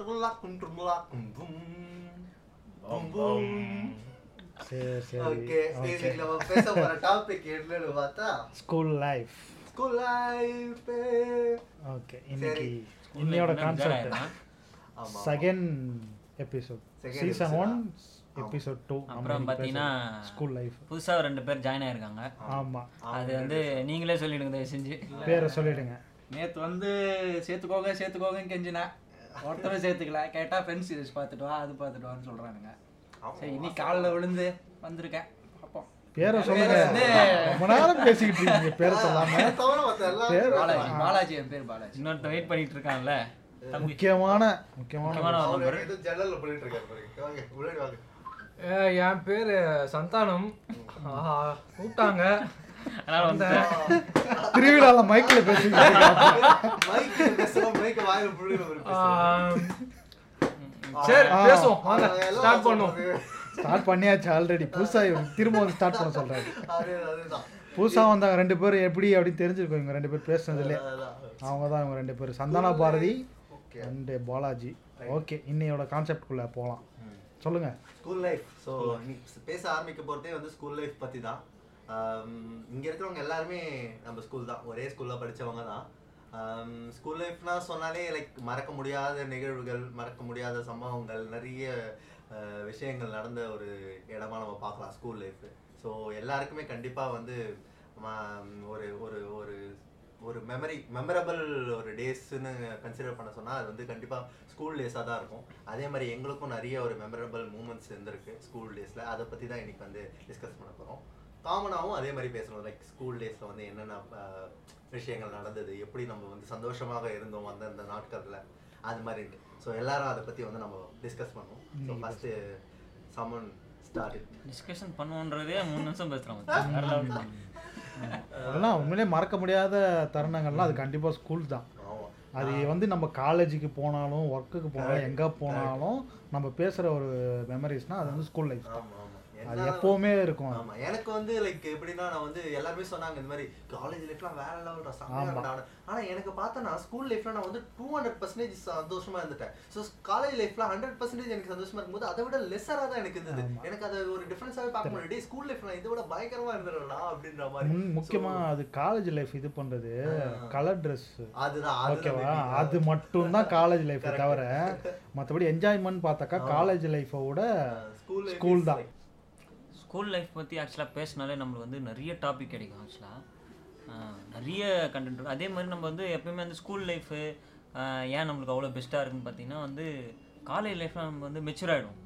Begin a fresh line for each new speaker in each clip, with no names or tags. terlak terlak bum bum bum
சரி சரி
okay சரி நம்ம பேச போற டாபிக் என்னன்னு பார்த்தா
school life
school life eh.
Okay இன்னைக்கு
சரி.
இன்னையோட கான்செப்ட்
ஆமா
second episode
Second
season
episode
one
ஆ.
எபிசோட் டூ
அப்புறம் பார்த்தீங்கன்னா
ஸ்கூல் லைஃப்
புதுசா ஒரு ரெண்டு பேர் ஜாயின் ஆயிருக்காங்க
ஆமா
அது வந்து நீங்களே சொல்லிடுங்க தயவு செஞ்சு
பேரை சொல்லிடுங்க
நேத்து வந்து சேர்த்துக்கோங்க சேர்த்துக்கோங்கன்னு கெஞ்சினா ஒருத்தரும் சேர்த்துக்கல கேட்டா ஃப்ரெண்ட் சீரிஸ் பார்த்துட்டு வா அது பார்த்துட்டு வான்னு சொல்றானுங்க சரி இன்னைக்கு காலில் விழுந்து வந்திருக்கேன் பார்ப்போம்
பேரை சொல்லுங்க ரொம்ப நேரம் பேசிக்கிட்டு இருக்கீங்க
Ah,
பேரை சொல்லாம
அதை தவிர மத்த எல்லாம்
பேர்
பாலாஜி பாலாஜி என் பேர் பாலாஜி
இன்னொருத்த வெயிட் பண்ணிட்டு இருக்கான்ல தம்பி
முக்கியமான முக்கியமான
முக்கியமான ஒரு
அவர்
நம்பர்
ஏதோ ஜன்னல்ல பண்ணிட்டு இருக்காரு பாருங்க வாங்க முன்னாடி வாங்க
அஹ் என் பேரு சந்தானம் ஆஹா, கூப்பிட்டாங்க
அதனால வந்து
திருவிழால மைக்ல பேசிக்கிட்டு இருக்கீங்க.
மைக் பேசுறோம் மைக் வாயில புள்ளில ஒரு
ஆம்,
Ah.
சரி
ஆ.
பேசுவோம் வாங்க ஸ்டார்ட் பண்ணுவோம்
ஸ்டார்ட் பண்ணியாச்சு ஆல்ரெடி புதுசா இவரு திரும்ப வந்து ஸ்டார்ட் பண்ண சொல்றாரு
அது அதுதான்
புதுசா வந்தாங்க ரெண்டு பேரும் எப்படி அப்படின்னு தெரிஞ்சிருக்கும் இவங்க ரெண்டு பேர் பேசுனதுல அவங்க தான் இவங்க ரெண்டு பேரும் Santhana Bharathi
okay
and Balaji okay இன்னையோட கான்செப்ட்குள்ள போகலாம் சொல்லுங்க
ஸ்கூல் லைஃப் ஸோ பேச ஆரம்பிக்க போகிறதே வந்து ஸ்கூல் லைஃப் பற்றி தான் இங்கே Um, இருக்கிறவங்க எல்லாருமே நம்ம ஸ்கூல் தான் ஒரே ஸ்கூலில் படித்தவங்க தான் Um, ஸ்கூல் லைஃப்னா சொன்னாலே லைக் மறக்க முடியாத நிகழ்வுகள் மறக்க முடியாத சம்பவங்கள் நிறைய அஹ், விஷயங்கள் நடந்த ஒரு இடமா நம்ம பார்க்கலாம் ஸ்கூல் லைஃப் ஸோ எல்லாருக்குமே கண்டிப்பாக வந்து ம- ஒரு ஒரு ஒரு ஒரு மெமரி மெமரபிள் ஒரு டேஸ்ன்னு கன்சிடர் பண்ண சொன்னால் அது வந்து கண்டிப்பாக ஸ்கூல் டேஸாக தான் இருக்கும் அதே மாதிரி எங்களுக்கும் நிறைய ஒரு மெமரபிள் மூமெண்ட்ஸ் இருந்திருக்கு ஸ்கூல் டேஸில் அதை பற்றி தான் இன்னைக்கு வந்து டிஸ்கஸ் பண்ண போகிறோம் காமனாகவும் அதே மாதிரி பேசணும் லைக் ஸ்கூல் டேஸில் வந்து என்னென்ன அஹ், விஷயங்கள் நடந்தது எப்படி நம்ம வந்து சந்தோஷமாக இருந்தோம் அந்தந்த நாட்களில் அது மாதிரி ஸோ எல்லாரும் அதை பற்றி வந்து நம்ம டிஸ்கஸ் பண்ணுவோம் ஸோ ஃபஸ்ட்டு சமன் ஸ்டார்ட்
டிஸ்கஷன் பண்ணுவோன்றதே மூணு நிமிஷம் பேசுறோம் மச்சான். வேற level தான்.
அதெல்லாம் உண்மையிலே மறக்க முடியாத தருணங்கள்லாம் அது கண்டிப்பாக ஸ்கூல் தான்
ஆமாம்
அது வந்து நம்ம காலேஜுக்கு போனாலும் ஒர்க்குக்கு போனாலும் எங்கே போனாலும் நம்ம பேசுகிற ஒரு மெமரிஸ்னா அது வந்து ஸ்கூல் லைஃப்
ஆமாம் ஆமாம்
அது எப்போவுமே இருக்கும்
ஆமா எனக்கு வந்து லைக் எப்படின்னா நான் வந்து எல்லாருமே சொன்னாங்க இந்த மாதிரி காலேஜ் லைஃப்லாம் வேற லெவல்டா
ஆமா.
செம்மையா ஆனா எனக்கு பார்த்தா நான் ஸ்கூல் லைஃப்ல நான் வந்து டூ ஹண்ட்ரட் பர்சன்டேஜ் சந்தோஷமா இருந்துட்டேன் ஸோ காலேஜ் லைஃப்ல ஹண்ட்ரட் பர்சன்டேஜ் எனக்கு சந்தோஷமா இருக்கும்போது அதை விட லெஸரா தான் எனக்கு இருந்தது எனக்கு அதை ஒரு டிஃபரன்ஸாவே பார்க்க முடியாது ஸ்கூல் லைஃப் நான் இதை விட பயங்கரமா இருந்துடும்டா அப்படின்ற மாதிரி
முக்கியமாக அது காலேஜ் லைஃப் இது பண்ணுறது கலர் ட்ரெஸ்ஸு
அதுதான் அதுதான்
ஓகேவா
maybe.
அது மட்டும்தான் காலேஜ் லைஃப்பை தவிர மற்றபடி என்ஜாய்மெண்ட் பார்த்தாக்கா காலேஜ் லைஃபை விட
School life
ஸ்கூல்
is
தான்
like-
ஸ்கூல் லைஃப் பற்றி ஆக்சுவலாக பேசினாலே நம்மளுக்கு வந்து நிறைய டாபிக் கிடைக்கும் ஆக்சுவலாக நிறைய கண்டென்ட் இருக்கும் அதே மாதிரி நம்ம வந்து எப்பயுமே வந்து ஸ்கூல் லைஃபு ஏன் நம்மளுக்கு அவ்வளோ பெஸ்ட்டாக இருக்குன்னு பார்த்தீங்கன்னா வந்து காலேஜ் லைஃப்பில் நம்ம வந்து மெச்சூர் ஆகிடும்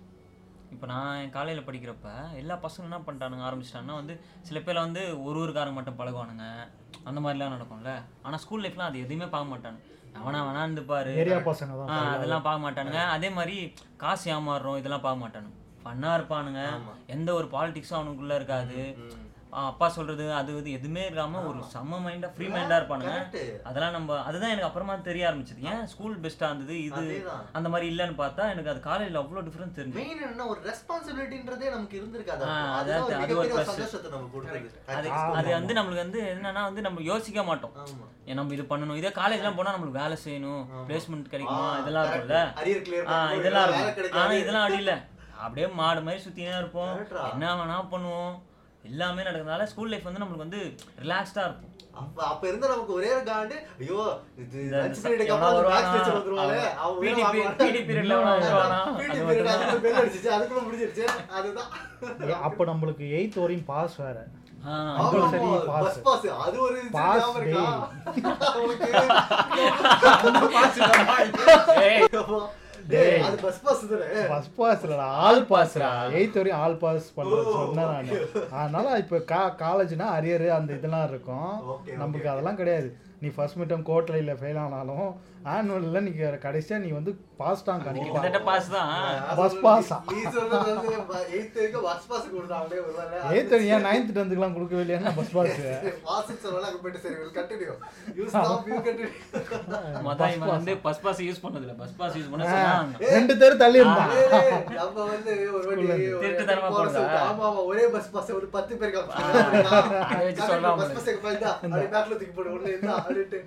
இப்போ நான் காலையில் படிக்கிறப்ப எல்லா பசங்களும் என்ன பண்ணிட்டானுங்க ஆரம்பிச்சிட்டாங்கன்னா வந்து சில பேர் வந்து ஒரு ஒரு காரங்க மட்டும் பழகுவானுங்க அந்த மாதிரிலாம் நடக்கும்ல ஆனால் ஸ்கூல் லைஃப்லாம் அது எதுவுமே பார்க்க மாட்டானுங்க அவனா வேணான்னு பாரு
ஏரியா பசங்க தான்
ஆ, அதெல்லாம் பார்க்க மாட்டானுங்க அதே மாதிரி காசு ஏமாறுறோம் இதெல்லாம் பார்க்க மாட்டானுங்க ஃபன்னா இருப்பானுங்க எந்த ஒரு பாலிடிக்ஸும் அவனுக்குள்ள இருக்காது
ம்.
ஆ, அப்பா சொல்றது அது இது எதுவுமே இருக்காம ஒரு செம்ம மைண்டா ஃப்ரீ மைண்டா இருப்பானுங்க
correct.
அதெல்லாம் நம்ம அதுதான் எனக்கு அப்புறமா தெரிய ஆரம்பிச்சது ஏன் ஸ்கூல் பெஸ்டா இருந்தது இது
அதேதான்.
அந்த மாதிரி இல்லைன்னு பார்த்தா எனக்கு அது காலேஜ்ல அவ்வளோ டிஃபரன்ஸ் தெரிஞ்சு
Main என்னன்னா ஒரு ரெஸ்பான்சிபிலிட்டின்றதே நமக்கு இருந்திருக்காது
ஆ,
அதுதான் ஒரு
அதாவது அது
மிகப்பெரிய
ஒரு
ஒரு
plus.
சந்தோஷத்தை நம்ம கொடுத்தது
அது அது வந்து நம்மளுக்கு வந்து என்னன்னா வந்து நம்ம யோசிக்க மாட்டோம்
ஆமா
ஏன் நம்ம இது பண்ணணும் இதே காலேஜ்லாம் போனா நம்மளுக்கு வேலை செய்யணும் பிளேஸ்மெண்ட் கிடைக்குமா
ஆ,
இதெல்லாம்
correct.
இருக்கும்ல
Arrear clear
ஆ
பண்ணும்போது
இதெல்லாம்
வேலை
இருக்கும் ஆனா
கிடைக்காது.
இதெல்லாம் அப்படி இல்ல அப்படியே மாடு மாதிரி சுத்தினா இருப்போம்
Correct டா.
என்ன வேணா பண்ணுவோம் எல்லாமே நடக்கிறதுனால ஸ்கூல் லைஃப் வந்து நம்மளுக்கு வந்து ரிலாக்ஸ்டா இருக்கும்
அப்ப அப்ப இருந்த நமக்கு ஒரே ஒரு காண்டு ஐயோ இது
இந்த
லஞ்ச்
ச-
பீரியடுக்கு
எவனா
அப்புறம் அந்த
வருவானா?
மேக்ஸ் டீச்சர் வந்துருவாளே அவன்
PT
உள்ள வாங்க மாட்டான்.
period- PT period ல எவனா வருவானா?
PT
அது
period
மட்டும்தான்.
அதுக்குள்ள bell அடிச்சிச்சு, அதுக்குள்ள முடிஞ்சிருச்சு. அதுதான்.
அப்போ நம்மளுக்கு எயித் வரையும் பாஸ் வேற
ஆ,
ஆமா,
Compulsory
ஆமா, bus
pass.
pass. அது ஒரு இது
Pass
ஞாபகம் இருக்கா? அவனுக்கு
ஏய்,
அப்போ, டேய், அது bus pass தானே?
ஃபர்ஸ்ட் பாஸ்லடா ஆல் பாஸ்ரா எயித் வரையும் ஆல் பாஸ் பண்ணுறது சொன்னேன் நான் அதனால இப்போ கா காலேஜ்னா அரியர் அந்த இதெல்லாம் இருக்கும்
Okay,
நமக்கு அதெல்லாம் கிடையாது நீ ஃபர்ஸ்ட் மிட்டம் கோட்டலையில் ஃபெயில் ஆனாலும் ஆனுவலில் நீங்கள் கடைசியாக நீ வந்து பாஸ் தான்
கிட்டத்தட்ட
கண்டிப்பாக
பாஸ் தான்
அது
bus
ஒரு-
pass ஆ?
நீ சொல்றது வந்து ப- eighth வரைக்கும் bus pass கொடுத்தாங்களே ஒரு வேளை.
எயித் வரையும் ஏன் நைன்த் டென்த்துக்குலாம் கொடுக்கவே இல்லையா பஸ் பாஸ்
Pass ன்னு சொன்னாலும் அங்க போயிட்டு சரி, we'll continue. You stop, you continue.
மொதல் இவன் வந்து பஸ் பாஸ் யூஸ் பண்ணது இல்ல பஸ் பாஸ் யூஸ் பண்ண சொன்னாங்க
ரெண்டு தேர் தள்ளி இருந்தான்
ஏய், நம்ம வந்து ஒரு வாட்டி ஒரு
திருட்டுத்தனமா
போன
போறதா?
சொல்லிட்டு, ஆமா, ஆமா, ஒரே bus pass, ஒரு பத்து பேர் இருக்காங்க.
அதை வச்சு
நான்
சொல்லலாம்
bus pass க்கு போய் இந்தா, அப்படியே back ல தூக்கி போடு, உள்ள இருந்தா, அப்படின்ட்டு.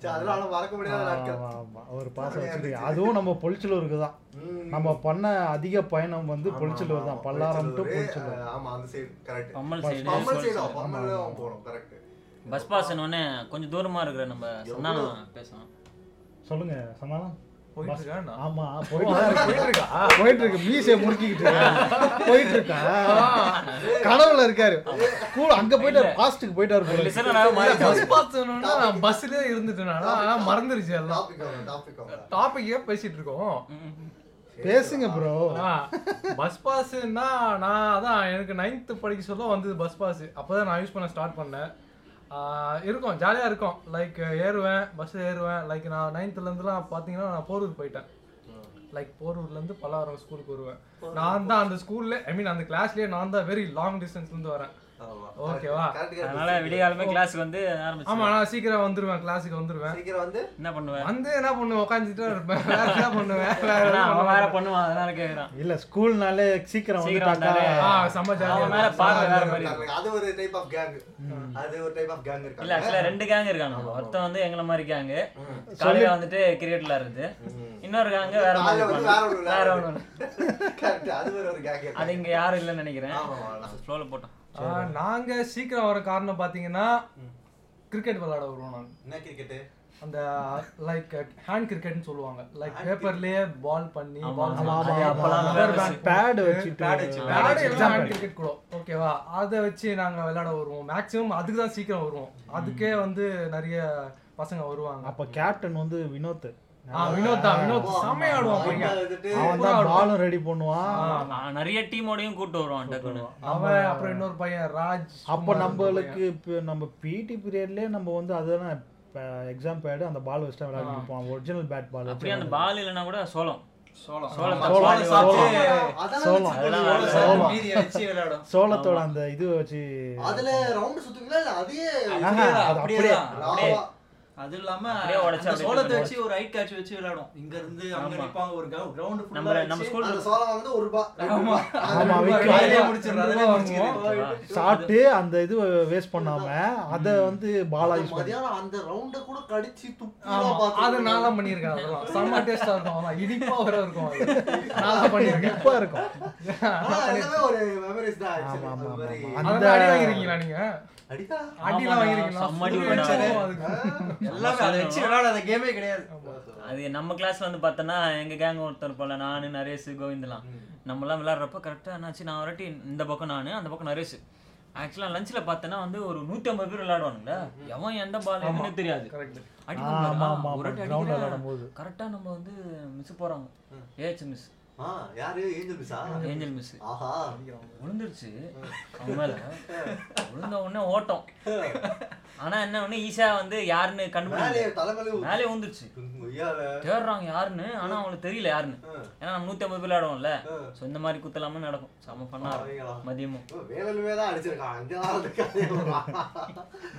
சரி, அதெல்லாம் ஆனா மறக்க முடியாத நாட்கள்
ஆமா, ஆமா. ஒரு பாசம் வச்சிருக்கீங்க அதுவும் நம்ம பொழிச்சலூருக்கு தான்
ம்.
நம்ம பண்ண அதிக பயணம் வந்து
ஆமா,
பொழிச்சலூர்
ஆமா,
தான் பல்லாரம் டு
பொழிச்சலூரு,
பொழிச்சலூர்
அஹ், ஆமா அந்த side correct
Pammal side,
Pammal
சோல்
சைடு
side.
பம்மல் அவன் போனோம் கரெக்ட்
பஸ் பாஸ்னோடனே கொஞ்சம் தூரமா இருக்கிற நம்ம சந்தானம் பேசணும்
சொல்லுங்க சமாளம்
போயிட்டு இருக்கேன் நான்.
ஆமா போயிட்டு தான் இருக்கு.
போயிட்டு இருக்கா?
போயிட்டு இருக்கு மீசைய முறுக்கிக்கிட்டு இருக்கா. போயிட்டு இருக்கா கனவுல இருக்காரு கூட அங்க போயிட்டாரு பாஸ்டுக்கு போயிட்டாரு போல இருக்கு.
லிசனர் ஆக மாறி
bus pass வேணும்னா நான் பஸ்லயே இருந்துட்டேன் நான். ஆனா மறந்துருச்சு எல்லாம்
டாபிக் டாபிக்
டாபிக்கே பேசிட்டு இருக்கோம்
பேசுங்க ப்ரோ
பஸ் பாஸ்னா நான் அதான் எனக்கு நைன்த்து படிக்க சொல்ல வந்தது பஸ் பாஸ் அப்பதான் நான் யூஸ் பண்ண ஸ்டார்ட் பண்ணேன் ஆஹ் இருக்கும் ஜாலியாக இருக்கும் லைக் ஏறுவேன் பஸ் ஏறுவேன் லைக் நான் நைன்த்துலேருந்துலாம் பார்த்தீங்கன்னா நான் போரூர் போயிட்டேன் லைக் போரூர்லேருந்து பல்லாவரம் ஸ்கூலுக்கு வருவேன் நான் தான் அந்த ஸ்கூல்ல ஐ மீன் அந்த கிளாஸ்லேயே நான் தான் வெரி லாங் டிஸ்டன்ஸ்லேருந்து வரேன் ஓகேவா?
அதனால விடியகாலமே கிளாஸ் வந்து ஆரம்பிச்சு
ஆமாம் நான் சீக்கிரம் வந்துருவேன் கிளாஸுக்கு வந்துருவேன்
சீக்கிரம் வந்து
என்ன பண்ணுவேன்
வந்து என்ன பண்ணுவேன் உட்காந்துட்டு இருப்பேன் வேற என்ன பண்ணுவேன் வேற
ஆனா, அவன் வேற பண்ணுவான் அதனால கேக்குறான்
இல்ல ஸ்கூல்னாலே சீக்கிரம்
சீக்கிரம்
வந்துட்டாக்கா
ஆ செம்ம
அவன் மேல
ஜாலியாக
பார்வை வேற மாதிரி இருக்கும்.
அது ஒரு டைப் ஆஃப் கேங் அது ஒரு டைப் ஆஃப் கேங்
இல்ல
இருக்காங்க
ஆக்சுவலா ரெண்டு கேங் இருக்காங்க ஒருத்தன் வந்து எங்களை மாதிரி கேங்
ம்.
காலையில வந்துட்டு கிரிக்கெட் விளையாடுறது இன்னொரு கேங் வேற மாதிரி
காலைல வந்து வேற ஒரு விளையாடுறது.
இருப்பாங்க. வேற ஒன்று
Correct, அது ஒரு ஒரு கேங்
அது இங்க யாரும் இல்லைன்னு நினைக்கிறேன்
ஆமா, ஆமா.
ஸ்லோல போட்டோம்
ஆ, நாங்க சீக்கிரம் வர காரணம் பாத்தீங்கன்னா கிரிக்கெட் விளையாட வருவோம் நாங்க
என்ன கிரிக்கெட்
அந்த லைக் ஹேண்ட் கிரிக்கெட்னு சொல்லுவாங்க லைக் பேப்பர்லயே பால் பண்ணி
ஆமா,
பால்
ஆமா,
பண்ணி,
அது அப்பெல்லாம்
rubber
நல்லா
band போட்டு,
பேட் வச்சுட்டு
pad எல்லாம் hand cricket கூட ஓகேவா அதை வச்சு நாங்க விளையாட வருவோம் மேக்ஸிமம் அதுக்கு தான் சீக்கிரம் வருவோம் அதுக்கே வந்து நிறைய பசங்க வருவாங்க
அப்ப கேப்டன் வந்து வினோத்
ஆ, வினோத் தான் வினோத் செம்மையா ஆடுவான் பையன்
அவன் தான் பாலும் ரெடி பண்ணுவான்
நான் நிறைய டீமோடையும் கூட்டு வருவான் டக்குன்னு
அவன் அப்புறம் இன்னொரு பையன் ராஜ்
அப்போ
சுமார்னு
நம்மளுக்கு இப்போ நம்ம பிடி பீரியட்லேயே நம்ம வந்து அதுதான் எக்ஸாம் பேடு அந்த பால் வச்சுட்டு விளையாடிட்டு இருப்போம் ஒரிஜினல் பேட் பால்
அப்படியே அந்த பால் இல்லைன்னா கூட சோளம்
சோளம்
சோளம்
ஆமா,
சோளம்,
சோளம் சாப்பிட்டு
சோளம்.
சோளம்
அதெல்லாம்
சாப்பிட்டு
ஆமா.
மீதியை வச்சு விளையாடும்
சோளத்தோட அந்த இது வச்சு
அதுல ரவுண்ட் சுத்துவீங்களா இல்ல அதையே
ஆஹா, அது
அப்படியே
அப்படியே.
தான், அப்படியே.
ராவா
அது இல்லாம
அப்படியே உடைச்சு
அந்த
அப்படியே
சோளத்தை
கொண்டு
வச்சு ஒரு ஹைட் கேட்ச் வச்சு விளையாடும் இங்க இருந்து அங்க
ஆமா.
நிப்பாங்க ஒரு கிரவுண்ட்
நம்ம நம்ம ஸ்கூல்
அந்த சோளம் வந்து ஒரு ரூபாய் ரெண்டு
ஆமா.
ரூபாய். அது
ஆமா,
ரெண்டு
விக்கும்.
ரூபாய்.
அதுலயே
ரெண்டு
முடிச்சிடுறது,
ரூபாய்
அதுலயே
வாங்குவோம்.
முடிச்சிடுறது.
சாப்பிட்டு அந்த இது வேஸ்ட் பண்ணாம அதை வந்து பாலா யூஸ் பண்ணி
மதியானம் அந்த ரவுண்ட கூட கடிச்சு
ஆமா,
துப்பிலாம் பாத்து
அது நான்லாம் பண்ணியிருக்கேன் அதெல்லாம் செம்ம டேஸ்டா இருக்கும் ஆமா இனிப்பா வர இருக்கும் அது. நான்லாம் பண்ணியிருக்கேன்
இப்போ இருக்கும்
ஆனா எல்லாமே ஒரு மெமரிஸ் தான் actually.
ஆமா,
அது
ஆமா,
மாதிரி
ஆமா.
அந்த அடி வாங்கிருக்கீங்களா நீங்க
அடிதா
அடிலாம்
ஆமாடா,
வாங்கிருக்கீங்களா
செம்ம அடி
Full
வாங்கினா.
அடிச்சாலும் அதுக்கு.
எல்லாமே அதை வச்சு விளையாடாத கேமே கிடையாது
அது நம்ம கிளாஸ்ல வந்து பார்த்தோன்னா எங்க கேங் ஒருத்தர் போல நானு நரேஷ் கோவிந்தலாம் நம்மலாம் விளையாடுறப்ப கரெக்டாக என்னாச்சு நான் வரட்டி இந்த பக்கம் நானு அந்த பக்கம் நரேஷ் ஆக்சுவலாக லஞ்சில் பார்த்தேன்னா வந்து ஒரு நூற்றி ஐம்பது பேர் விளையாடுவானுங்கள எவன் எந்த பால் எதுன்னு தெரியாது
Correct.
ஆமா, ஆமா, ஆமா.
அடிக்கணும் ஒரு
Ground
வாட்டி
ல
அடிக்கிறேன்
விளையாடும் போது.
கரெக்டாக நம்ம வந்து மிஸ் போறாங்க ஏச்சு மிஸ்
ஆ யாரு ஏஞ்சல் மிஸ்ஸா
ஏஞ்சல் மிஸ்
ஆஹா
விழுந்துருச்சு அவன் மேல விழுந்த உடனே ஓட்டம் ஆனா என்ன ஒண்ணு ஈஸியா வந்து யாருன்னு கண்டுபிடிச்சு
மேலே தலைமையில
மேலே வந்துருச்சு
ஐயால
தேடுறாங்க யாருன்னு ஆனா அவங்களுக்கு தெரியல யாருன்னு ஏன்னா நம்ம நூத்தி ஐம்பது பேர் விளையாடுவோம்ல சோ இந்த மாதிரி குத்தலாம நடக்கும் செம பண்ணா
அவங்களா?
மதியமும்
வேலலுமே தான் அடிச்சிருக்கான் அங்கே தான் அந்த கதையை வர்றான்.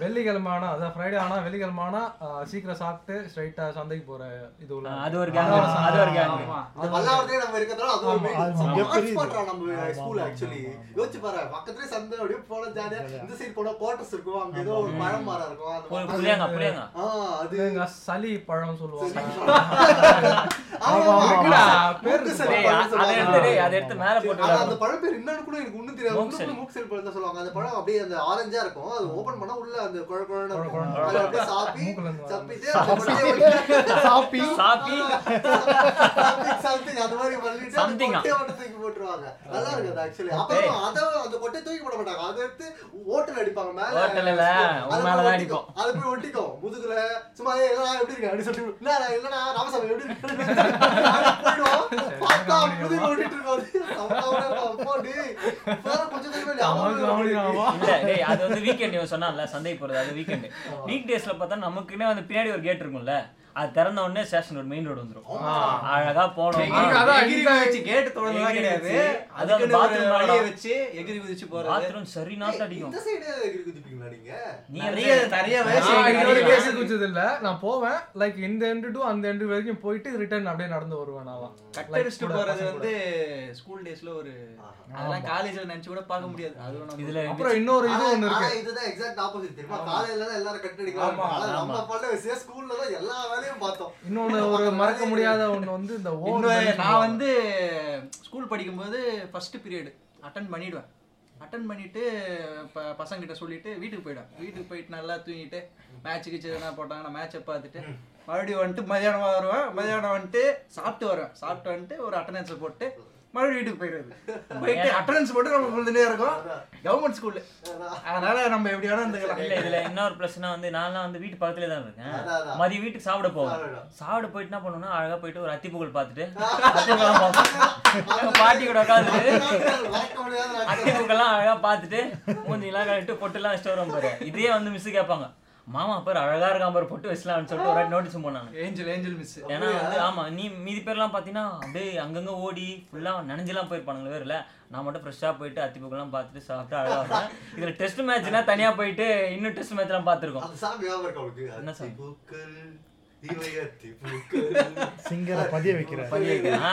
வெள்ளிக்கிழமை ஆனா அதான் ஃப்ரைடே ஆனா வெள்ளிக்கிழமை ஆனா ஆ, சீக்கிரம் சாப்பிட்டு ஸ்ட்ரைட்டா சந்தைக்கு போற இது உள்ள
ஆஹ் அது ஒரு கேங் அது ஒரு கேங்
ஆமா.
அது பல்லாவரத்துலயே நம்ம இருக்கிறதால அது ஒரு
ஆமா,
main-
ஆமா.
march
பெரிய இது.
பண்றான் நம்ம
ஆமா,
school
ஆமா,
actually.
ஆமா, ஆமா.
யோசிச்சு பாரு, பக்கத்துலயே சந்தை அப்படியே போனா ஜாலியா, இந்த side போனா quarters இருக்கும், அங்க ஏதோ ஒரு பழம் மரம் இருக்கும், அந்த
ஒரு
மரம்.
புள்ளையாங்க புள்ளையாங்க
ஆ, அது
இதுங்க சளி பழம் சொல்லுவாங்க
ஆமா, ஆமா,
இருக்குடா,
ஆமா.
பேர்
மூக்கு
இருக்கு.
செடி
டேய்,
பழம்
அதை எடுத்து
சொல்லுவாங்க.
டேய், அதை எடுத்து மேல போட்டு
ஆனா
விளையாடு.
அந்த பழம் பேர் என்னன்னு கூட எனக்கு ஒண்ணும் தெரியாது.
மூக்கு
உள்ளுக்குள்ள
செடி.
மூக்கு செடி பழம் தான் சொல்லுவாங்க. அந்த பழம் அப்படியே அந்த orange-ஆ இருக்கும். அது open பண்ணா உள்ள அந்த குழ குழன்னு இருக்கும்.
குழ குழன்னு
அதை அப்படியே சாப்பி,
மூக்குல இருந்து வரும்.
சப்பிட்டு, அது அப்படியே
சாப்பி
சாப்பி
Something, something அந்த மாதிரி பண்ணிட்டு அந்த
Something-ஆ?
கொட்டையை மட்டும் தூக்கி போட்டுருவாங்க. நல்லா இருக்கு அது actually. அப்புறம் அத- அந்த கொட்டையை தூக்கி போட மாட்டாங்க. அதை எடுத்து ஓட்டுல அடிப்பாங்க. மேல
ஓட்டுல இல்ல, உன்
அது
மேலதான்
போய்
அடிக்கும்.
ஒட்டிக்கும். அது போய் ஒட்டிக்கும். முதுகுல சும்மா, "ஏய், என்னடா, எப்படி இருக்க?" அப்படின்னு சொல்லிட்டு, "என்னடா, இல்லடா, ராமசாமி, எப்படி இருக்க?" அது போயிடும். பார்த்தா அவன் முதுகுல ஒட்டிட்டு இருக்கான். அவன் அவனே, "அப்பா, டேய், இப்பதானே கொஞ்ச நேரமா
அவன்
ஞாபகம்
கவனிக்கிறான்
வருது."
அவன்.
இல்ல டேய் அது வந்து வீக்கெண்ட் இவன் சொன்னான்ல சந்தைக்கு போறது அது வீக்கெண்டு வீக் டேஸ்ல பார்த்தா நமக்குன்னே வந்து பின்னாடி ஒரு கேட் இருக்கும்ல அது திறந்த உடனே ஸ்டேஷன் ரோடு மெயின் ரோடு வந்துரும்
ஆமா.
அழகா போனோம்
ஆ,
எகிரி-
அதான்
எகிரி
இதுதான்.
குதிச்சு gate திறந்ததா
எகிரி
கிடையாது.
குதிச்சு, அது
அதுக்குன்னு
அந்த
ஒரு
bathroom
வழியை
மேல.
வச்சு எகிரி குதிச்சு போறது.
பாத்ரூம் சரி நாட்டு அடிக்கும்
இந்த சைடு குதிப்பீங்களா நீங்க
நீ
நிறைய நிறைய வயசு
நான்
எகிரி
இது வரைக்கும்
வரைக்கும்
பேசி குச்சது இல்ல நான் போவேன் லைக் இந்த எண்டு டு அந்த எண்டு வரைக்கும் போயிட்டு ரிட்டர்ன் அப்படியே நடந்து வருவேன் நான்
cut அடிச்சுட்டு போறது வந்து school daysல ஒரு அதெல்லாம் college ல நினைச்சு கூட பார்க்க முடியாது அது ஒண்ணு
இதுல
நம்ம-
அப்புறம் இன்னொரு இது ஒண்ணு
ஆனா
இருக்கு
இதுதான் exact opposite தெரியுமா? காலையில தான் எல்லாரும் cut அடிக்கிறாங்க.
ஆமா,
ஆனா நம்ம பல்ல வச்சு schoolல தான் எல்லா வேலையும் பார்த்தோம்.
இன்னொன்னு ஒரு மறக்க முடியாத ஒண்ணு வந்து இந்த
இன்னும்
ஓவர்
நான் வந்து ஸ்கூல் படிக்கும்போது ஃபர்ஸ்ட் பீரியட் அட்டன் பண்ணிடுவேன் அட்டன் பண்ணிட்டு ப பசங்கிட்ட சொல்லிட்டு வீட்டுக்கு போயிடுவேன் வீட்டுக்கு போயிட்டு நல்லா தூங்கிட்டு மேட்ச் கிச்சு எதனா போட்டாங்கன்னா மேட்சை பார்த்துட்டு மறுபடியும் வந்துட்டு மதியானம் வருவேன் மதியானம் வந்துட்டு சாப்பிட்டு வருவேன் சாப்பிட்டு வந்துட்டு ஒரு அட்டண்டன்ஸை போட்டு மறுபடியும் வீட்டுக்கு போயிடுறது போயிட்டு அட்டண்டன்ஸ் போட்டு நம்ம விழுந்துட்டே இருக்கோம் கவர்மெண்ட் ஸ்கூலு அதனால நம்ம எப்படி வேணா
இல்ல
இருந்துக்கலாம்
இதுல என்ன ஒரு பிரச்சனை வந்து நான்லாம் வந்து வீட்டு பக்கத்துல தான்
அதான், அதான்.
இருக்கேன் மதிய வீட்டுக்கு சாப்பிட போவேன்
சாப்பிடுவேன்.
சாப்பிட போயிட்டு என்ன பண்ணுவேன்னா அழகா போயிட்டு ஒரு அத்திப்பூக்கள் பார்த்துட்டு அத்திப்பூக்கள் பார்ப்பேன். பாட்டி கூட உட்காந்துட்டு
மறக்க முடியாத நாட்கள்.
அத்திப்பூக்கள்லாம் அழகா பார்த்துட்டு மூஞ்சிலாம் கழிட்டு பொட்டுலாம் வச்சுட்டு வருவோம் பாரு இதே வந்து மிஸ் கேட்பாங்க மாமா பாரு அழகா இருக்கான் பாரு பொட்டு வச்சலாம்னு சொல்லிட்டு ஒரு நோட்டீஸ் போனாங்க
ஏஞ்சல் ஏஞ்சல் மிஸ்
ஏன்னா வந்து ஆமா நீ மீதி பேர்லாம் பார்த்தீங்கன்னா அப்படியே அங்கங்க ஓடி ஃபுல்லா நனைஞ்செல்லாம் போயிருப்பானுங்களே வேறுல நான் மட்டும் ஃப்ரெஷ்ஷாக போயிட்டு அத்திப்பூக்கெல்லாம் பார்த்துட்டு சாப்பிட்டு அழகா இருந்தேன் இதுல டெஸ்ட் மேட்ச்னா தனியா போயிட்டு இன்னும் டெஸ்ட் மேட்ச்லாம் பார்த்துருக்கோம்
அந்த song ஞாபகம் இருக்கா உங்களுக்கு?
என்ன song?
அத்திப்பூக்கள், இவை அத்திப்பூக்கள்.
சிங்கரை பதிய வைக்கிற
இவை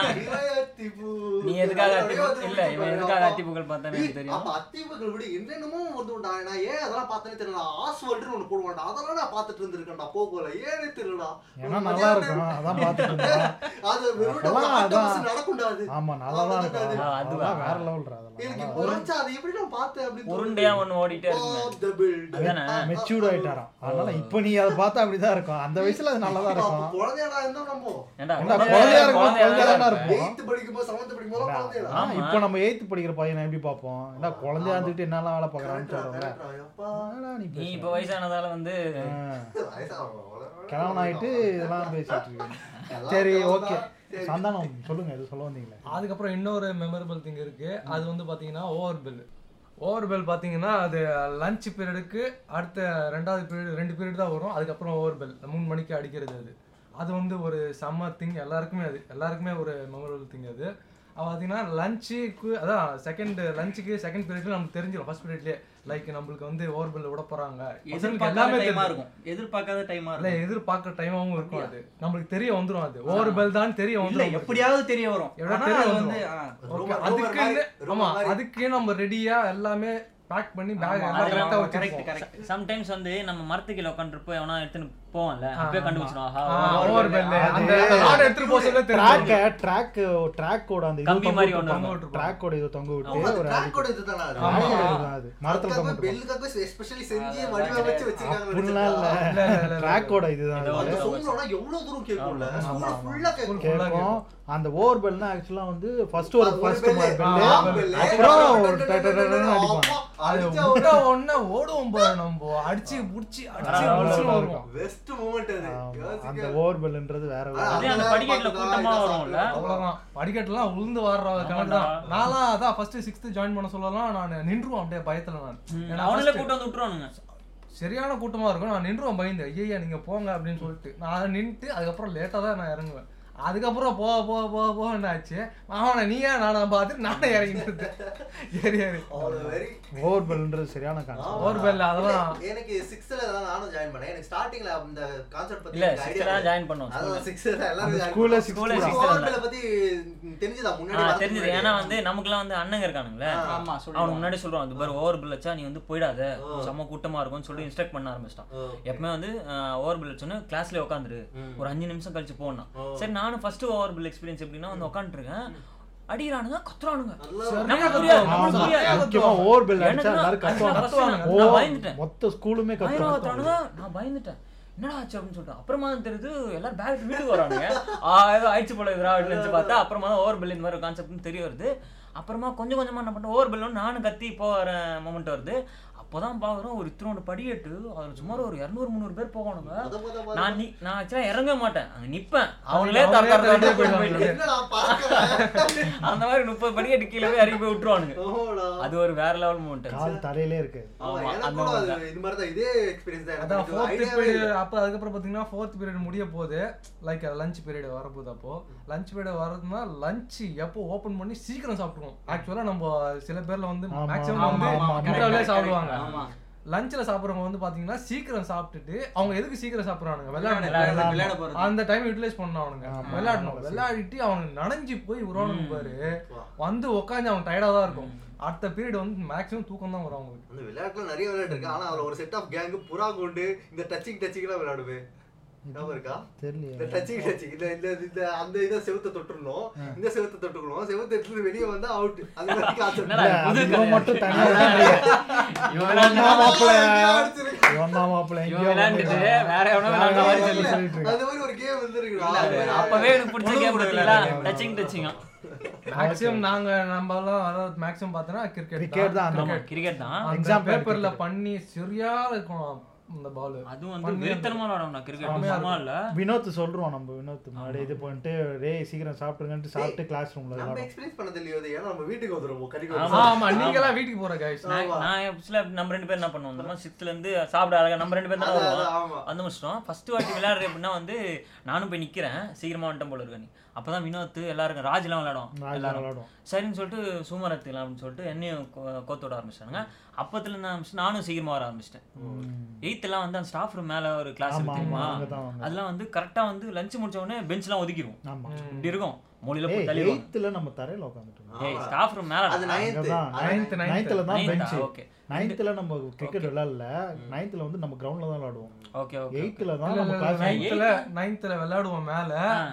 அத்திப்பூக்கள்.
நீ எதுக்காக
அப்படியே
அத்திப்பூ-
வந்து
இல்ல, இவன் எதுக்காக
ஆமா.
அத்திப்பூக்கள் பார்த்தானே எனக்கு தெரியும்.
அப்ப அத்திப்பூக்கள் விட என்னென்னமோ வந்து நான் நான் ஏன் அதெல்லாம் பார்த்தேனே தெரியல நான் ஆஸ்வல்டுன்னு ஒண்ணு போடுவான்டா அதெல்லாம் நான் பார்த்துட்டு இருந்திருக்கேன்டா போகல ஏனே தெரியலடா
ஏன்னா நல்லா இருக்கும் அதான் பார்த்துட்டு இருந்தேன்
அது வெறும்
அப்பெல்லாம்
ஆட்டோமஸ்
அதான்.
நடக்கும்டா அது
ஆமா நல்லா தான்
அது-
இருக்கும்
அது-
அதெல்லாம் வேற லெவல்ரா
எனக்கு
அதெல்லாம்
இப்போ நினைச்சா அது எப்படி நான் பார்த்தேன் அப்படின்னு
உருண்டையா ஒண்ணு ஓடிட்டே இருக்குங்க அதானே?
மெச்சூர்ட் ஆயிட்டாராம் அதனால இப்போ நீ அதை பார்த்தா அப்படிதான் இருக்கும் அந்த வயசுல அது நல்லா தான் இருக்கும்
குழந்தையடா இருந்தா நம்ம
ஏன்டா
ஏன்டா,
குழந்தையா
குழந்தையா இருக்கும்
குழந்தையா
குழந்தையா
தான்
தானே
இருப்பேன்.
இருப்போம்
எயித்து படிக்கும்போது செவன்த் படிக்கும்போது குழந்தையடா
ஆ,
ஆமா.
இப்போ நம்ம எயித்து படிக்கிற பையனை எப்படி பார்ப்போம் என்ன குழந்தையா இருந்துட்டு என்னெல்லாம் வேலை பார்க்கறான்னு சொல்றோம்ல
கரெக்டா, எப்பா.
என்னடா நீ
நீ
பேசுற?
இப்ப வயசானதால வந்து
ஆ,
வயசாகும், அவ்வளவுதான்.
கிழவன் ஆயிட்டு இதெல்லாம் பேசிட்டு இருக்கேன்
எல்லாம்
சரி
கிழவன்
ஓகே
தான். சரி.
சந்தானம் சொல்லுங்க இது சொல்ல வந்தீங்களே
அதுக்கப்புறம் இன்னொரு மெமரபிள் திங் இருக்கு அது வந்து பாத்தீங்கன்னா ஓவர் பெல் ஓவர் பெல் பாத்தீங்கன்னா அது லஞ்ச் பீரியடுக்கு அடுத்த ரெண்டாவது பீரியட் ரெண்டு பீரியட் தான் வரும் அதுக்கப்புறம் ஓவர் பெல் மூணு மணிக்கு அடிக்கிறது அது அது வந்து ஒரு செம்ம திங் எல்லாருக்குமே அது எல்லாருக்குமே ஒரு மெமரபிள் திங் அது அவ பார்த்தீங்கன்னா லஞ்சுக்கு அதான் செகண்ட் லஞ்சுக்கு செகண்ட் பீரியட்ல நமக்கு தெரிஞ்சிடும் ஃபர்ஸ்ட் பீரியட்லேயே லைக் நம்மளுக்கு வந்து ஓவர் பெல் விட போறாங்க பசங்களுக்கு
எதிர்பார்க்காத
தெரிஞ்சிடும்.
டைமா இருக்கும் எதிர்பார்க்காத டைமா
இல்ல
இருக்கும்
எதிர்பார்க்கிற டைமாவும் இருக்கும் அது நம்மளுக்கு தெரிய வந்துரும் அது ஓவர் பெல் தான் தெரிய
இல்ல
வந்துரும் நம்மளுக்கு.
எப்படியாவது தெரிய வரும்
எப்படியாவது
ஆனா
தெரிய
அது
வந்துரும். ஓகே
வந்து ஆ.
ரூமர்
அதுக்கு
மாதிரி-
ஆமா
ரூமர் மாதிரி.
அதுக்கு நம்ம ரெடியா எல்லாமே பேக் பண்ணி பேக் எல்லாம்
அதெல்லாம்
கரெக்டா
correct,
வச்சிருப்போம்
correct.
சம்டைம்ஸ் வந்து நம்ம மரத்துக்கீழ உட்காந்துருப்போம் எவனா எடுத்துன்னு போவோம்ல அப்பயே
ஆமா.
கண்டுபிடிச்சிடும் ஆஹா,
ஆ,
அவன்
over bell. அந்த ஆர்டர் எடுத்துட்டு போக சொல்ல தெரியும்
ட்ராக்க ட்ராக் ட்ராக்கோட அந்த
கம்பி மாதிரி ஒண்ணு
ட்ராக்கோட இது தொங்க விட்டு
ஆமா, அது
ஒரு
track ஓட இதுதானா அது?
ஆமா.
track இருக்கும் அது மரத்துல
அதுக்காகவே
தொங்க விட்டு
பெல்லுக்காகவே especially செஞ்சு வடிவமைச்சு வச்சிருக்காங்க
அப்படிலாம் இல்ல
நினைச்சிருக்கா?
ட்ராக்கோட இதுதான்
ஏதோ
அது.
அந்த sound எல்லாம் எவ்வளவு தூரம் கேட்கும்ல? school full ஆ கேட்கும்.
கேட்கும் அந்த ஓவர் பெல்னா ஆக்சுவலா வந்து ஃபர்ஸ்ட் ஒரு
அது ஒரு
ஃபர்ஸ்ட்
bell,
மார்
half
பெல்
bell,
அப்புறம்
டன் டன் டன் டன் டன் டன்
அடிப்பான்
அப்பா,
அது
அடிச்சா
விட்டா உடனே ஓடுவோம் பாரு நம்ம அடிச்சு புடிச்சு அடிச்சு
அதான்
புடிச்சு
அதான்
வருவோம்
best moment அது.
ஆமா, அந்த
யோசிக்க.
ஓவர் பெல்ன்றது வேற வேற
அதே அந்த படிக்கட்டுல கூட்டமா வரும்ல
அவ்வளவுதான் படிக்கட்டுலாம் உளுந்து வாடுற கணக்கு தான் நான்லாம் அதான் ஃபர்ஸ்ட் சிக்ஸ்த் ஜாயின் பண்ண சொல்லலாம் நான் நின்றுவோம் அப்படியே பயத்துல நான் ஏன்னா
அவனுல
first-
கூட்டம் வந்து விட்டுருவானுங்க
சரியான கூட்டமா இருக்கும் நான் நின்றுவேன் பயந்து ஐயா நீங்க போங்க அப்படின்னு சொல்லிட்டு நான் நின்றுட்டு அதுக்கப்புறம் லேட்டா தான் நான் இறங்குவேன் அதுக்கப்புறம் போக போக போக போக என்ன ஆச்சு அவனை நீயா நானா பார்த்துட்டு நானே இறங்கிட்டு ஏறி ஏறி
அவ்வளவு very
ஓவர் பெல்ன்றது சரியான கான்செப்ட்
ஆமா.
Over bell, அதெல்லாம்.
இல்ல, எனக்கு sixth ல தான் நானும் join பண்ணேன். எனக்கு starting ல அந்த concept பத்தி
இல்ல
எனக்கு
சிக்ஸ்ல
idea
தான்
இல்ல.
ஜாயின் பண்ணுவோம்
அதான் sixth ல எல்லாரும் join
ஸ்கூல்ல
பண்ணோம்.
sixth
ல
sixth
sixth ல
over bell பத்தி தெரிஞ்சுதா? முன்னாடி
ஆஹ்
வரதுக்கு
தெரிஞ்சது
முன்னாடி.
ஏன்னா வந்து நமக்குலாம் வந்து அண்ணங்க இருக்கானுங்களே
ஆமா
அவனுக்கு
சொல்லுவாங்க
முன்னாடி சொல்றான் இது பாரு ஓவர் பில் வச்சா நீ வந்து போயிடாத
ஆ.
செம்ம கூட்டமா இருக்கும்னு சொல்லி இன்ஸ்ட்ரக்ட் பண்ண ஆரம்பிச்சிட்டான்
ஓ,
எப்பவுமே வந்து ஓவர் பில் வச்சோன்னு கிளாஸ்ல உட்காந்துரு
ம்.
ஒரு அஞ்சு நிமிஷம் கழிச்சு போனா
ஓ.
சரி நானும் ஃபர்ஸ்ட் ஓவர் பில் எக்ஸ்பீரியன்ஸ் எப்படின்னா வந்து உட்காந்துருக்கேன் அடிக்கிறானுங்க கத்துறானுங்க
நல்லா
நம்மளுக்கு புரியாது நம்மளுக்கு
ஆமா,
புரியாது
முக்கியமா ஓவர் பெல்
எனக்கு
அடிச்சா
தான்
எல்லாரும்
அது நான் first
கத்துவாங்க
நான்
ஓ,
பயந்துட்டேன்.
மொத்த ஸ்கூலுமே
ஆயிரம்
கத்துவாங்க
ஒருத்தவனுங்க, நான் பயந்துட்டேன் என்னடா ஆச்சு அப்படின்னு சொல்லிட்டு அப்புறமா தான் தெரியுது எல்லாரும் பேக் வீட்டுக்கு வரானுங்க ஆயிரம் ஆயிடுச்சு போல இதுரா அப்படின்னு நினைச்சு பார்த்தா அப்புறமா தான் ஓவர் பெல் இந்த மாதிரி கான்செப்ட்னு தெரிய வருது அப்புறமா கொஞ்சம் கொஞ்சமா என்ன பண்ண ஓவர் பெல்லும் நானும் கத்தி போகிற மொமெண்ட் வருது அப்ப இப்போதான் பார்க்குறோம் ஒரு இத்தனோட படியேட்டு அதில் சுமார் ஒரு இரநூறு முந்நூறு பேர் போகணுங்க
மொத மொத மொத
நான் நி- நான் ஆக்சுவலாக இறங்க மாட்டேன் அங்க நிப்பேன் அவங்களே
அவங்களே
தர தர
தள்ளிட்டே
தர போயிட்டு
போயிடுவாங்க.
என்னடா பார்க்கறேன்?
அந்த மாதிரி முப்பது படிக்கட்டு கீழே போய் இறங்கி போய் விட்டுருவானுங்க
ஓடா.
அது ஒரு வேற லெவல் மூமெண்ட்
கால் தரையிலே இருக்கு
ஆமா,
ஆமா,
எனக்கு
அந்த
கூட
மாதிரி
அது இது மாதிரி தான் இதே experience தான்
அதான்
எனக்கு.
ஃபோர்த்
idea வே இல்ல.
பீரியட் அப்போ அதுக்கப்புறம் பார்த்தீங்கன்னா ஃபோர்த் பீரியட் முடிய போகுது லைக் லஞ்ச் பீரியட் வரப்போகுது அப்போ லஞ்ச் பீரியட் வரதுன்னா லஞ்ச் எப்போ ஓப்பன் பண்ணி சீக்கிரம் சாப்பிட்டுருவோம் ஆக்சுவலாக நம்ம சில பேர்ல வந்து
ஆமா,
மேக்ஸிமம்
ஆமா,
வந்து
ஆமா, ஆமா.
கரெக்டாகவே சாப்பிடுவாங்க
ஆமா.
லஞ்சில் சாப்பிட்றவங்க வந்து பார்த்தீங்கன்னா சீக்கிரம் சாப்பிட்டுட்டு அவங்க எதுக்கு சீக்கிரம் சாப்பிட்றானுங்க விளையாட
விளையாட விளையாட போறது
அந்த டைம் யூட்டிலைஸ் பண்ண அவனுங்க
ஆமா.
விளையாடணும்
ஆமா.
விளையாடிட்டு அவனுக்கு நனைஞ்சு போய் உருவானுங்க பாரு
வா.
வந்து உட்காந்து அவன் டயர்டாக தான் இருக்கும் அடுத்த பீரியட் வந்து மேக்ஸிமம் தூக்கம் தான் வரும் அவங்களுக்கு
அந்த விளையாட்டுல நிறைய விளையாட்டு இருக்கு ஆனா அதுல ஒரு செட் ஆஃப் கேங் புறா கொண்டு இந்த டச்சிங் டச்சிங் எல்லாம் விளையாடுவே ஞாபகம் இருக்கா இந்த
தெரியலையே
Oh.
டச்சிங் டச்சிங் இந்த இந்த இந்த அந்த இதை செவுத்த தொட்டுடணும் இந்த செவுத்த தொட்டுக்கணும் செவுத்த எடுத்து வெளியே வந்தா அவுட் அந்த மாதிரி
என்னடா
காத்து
இது புது
இவன்
கதை.
மட்டும் தனியா விளையாடலையே.
இவன்
இவன் மாப்பிள்ள.
அடிச்சிருக்கு.
இவன் தான் மாப்பிள்ள
இவன்
எங்கேயோ
விளையாண்டுட்டு
வந்துட்டான்.
வேற எவனோ
வேற
விளையாண்ட மாதிரி
எவனோ
சொல்லி
சொல்லிட்டு இருக்கான்.
அது மாதிரி ஒரு கேம்
அது
வந்துருக்குடா
அப்பவே எனக்கு பிடிச்ச கேம் பார்த்தீங்களா டச்சிங் டச்சிங்கா
மேக்ஸிமம் நாங்க நம்ம எல்லாம் மேக்ஸிமம் பார்த்தோன்னா
Cricket
கிரிக்கெட்
தான் அந்த
ஆமா கிரிக்கெட் தான்
அந்த
Example
பேப்பர்ல
cricket.
பண்ணி சரியா இருக்கும் இந்த பால்
அதுவும் வந்து வெறித்தனமா விளையாடணும் கிரிக்கெட் சும்மா இல்ல
வினோத் சொல்றோம் நம்ம வினோத் முன்னாடி இது பண்ணிட்டு ரேய் சீக்கிரம் சாப்பிட்டுங்கன்ட்டு சாப்பிட்டு கிளாஸ் ரூம்ல
நம்ம
விளையாடும்
எக்ஸ்பீரியன்ஸ் பண்ணது இல்லையோ இது. ஏன்னா நம்ம வீட்டுக்கு வந்துருவோம் கடிக்கு
ஆமா.
வந்துருவோம்.
ஆமா நீங்க எல்லாம் வீட்டுக்கு போற கைஸ்
நான் நான் actually நம்ம ரெண்டு பேரும் என்ன பண்ணுவோம் தெரியுமா சிக்ஸ்த்ல இருந்து சாப்பிட அழகா நம்ம ரெண்டு பேரும் தான்
அது- அது
வருவோம்
ஆமா
வந்து முடிச்சிட்டோம் ஃபர்ஸ்ட் வாட்டி விளையாடுறது எப்படின்னா வந்து நானும் போய் நிக்கிறேன் சீக்கிரமா வந்துட்டேன் போல இருக்கேன் அப்பதான் வினோத் எல்லாரும் ராஜ்லாம் விளையாடும்
ராஜா
எல்லாரும்
விளையாடும்
சரின்னு சொல்லிட்டு சும்மா எடுத்துக்கலாம் அப்படின்னு சொல்லிட்டு என்னையும் கோ- கோத்து விட ஆரம்பிச்சிட்டாங்க அப்பத்துல இருந்து ஆரம்பிச்சு நானும் சீக்கிரமா வர ஆரம்பிச்சிட்டேன் எயித்தெல்லாம் வந்து அந்த ஸ்டாஃப் ரூம் மேல ஒரு கிளாஸ்
ஆமா
இருக்கு
ஆமா
தெரியுமா
அங்கதான் வாங்க
அதெல்லாம் வந்து கரெக்டா வந்து லஞ்ச் முடிச்ச உடனே பெஞ்ச்லாம் ஒதுக்கிடுவோம்
ஆமா
இப்படி இருக்கும் மூலையில போய்
ஏய்
தள்ளிடுவோம்
எயித்துல நம்ம தரையில உட்காந்துட்டு
ஏய் ஸ்டாஃப் ரூம் மேல
அது நைன்த்
அங்கதான்
நைன்த் நைன்த்
நைன்த்ல தான் பெஞ்ச்
ஓகே
நைன்த்ல நம்ம கிரிக்கெட் விளையாடல
Mm.
நைன்த்ல வந்து நம்ம கிரவுண்ட்ல தான் விளையாடுவோம்
ஓகே ஓகே
எயித்துல தான் நம்ம கிளாஸ்
நைன்த்ல நைன்த்ல விளையாடுவோம் மேல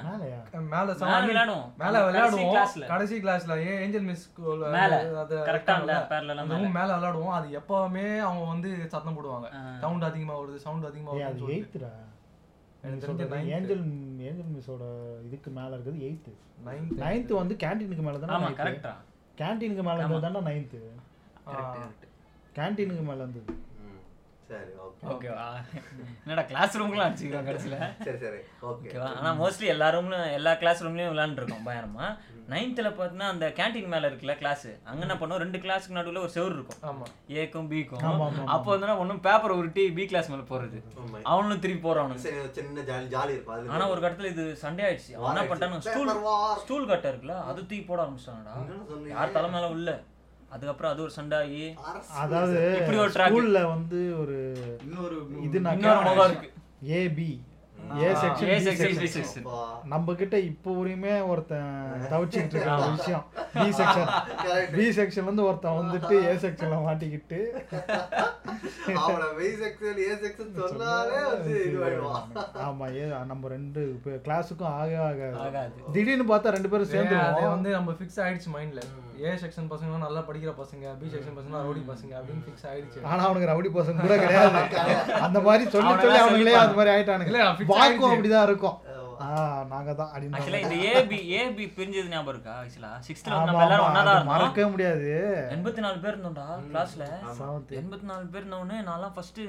மேலயா
மேல
மேல
சாமி
விளையாடுவோம்
மேல விளையாடுவோம்
கிளாஸ்ல
கடைசி கிளாஸ்ல ஏஞ்சல் மிஸ் ஸ்கூல்
மேல.
அது
கரெக்டா இல்ல
அந்த
பேர்ல
ரூம் மேல விளையாடுவோம் அது எப்பவுமே அவங்க வந்து சத்தம் போடுவாங்க சவுண்ட் அதிகமா வருது சவுண்ட் அதிகமா
ஏய் அது
வருது
எயித்துடா
எனக்கு தெரிஞ்சு
சொல்றது
ninth.
ஏஞ்சல் ஏஞ்சல் மிஸ்ஸோட இதுக்கு மேல இருக்குது எயித்து
நைன்த்
நைன்த் வந்து கேண்டீனுக்கு மேல
ஆமா
தானே
கரெக்டா
கேண்டீனுக்கு மேல இருந்தது தானே நைன்த்து கேண்டீனுக்கு மேல இருந்தது
ம். சரி ஓகே
ஓகேவா என்னடா கிளாஸ் ரூம்லாம் அடிச்சுக்கிறோம் கடைசியில
சரி சரி ஓகே
ஓகேவா ஆனா மோஸ்ட்லி எல்லா ரூம்லயும் எல்லா கிளாஸ் ரூம்லயும் விளையாண்டுருக்கோம் பயங்கரமா நைன்த்ல பாத்தீங்கன்னா அந்த கேண்டீன் மேல இருக்குல்ல கிளாஸ் அங்க என்ன பண்ணுவோம் ரெண்டு கிளாஸ்க்கு நடுவுல ஒரு செவுரு இருக்கும்
ஆமா
ஏக்கும் பிக்கும்
ஆமா, ஆமா, ஆமா.
அப்போ வந்து ஒன்றும் பேப்பர் உருட்டி பி கிளாஸ் மேல போறது
ஆமா.
அவனும் திருப்பி போறானுங்க
சரி, ஒரு சின்ன ஜாலி ஜாலி இருக்கும் அதுல
ஆனா ஒரு கட்டத்துல இது சண்டே ஆயிடுச்சு அவன் என்ன பண்ணிட்டானுங்க ஸ்டூல் ஸ்டூல் கட்டை இருக்குல்ல அது தூக்கி போட ஆரம்பிச்சிட்டாங்கடா
என்னடா சொன்னீங்க?
யார் தலை மேல உள்ள அதுக்கப்புறம் அது ஒரு சண்டை ஆகி
அதாவது
இப்படி ஒரு track.
ஸ்கூல்ல வந்து ஒரு
இன்னொரு
இது நான்
இன்னொரு முகம் இருக்கு
A B A
A
section
section, B
section
section.
நம்ம கிட்ட இப்போ வரையுமே ஒருத்தன் தவிச்சுக்கிட்டு இருக்க ஒரு விஷயம் பி செக்ஷன் பி செக்ஷன்ல இருந்து ஒருத்தன் வந்துட்டு ஏ செக்ஷன்ல மாட்டிக்கிட்டு ஆமா ஏ நம்ம ரெண்டு கிளாஸுக்கும் ஆக ஆக
ஆகாது
திடீர்னு பார்த்தா ரெண்டு பேரும்
ஏன் அது
சேர்ந்துருவோம்
வந்து நம்ம ஃபிக்ஸ் ஆயிடுச்சு மைண்ட்ல ஏ செக்ஷன் பசங்க நல்லா படிக்கிற பசங்க பி செக்ஷன் பசங்க ரவுடி பசங்க அப்படின்னு ஃபிக்ஸ் ஆயிடுச்சு
ஆனா அவனுக்கு ரவுடி பசங்க கூட கிடையாது அந்த மாதிரி சொல்லி சொல்லி அவனுங்களே
அவனெல்லாம் சொல்லிப்பாங்க.
அது மாதிரி ஆயிட்டானுங்க
இல்ல, fix
வாக்கும்
ஆயிடுச்சு.
அப்படிதான் இருக்கும் ஆ, நாங்க தான் அப்படின்னு
ஆக்சுவலா இந்த ஏபி ஏபி பிரிஞ்சது ஞாபகம் இருக்கா ஆக்சுவலா சிக்ஸ்த்ல வந்து
ஆமா,
நம்ம எல்லாரும்
ஆமா,
ஒன்னா
அது
தான் இருந்தோம்
மறக்கவே முடியாது
எண்பத்தி நாலு பேர் இருந்தோம்டா கிளாஸ்ல
செவன்த்
எண்பத்தி நாலு பேர் இருந்தவொடனே நான்லாம் ஃபர்ஸ்ட்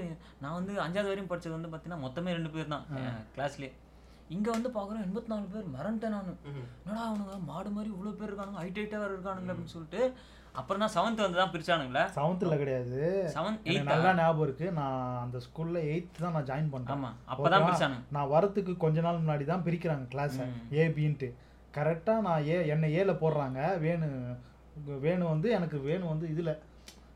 நான் வந்து அஞ்சாவது வரையும் படிச்சது வந்து பார்த்தீங்கன்னா மொத்தமே ரெண்டு பேர் தான் கிளாஸ்லேயே இங்க வந்து பார்க்குறோம் எண்பத்தி நாலு பேர் மறந்துட்டேன் நான் என்னடா அவனுங்க மாடு மாதிரி இவ்வளோ பேர் இருக்கானுங்க ஹைட் ஹைட்டாக இருக்கானுங்க அப்படின்னு சொல்லிட்டு அப்புறம் தான் செவன்த் வந்து தான் பிரிச்சானுங்களே
செவன்த்ல கிடையாது
செவன்த்
எனக்கு
எயித்
நல்லா ஞாபகம் இருக்கு நான் அந்த ஸ்கூல்ல எயித்து தான் நான் ஜாயின் பண்ணேன்
ஆமா அப்பதான்
ஓகேவா?
பிரிச்சானுங்க
நான் வரத்துக்கு கொஞ்ச நாள் முன்னாடி தான் பிரிக்கிறாங்க கிளாஸ் ஏ பின்ட்டு கரெக்டா நான் ஏ என்னை ஏல போடுறாங்க வேணு வேணு வந்து எனக்கு வேணு வந்து இதுல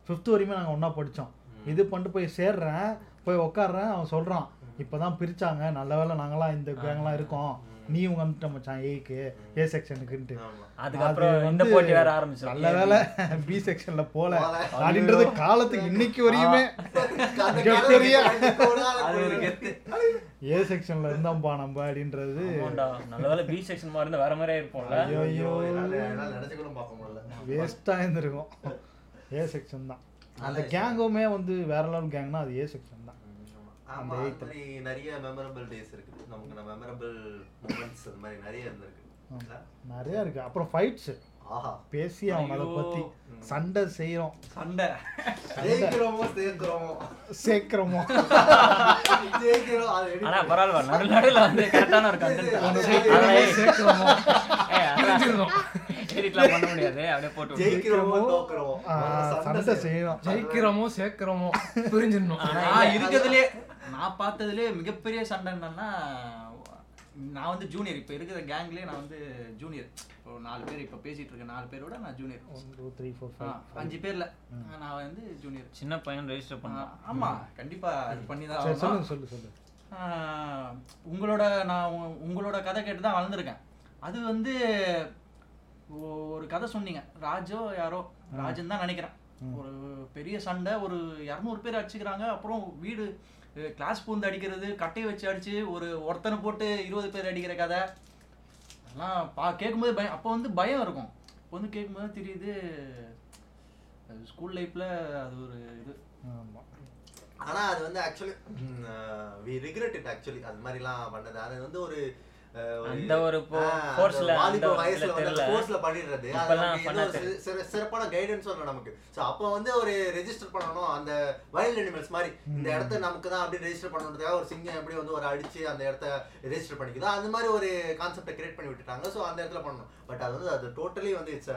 ஃபிஃப்த் வரையுமே நாங்க ஒண்ணா படிச்சோம் இது பண்ணிட்டு போய் சேர்றேன் போய் உட்காடுறேன் அவன் சொல்றான் இப்பதான் பிரிச்சாங்க நல்ல வேளை நாங்களாம் இந்த கேங்லாம் இருக்கோம் நீ உங்க வந்துட்ட மச்சான் ஏக்கு ஏ செக்ஷனுக்குன்ட்டு
அதுக்கப்புறம்
அது
இந்த
வந்து
போட்டி வேற ஆரம்பிச்சோம்
நல்ல வேலை பி செக்ஷன்ல போல அப்படின்றது காலத்துக்கு இன்னைக்கு வரையுமே
அது ஒரு கெத்து
ஏ செக்ஷன்ல இருந்தாம்பா நம்ம அப்படின்றது
ஆமாண்டா நல்ல வேலை பி செக்ஷன் மாதிரி இருந்தா வேற மாதிரியே இருப்போம்ல
ஐயோ
நினைச்சு கூட பார்க்க முடியல
வேஸ்டா இருந்திருக்கும் ஏ செக்ஷன் தான் அந்த கேங்குமே வந்து வேற லெவல் கேங்னா அது ஏ செக்ஷன் தான்
ஆமா அது மாதிரி நிறைய மெமரபிள் டேஸ் இருக்குது நமக்கு மெமரபிள் மூமெண்ட்ஸ் அந்த மாதிரி நிறைய இருந்திருக்கு
நிறைய இருக்கு அப்புறம் ஃபைட்ஸ்
ஆ ஆஹா
பேசி அவன் அதை பத்தி சண்டை செய்யறோம்
சண்டை
ஜெயிக்கிறோமோ சேர்க்கிறோமோ
சேர்க்கிறோமோ
ஜெயிக்கிறோம் அது edit
ஆனா பரவாயில்ல நடு நடுவில் வந்து கரெக்டான ஒரு கண்டென்ட் எடிட்லாம் பண்ண முடியாது அப்படியே போட்டு விடு.
ஜெயிக்கிறோமோ தோக்குறோமோ
ஆ, சண்டை செய்யறோம்
ஜெயிக்கிறோமோ சேர்க்கிறோமோ புரிஞ்சிடணும்
நான் இருக்கிறதுலே நான் பார்த்ததுலே மிகப்பெரிய சண்டை என்னன்னா நான் வந்து ஜூனியர் இப்போ இருக்கிற கேங்லேயே நான் வந்து ஜூனியர் இப்போ நாலு பேர் இப்போ பேசிட்டு இருக்க நாலு பேரோட நான் junior
one two three four five
அஞ்சு பேர்ல நான் வந்து ஜூனியர்
சின்ன பையன் ரெஜிஸ்டர் பண்ணான்
ஆமா கண்டிப்பா அது பண்ணி தான்
சரி
ஆகணும்.
சொல்லுங்க சொல்லு சொல்லு
ஆஹ், உங்களோட நான் உங்க- உங்களோட கதை கேட்டு தான் வளர்ந்துருக்கேன் அது வந்து ஒ- ஒரு கதை சொன்னீங்க ராஜோ யாரோ ராஜன் தான் நினைக்கிறேன் ஒரு பெரிய சண்டை ஒரு இரநூறு பேர் அடிச்சுக்கிறாங்க அப்புறம் வீடு கிளாஸ் பூந்து அடிக்கிறது கட்டையை வச்சு அடிச்சு ஒரு ஒருத்தனை போட்டு இருபது பேர் அடிக்கிற கதை அதெல்லாம் பா கேட்கும்போது பயம் அப்போ வந்து பயம் இருக்கும் இப்போ வந்து கேட்கும்போது தெரியுது ஸ்கூல் லைஃப்ல அது ஒரு இது
ஆமா
ஆனா அது வந்து actually we regret it actually அது மாதிரிலாம் பண்ணது அது வந்து ஒரு அஹ்,
அந்த ஒரு போ-
ஆ, அந்த
force ல,
வாலிப
அந்த ஒரு
வயசுல
இதுல
வந்து அந்த
தெரியல.
force ல பண்ணிடுறது அது
இப்பெல்லாம்
நமக்கு
பண்ணா
இன்னும் ஒரு
தெரியும்.
சிற- சிறப்பான கைடன்ஸ் ஒன்று நமக்கு ஸோ அப்போ வந்து ஒரு ரெஜிஸ்டர் பண்ணணும் அந்த வைல்ட் அனிமல்ஸ் மாதிரி இந்த இடத்த நமக்கு தான் அப்படி ரெஜிஸ்டர் பண்ணணுன்றதுக்காக ஒரு சிங்கம் எப்படி வந்து ஒரு அடிச்சு அந்த இடத்த ரெஜிஸ்டர் பண்ணிக்குதோ அந்த மாதிரி ஒரு கான்செப்டை கிரியேட் பண்ணி விட்டுட்டாங்க ஸோ அந்த இடத்துல பண்ணணும் பட் அது வந்து அது டோட்டலி வந்து இட்ஸ்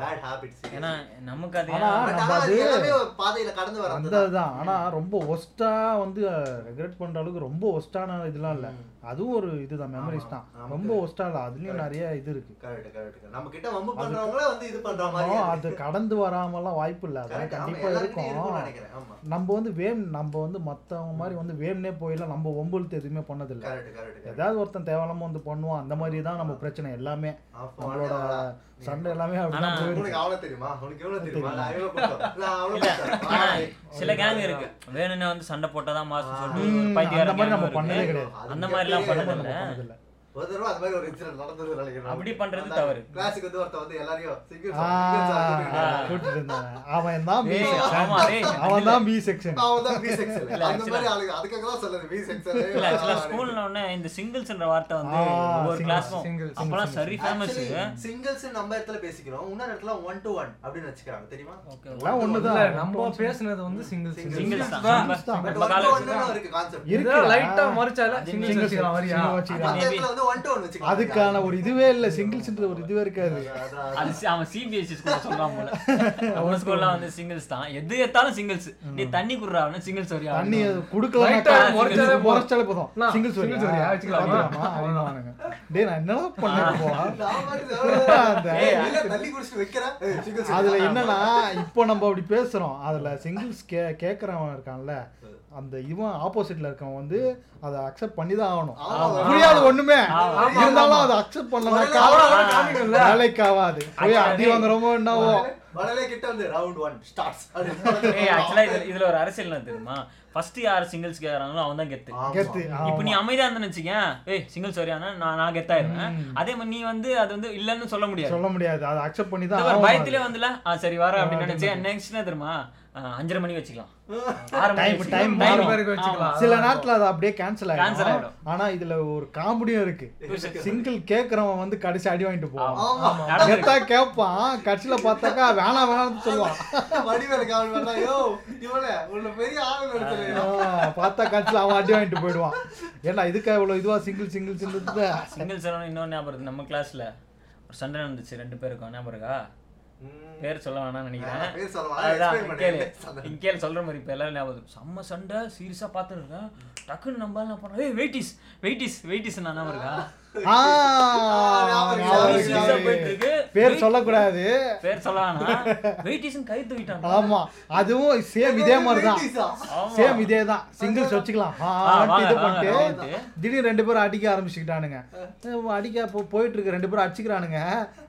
பேட் ஹேபிட்ஸ்
ஏன்னா நமக்கு அது
ஆனா
பட்
நம்ம
ஆனால்
அது
எல்லாமே ஒரு பாதையில கடந்து
அந்த
வரது
தான் ஆனா ரொம்ப ஒஸ்டா வந்து ரெக்ரெட் பண்ற அளவுக்கு ரொம்ப ஒஸ்டான இதெல்லாம் இல்ல அதுவும் ஒரு இதுதான் மெமரிஸ் தான்
ஆமா.
ரொம்ப ஒஸ்டா இல்ல அதுலயும் நிறைய இது இருக்கு
கரெக்ட் கரெக்ட் நம்ம கிட்ட வம்பு பண்றவங்கள வந்து இது பண்ற மாதிரி
ஆனா, அது கடந்து வராமலாம் வாய்ப்பு இல்ல அதான்
கரெக்ட் ஆமா
கண்டிப்பா
எல்லாருக்கும் இருக்கும்னு
இருக்கும்
நினைக்கிறேன் ஆமா
நம்ம வந்து வேம் நம்ம வந்து மத்தவங்க மாதிரி வந்து வேம்னே போயிடலாம் நம்ம ஒம்பழுத்து எதுவுமே பண்ணதில்ல
கரெக்ட் கரெக்ட்
ஏதாவது ஒருத்தன் தேவையில்லாம வந்து பண்ணுவான் அந்த மாதிரி தான் நம்ம பிரச்சனை எல்லாமே நம்மளோட சண்டை எல்லாமே அப்படிதான்
ஆனா-
போயிடுது
உனக்கு அவ்வளவு தெரியுமா உனக்கு எவ்வளவு தெரியுமா நான் இவ்வளவு கொடுத்தேன். நான் அவ்வளவு கொடுத்தேன்.
ஆனா சில கேங் இருக்கு வேணும்னே வந்து சண்டை போட்டாதான் தான் மாசம் சொல்லிட்டு ஒரு
ம்,
பைத்தியார
அந்த மாதிரி
gang
நம்ம
இருக்கு.
பண்ணதே கிடையாது
அது
அந்த மாதிரிலாம்
மிகப்பெரிய
பண்ணது
நம்ம
இல்ல.
பண்ணதில்ல
ஒரு தடவை அது மாதிரி ஒரு incident நடந்தது நினைக்கிறேன்.
அப்படி பண்றது
அதான்
தவறு.
class-க்கு வந்து ஒருத்தன் வந்து எல்லாரையும் single
ஆ,
song, single song
ஆ,
சொல்லிட்டு
கூட்டிட்டு இருந்தாங்க. அவன் தான் பி
ஏய், ஆமா, ஏய்,
செக்ஷன் அவன் தான் பி செக்ஷன்
அவன் தான் B-section.
இல்ல,
அந்த மாதிரி
actually-
ஆளுங்க. அதுக்காக தான் சொல்றது B-section.
இல்ல ஆக்சுவலா ஸ்கூல்ல உடனே இந்த சிங்கிள்ஸ்ன்ற வார்த்தை வந்து
ஆ,
ஒவ்வொரு
singles,
கிளாஸ்க்கும்
singles,
அப்பெல்லாம் சரி ஃபேமஸ்
Actually, singles நம்ம இடத்துல பேசிக்கிறோம் இன்னொரு இடத்துல one to one அப்படின்னு வச்சுக்கிறாங்க தெரியுமா
எல்லாம் ஒண்ணுதான்
இல்ல, நம்ம பேசுனது வந்து சிங்கிள்
சிங்கிள்ஸ்
singles
தான்
தான்.
நம்ம-
தான்.
But
நம்ம
one to
காலேஜ்
one-னு ஒரு concept.
இருக்குடா.
லைட்டா மறைச்சால
அது
சிங்கிள்
single
வச்சுக்கலாம் வரியா
single வச்சுக்கலாம்.
அந்த இடத்துல வந்து one to one வச்சுக்கிறாங்க.
அதுக்கான ஒரு இதுவே இல்ல சிங்கிள்ஸ்ன்ற ஒரு இதுவே இருக்காது
அதான்,
அது சி- அவன் சிபிஎஸ்சி ஸ்கூல் சொல்றான் போல நம்ம ஸ்கூல்லாம் வந்து சிங்கிள்ஸ் தான் எது எடுத்தாலும் சிங்கிள்ஸ் நீ தண்ணி குடுறாங்க சிங்கிள்ஸ் வரியா
தண்ணி
Light-ஆ
குடுக்கலாம்
முறைச்சாலே
முறைச்சாலே
போதும்.
முறைச்சாலே போதும்
நான்
சிங்கிள்ஸ்
singles வரியா? வச்சுக்கலாமா?
டேய் நான் என்னடா பண்ண போவா
நான் பாட்டுக்கு எவ்வளவு-
அந்த-
ஏய், இல்ல, தள்ளி குடிச்சிட்டு வைக்கிறேன். ஏய், single single.
அதுல என்னன்னா இப்போ நம்ம அப்படி பேசுறோம் அதுல சிங்கிள்ஸ் கே கேட்கறவன் இருக்கான்ல அந்த இவன் ஆப்போசிட்ல இருக்கவன் வந்து அதை அக்செப்ட் பண்ணி தான் ஆகணும்
ஆமா.
புரியாது ஒண்ணுமே
ஆமா.
இருந்தாலும் அதை அக்செப்ட்
முதல்ல
பண்ணலனாக்கா
அவன அவன காமிக்கணும்ல.
வேலைக்கு ஆகாது போய் அடி வாங்குறோமோ என்னவோ
வடலே- வடலே கிட்ட வந்து round one starts அப்படின்னு
ஏய் ஆக்சுவலா இதுல இதுல ஒரு அரசியல் என்ன தெரியுமா ஃபர்ஸ்ட் யார் சிங்கிள்ஸ் கேக்குறாங்களோ அவன் தான் கெத்து
ஆமா.
கெத்து
இப்போ நீ
ஆமா.
அமைதியா இருந்தேன்னு வச்சுக்கேன் ஏய் சிங்கிள்ஸ் வரியானா நான் நான் கெத்தாயிருவேன் அதே மாதிரி நீ வந்து அது வந்து இல்லன்னு சொல்ல முடியாது
சொல்ல முடியாது அதை அக்செப்ட் பண்ணி தான்
இந்த ஒரு
ஆகணும்
பயத்திலே
அது.
வந்துல ஆ சரி வர அப்படின்னு நினைச்சு நெக்ஸ்ட் என்ன தெரியுமா ஆ, அஞ்சரை மணி வச்சுக்கலாம் ஆறு
Time-
மணி
time
வச்சுக்கலாம்.
மாறும்.
Time வச்சுக்கலாம்
வச்சுக்கலாம்.
சில நேரத்துல அது அப்படியே கேன்சல்
Cancel
ஆயிடும்
ஆயிடும்.
ஆனா இதுல ஒரு காமெடியும் இருக்கு சிங்கிள் கேக்குறவன் வந்து கடைசி அடி வாங்கிட்டு போவான்
ஆமா.
கெத்தா கேட்பான் கட்சியில பார்த்தாக்கா வேணாம் வேணாம்னு சொல்லுவான்
வடிவேலு காமெடி பண்ணா, "யோ, இவளே, உன்னை பெரிய ஆளு நினைச்சேன்."
ஆ, பார்த்தா காட்சியில் அவன் அடி வாங்கிட்டு போயிடுவான் ஏன்னா இதுக்கா இவ்வளோ இதுவா சிங்கிள் சிங்கிள் சிங்கிள்
சிங்கிள்ஸ் இன்னொன்னு ஞாபகம் இருக்கு நம்ம கிளாஸ்ல ஒரு சண்டை நடந்துச்சு ரெண்டு பேருக்கும் ஞாபகம் இருக்கா பேர் சொல்ல வேணாம்னு
வேணாம், பேர் சொல்ல வேணாம். Explain
நினைக்கிறேன்
பண்ணு.
கேளு
சண்டை.
இங்க கேளு சொல்ற மாதிரி இப்ப எல்லாரும் ஞாபகம் இருக்கு. செம்ம சண்டை சீரியஸா பார்த்துட்டு இருக்கேன் டக்குன்னு நம்பால நான் போறேன் ஏய் வெயிட்டிஸ் வெயிட்டிஸ் வெயிட்டிஸ் நான் ஞாபகம் இருக்கா
ஆ
ஞாபகம் இருக்கு,
ஞாபகம்
ஞாபகம்
serious ஆ
இருக்கு.
போயிட்டு இருக்கு.
பேர்
Wait-
சொல்லக்கூடாது
பேர் சொல்ல வேணாம் வெயிட்டிஸ்னு கை தூக்கிட்டான்
ஆமா அதுவும் சேம் இதே மாதிரி தான்
Ladies-ஆ?
சேம் இதே தான் சிங்கிள்ஸ் வச்சுக்கலாம் ஆ, ஆன்ட்டு இது
வாங்க,
பண்ணிட்டு
வாங்க, வாங்க.
திடீர்னு ரெண்டு பேரும் அடிக்க ஆரம்பிச்சுக்கிட்டானுங்க அஹ் அடிக்க போ- போயிட்டு இருக்கு ரெண்டு பேரும் அடிச்சுக்கிறானுங்க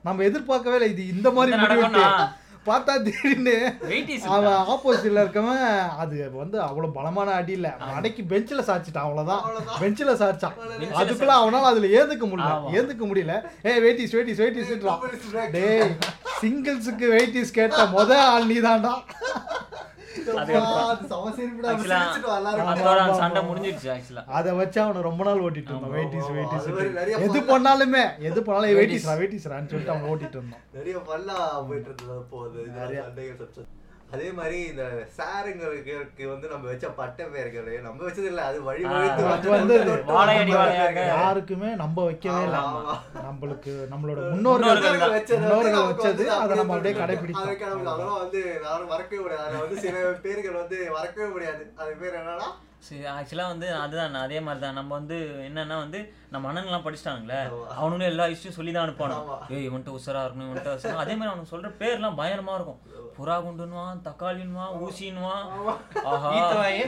நம்ம எதிர்பார்க்கவே இல்லை இது இந்த மாதிரி
இது
முடிவுட்டு
நடக்கும்னா?
பார்த்தா திடீர்னு
வெயிட்டிஸ்
அவன் ஆப்போசிட்ல இருக்கவன் அது வந்து அவ்வளவு பலமான அடி இல்ல அடைக்கு பெஞ்சில சாச்சிட்டான் அவ்வளவுதான் பெஞ்சில சாச்சான்
அவ்வளவுதான்.
அதுக்குள்ள அவனால அதுல ஏந்துக்க முடியல
ஆமா.
ஏந்துக்க முடியல ஏய் வெயிட்டிஸ் வெயிட்டிஸ் வெயிட்டிஸ்
Communist black.
டேய் சிங்கிள்ஸுக்கு வெயிட்டிஸ் கேட்ட முத ஆள் நீதான்டா
அதோட அந்த சண்டை முடிஞ்சிடுச்சு ஆக்சுவலா
அதை வச்சு அவனை ரொம்ப நாள் ஓட்டிட்டு இருந்தோம் வெயிட்டிஸ்
ஆமா,
வெயிட்டிஸ்
அது மாதிரி நிறைய
எது
பொண்ணு-
பண்ணாலுமே எது பண்ணாலும் வெயிட்டிஸ்ரா வெயிட்டிஸ்ரான்னு சொல்லிட்டு அவனை ஓட்டிட்டு இருந்தோம்
நிறைய பல்லா போயிட்டு இருந்தது போகுது சண்டைகள் சப்சம் அதே மாதிரி இந்த சாருங்களுக்கு வந்து நம்ம வச்ச பட்ட பேர்களே நம்ம வச்சது இல்ல அது வழி
ஆ,
வழித்து
அது வந்து
வாழையடி வாழையாக.
யாருக்குமே நம்ப வைக்கவே இல்லை
ஆமா.
நம்மளுக்கு நம்மளோட முன்னோர்கள் முன்னோர்கள் வச்சது அதை நம்ம அப்படியே கடைபிடிச்சோம்
அதெல்லாம் வந்து யாரும் மறக்கவே முடியாது அதுல வந்து சில பேர்கள் வந்து மறக்கவே முடியாது அது பேர் என்னன்னா
சரி ஆக்சுவலாக வந்து அதுதான் நான் அதே மாதிரி தான் நம்ம வந்து என்னன்னா வந்து நம்ம அண்ணன்லாம் படிச்சிட்டானுங்களே அவனுன்னு எல்லா இஷ்டம் சொல்லி தான் அனுப்பானு
ஆமா.
ஏய் இவன்ட்டு உசரா இருக்கணும் இவன்ட்டு உசரா அதே மாதிரி அவனுக்கு சொல்ற பேர்லாம் பயங்கரமா இருக்கும் புறா குண்டுன்வான் தக்காளின்வான் ஊசின்வான் ஆஹா
ஈத்தவாயே.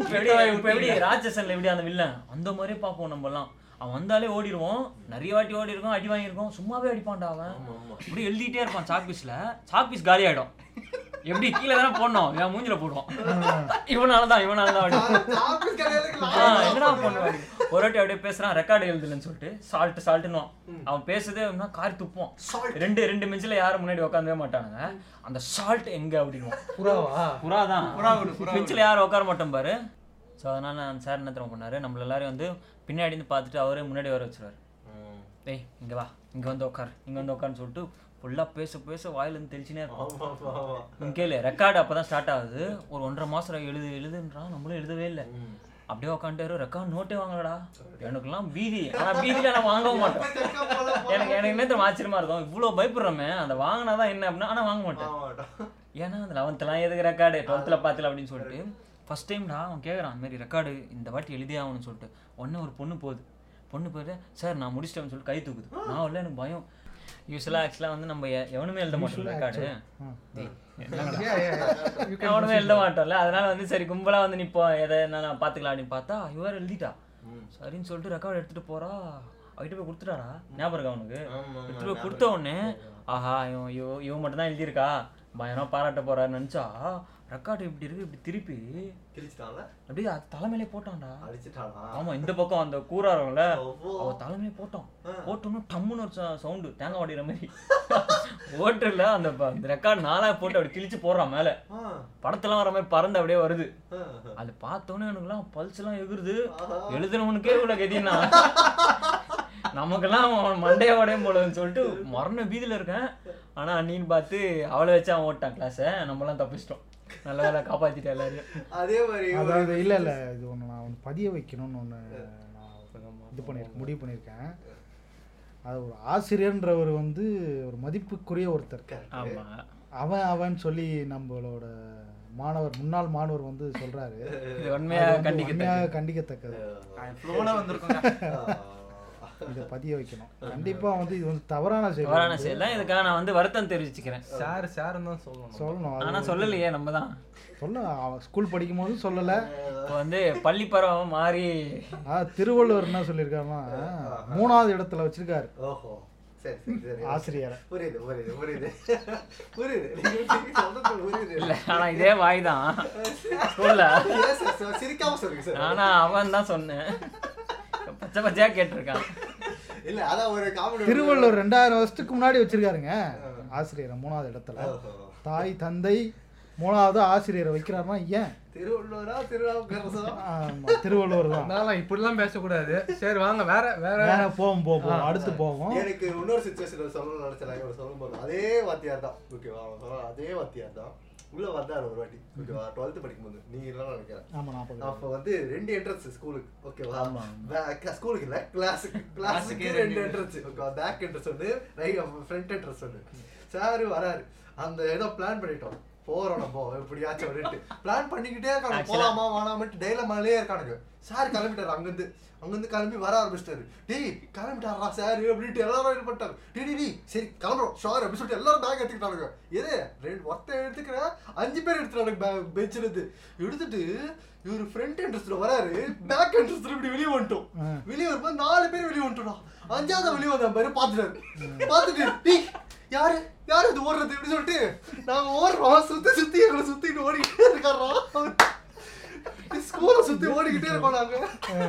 இப்ப எப்படி இப்ப எப்படி ராட்சசன்ல எப்படி அந்த வில்லன் அந்த மாதிரியே பார்ப்போம் நம்மலாம் அவன் வந்தாலே ஓடிடுவோம் நிறைய வாட்டி ஓடி இருக்கோம் அடி வாங்கியிருக்கோம் சும்மாவே அடிப்பான்டா அவன் இப்படி எழுதிட்டே இருப்பான் சாக்பீஸ்ல சாக்பீஸ் காலி ஆயிடும் எப்படி கீழே தானே போடணும் இவன் மூஞ்சில போடுவோம் இவனால தான் இவனால தான் அடி
ஆபீஸ் கடையில
ஆ, என்னடா பண்ணுவாரு ஒரு வாட்டி அப்படியே பேசுறான் ரெக்கார்டு எழுதலன்னு சொல்லிட்டு சால்ட் சால்ட்னுவான் அவன் பேசுதே அப்படின்னா கார் துப்புவான் ரெண்டு ரெண்டு மிஞ்சில யாரும் முன்னாடி உட்காந்தவே மாட்டானுங்க அந்த சால்ட் எங்க அப்படின்னுவான்
புறாவா
புறா தான்
புறா விடு, புறா விடு.
பெஞ்சில் யாரும் உட்கார மாட்டோம் பாரு ஸோ அதனால அந்த சார் என்ன தெரியுமா பண்ணாரு நம்மள எல்லாரையும் வந்து பின்னாடி இருந்து பார்த்துட்டு அவரே முன்னாடி வர வச்சிருவாரு டேய் இங்க வா இங்க வந்து உட்காரு இங்க வந்து உட்காருன்னு சொல்லிட்டு ஃபுல்லா பேச பேச வாயிலிருந்து தெளிச்சுனே இருப்பான்
ஆமா ஆமா ஆமா
இங்க கேளு ரெக்கார்டு அப்பதான் ஸ்டார்ட் ஆகுது ஒரு ஒன்றரை மாசம் எழுது எழுதுன்றான் நம்மளும் எழுதவே இல்லை அப்படியே உட்காந்துட்டாரு ரெக்கார்ட் நோட்டே வாங்கலடா எனக்குலாம் பீதி ஆனா பீதியில நான் வாங்கவும் மாட்டேன் எனக்கு எனக்கு என்ன தெரியுமா ஆச்சரியமா இருக்கும் இவ்வளோ பயப்படுறோமே அதை வாங்கினாதான் என்ன அப்படின்னா ஆனா வாங்க மாட்டேன்
ஆமாடா
ஏன்னா அந்த லெவன்த்லாம் எதுக்கு ரெக்கார்டு டுவெல்த்தில் பார்த்துல அப்படின்னு சொல்லிட்டு ஃபர்ஸ்ட் டைம்டா அவன் கேட்குறான் அந்த மாதிரி ரெக்கார்டு இந்த வாட்டி எழுதியே ஆகணும்னு சொல்லிட்டு ஒன்று ஒரு பொண்ணு போகுது பொண்ணு போயிட்டு சார் நான் முடிச்சிட்டேன்னு சொல்லிட்டு கை தூக்குது நான் இல்லை எனக்கு பயம் யூஸ்வலாக ஆக்சுவலாக வந்து நம்ம எ- எவனுமே எழுத மாட்டோம் ரெக்கார்டு எவனுமே எழுத மாட்டோம்ல அதனால வந்து சரி கும்பலாக வந்து நிற்போம் எதை என்ன நான் பார்த்துக்கலாம் அப்படின்னு பார்த்தா இவர் எழுதிட்டா சரின்னு சொல்லிட்டு ரெக்கார்டு எடுத்துகிட்டு போகிறா அவகிட்ட போய் கொடுத்துட்டாரா ஞாபகம் இருக்கா அவனுக்கு எடுத்துட்டு போய் கொடுத்த உடனே ஆஹா இவன் இவ- இவன் மட்டும் தான் எழுதியிருக்கா பயனா பாராட்ட போறான்னு நினைச்சா ரெக்கார்டு இப்படி இருக்கு இப்படி திருப்பி
கிழிச்சிட்டான்ல
அப்படியே அது தலைமையிலே போட்டான்டா
அடிச்சிட்டானா
ஆமா இந்த பக்கம் அந்த கூரா இருக்கும்ல
ஓஹோ.
அவ தலைமையிலே போட்டான்
ஆ.
போட்டோம்னா டம்முன்னு ஒரு சவுண்டு தேங்காய் உடையிற மாதிரி ஓட்டர்ல அந்த ப- அந்த ரெக்கார்டு நாளா போட்டு அப்படி கிழிச்சு போடுறான் மேல
ஆ,
படத்தெல்லாம் வர மாதிரி பறந்து அப்படியே வருது
ஆ.
அது பார்த்தோன்னே எனக்குலாம் பல்ஸ் எல்லாம் எகுருது
ஆஹா.
எழுதுனவனுக்கே இவ்வளோ கதினா நமக்கெல்லாம் அவன் மண்டைய உடையும் போலன்னு சொல்லிட்டு மரண வீதியில் இருக்கேன் ஆனா அண்ணின்னு பார்த்து அவளை வச்சு அவன் ஓட்டான் கிளாஸை நம்மலாம் தப்பிச்சிட்டோம் நல்ல வேலை காப்பாத்திட்டேன் எல்லாரையும்
அதே மாதிரி ஒரு-
அதாவது இல்லை இல்லை இது ஒன்று நான் ஒன்று பதிய வைக்கணும்னு ஒன்று நான் இது பண்ணியிருக்கேன் முடிவு பண்ணியிருக்கேன் அது ஒரு ஆசிரியன்றவர் வந்து ஒரு மதிப்புக்குரிய ஒருத்தர்
ஆமா
அவன் அவன் சொல்லி நம்மளோட மாணவர் முன்னாள் மாணவர் வந்து சொல்றாரு
இது உண்மையா கண்டிக்க
உண்மையாக கண்டிக்கத்தக்கது
ஃப்ளோவில் வந்திருக்குங்க
ஆ.
இதை பதிய வைக்கணும் கண்டிப்பா வந்து இது வந்து தவறான
தவறான
செயல்
செயல் தான் இதுக்காக நான் வந்து வருத்தம் தெரிவிச்சுக்கிறேன்
சார் சார்னு தான் சொல்லணும்
சொல்லணும் அது
ஆனா சொல்லலையே நம்ம தான்
சொல்ல அவன் ஸ்கூல் படிக்கும் போது சொல்லல
இப்போ வந்து பள்ளி பருவம் மாறி
அதாவது திருவள்ளுவர் என்ன சொல்லியிருக்காருன்னா மூணாவது இடத்துல வச்சிருக்காரு
ஓஹோ சரி சரி சரி
ஆசிரியரை
புரியுது புரியுது புரியுது புரியுது நீங்க சிரிக்க சொல்றது புரியுது
இல்ல ஆனா இதே வாய் தான் ஸ்கூல்ல
Yes, yes, sir. சிரிக்காம சொல்லுங்க சார்
ஆனா அவன் தான் சொன்னேன் பச்சை பச்சையா கேட்டிருக்கான்
இல்ல அதான் ஒரு காமெடி
திருவள்ளுவர் ரெண்டாயிரம் வருஷத்துக்கு முன்னாடி வச்சிருக்காருங்க ஆசிரியரை மூணாவது இடத்துல தாய் தந்தை மூணாவது ஆசிரியரை வைக்கிறாருன்னா ஏன்
திருவள்ளுவரா திருநாவுக்கரசா
ஆமா, திருவள்ளுவர் தான்
அதனால இப்படிலாம் பேசக்கூடாது சரி வாங்க வேற வேற
வேற போவோம் போ, போவோம் அடுத்து போவோம்
எனக்கு இன்னொரு சுச்சுவேஷன் சொல்லணும்னு நினைச்சேன் நான் இவர் சொல்லும்போது அதே வாத்தியார் தான் ஓகேவா அவன் சொல்ற அதே வாத்தியார் தான் உள்ள வந்தாரு ஒரு வாட்டி ஓகேவா டுவெல்த் படிக்கும்போது நீங்க இல்லைன்னு நினைக்கிறேன்
ஆமா நான் பார்க்கிறேன்.
அப்ப வந்து ரெண்டு என்ட்ரன்ஸ் ஸ்கூலுக்கு ஓகேவா
ஆமா.
ஸ்கூலுக்கு இல்ல கிளாஸுக்கு கிளாஸுக்கு
Classக்கே
ரெண்டு
ரெண்டு
என்ட்ரன்ஸ் ஓகேவா பேக் என்ட்ரன்ஸ் ஒன்று ரைட் ஃப்ரண்ட் என்ட்ரன்ஸ் ஒன்று சார் வராரு அந்த ஏதோ பிளான் பண்ணிட்டோம் போறோம் நம்ம எப்படியாச்சும் அப்படின்ட்டு பிளான் பண்ணிக்கிட்டே இருக்காங்க போலாமா வேணாமட்டு டைலமாலே இருக்கானுங்க சார் கிளம்பிட்டாரு அங்கிருந்து அங்கிருந்து கிளம்பி வர ஆரம்பிச்சிட்டாரு டேய் கிளம்பிட்டாரா சார் அப்படின்ட்டு எல்லாரும் இது பண்ணிட்டாரு டேய் டேய், டேய் சரி கிளம்புறோம் ஷோர் அப்படின்னு சொல்லிட்டு எல்லாரும் பேக் எடுத்துக்கிட்டானுங்க எது ரெண்டு ஒருத்தன் எடுத்துக்கிறேன் அஞ்சு பேர் எடுத்துட்டானுங்க பேக் பெஞ்சில் இருந்து எடுத்துட்டு இவர் ஃப்ரண்ட் என்ட்ரஸ்ல வராரு பேக் என்ட்ரஸ்ல இப்படி வெளியே வந்துட்டோம் வெளியே வரும்போது நாலு பேர் வெளியே வந்துட்டோம் அஞ்சாவது வெளியே வந்த பாரு பார்த்துட்டாரு பார்த்துட்டு டேய் யாரு யாரு இது ஓடுறது இப்படி சொல்லிட்டு நாங்க ஓடுறோம் சுத்தி சுத்தி எங்களை சுத்திட்டு ஓடிக்கிட்டே இருக்காரா ஸ்கூல சுத்தி ஓடிக்கிட்டே இருக்கோம் நாங்க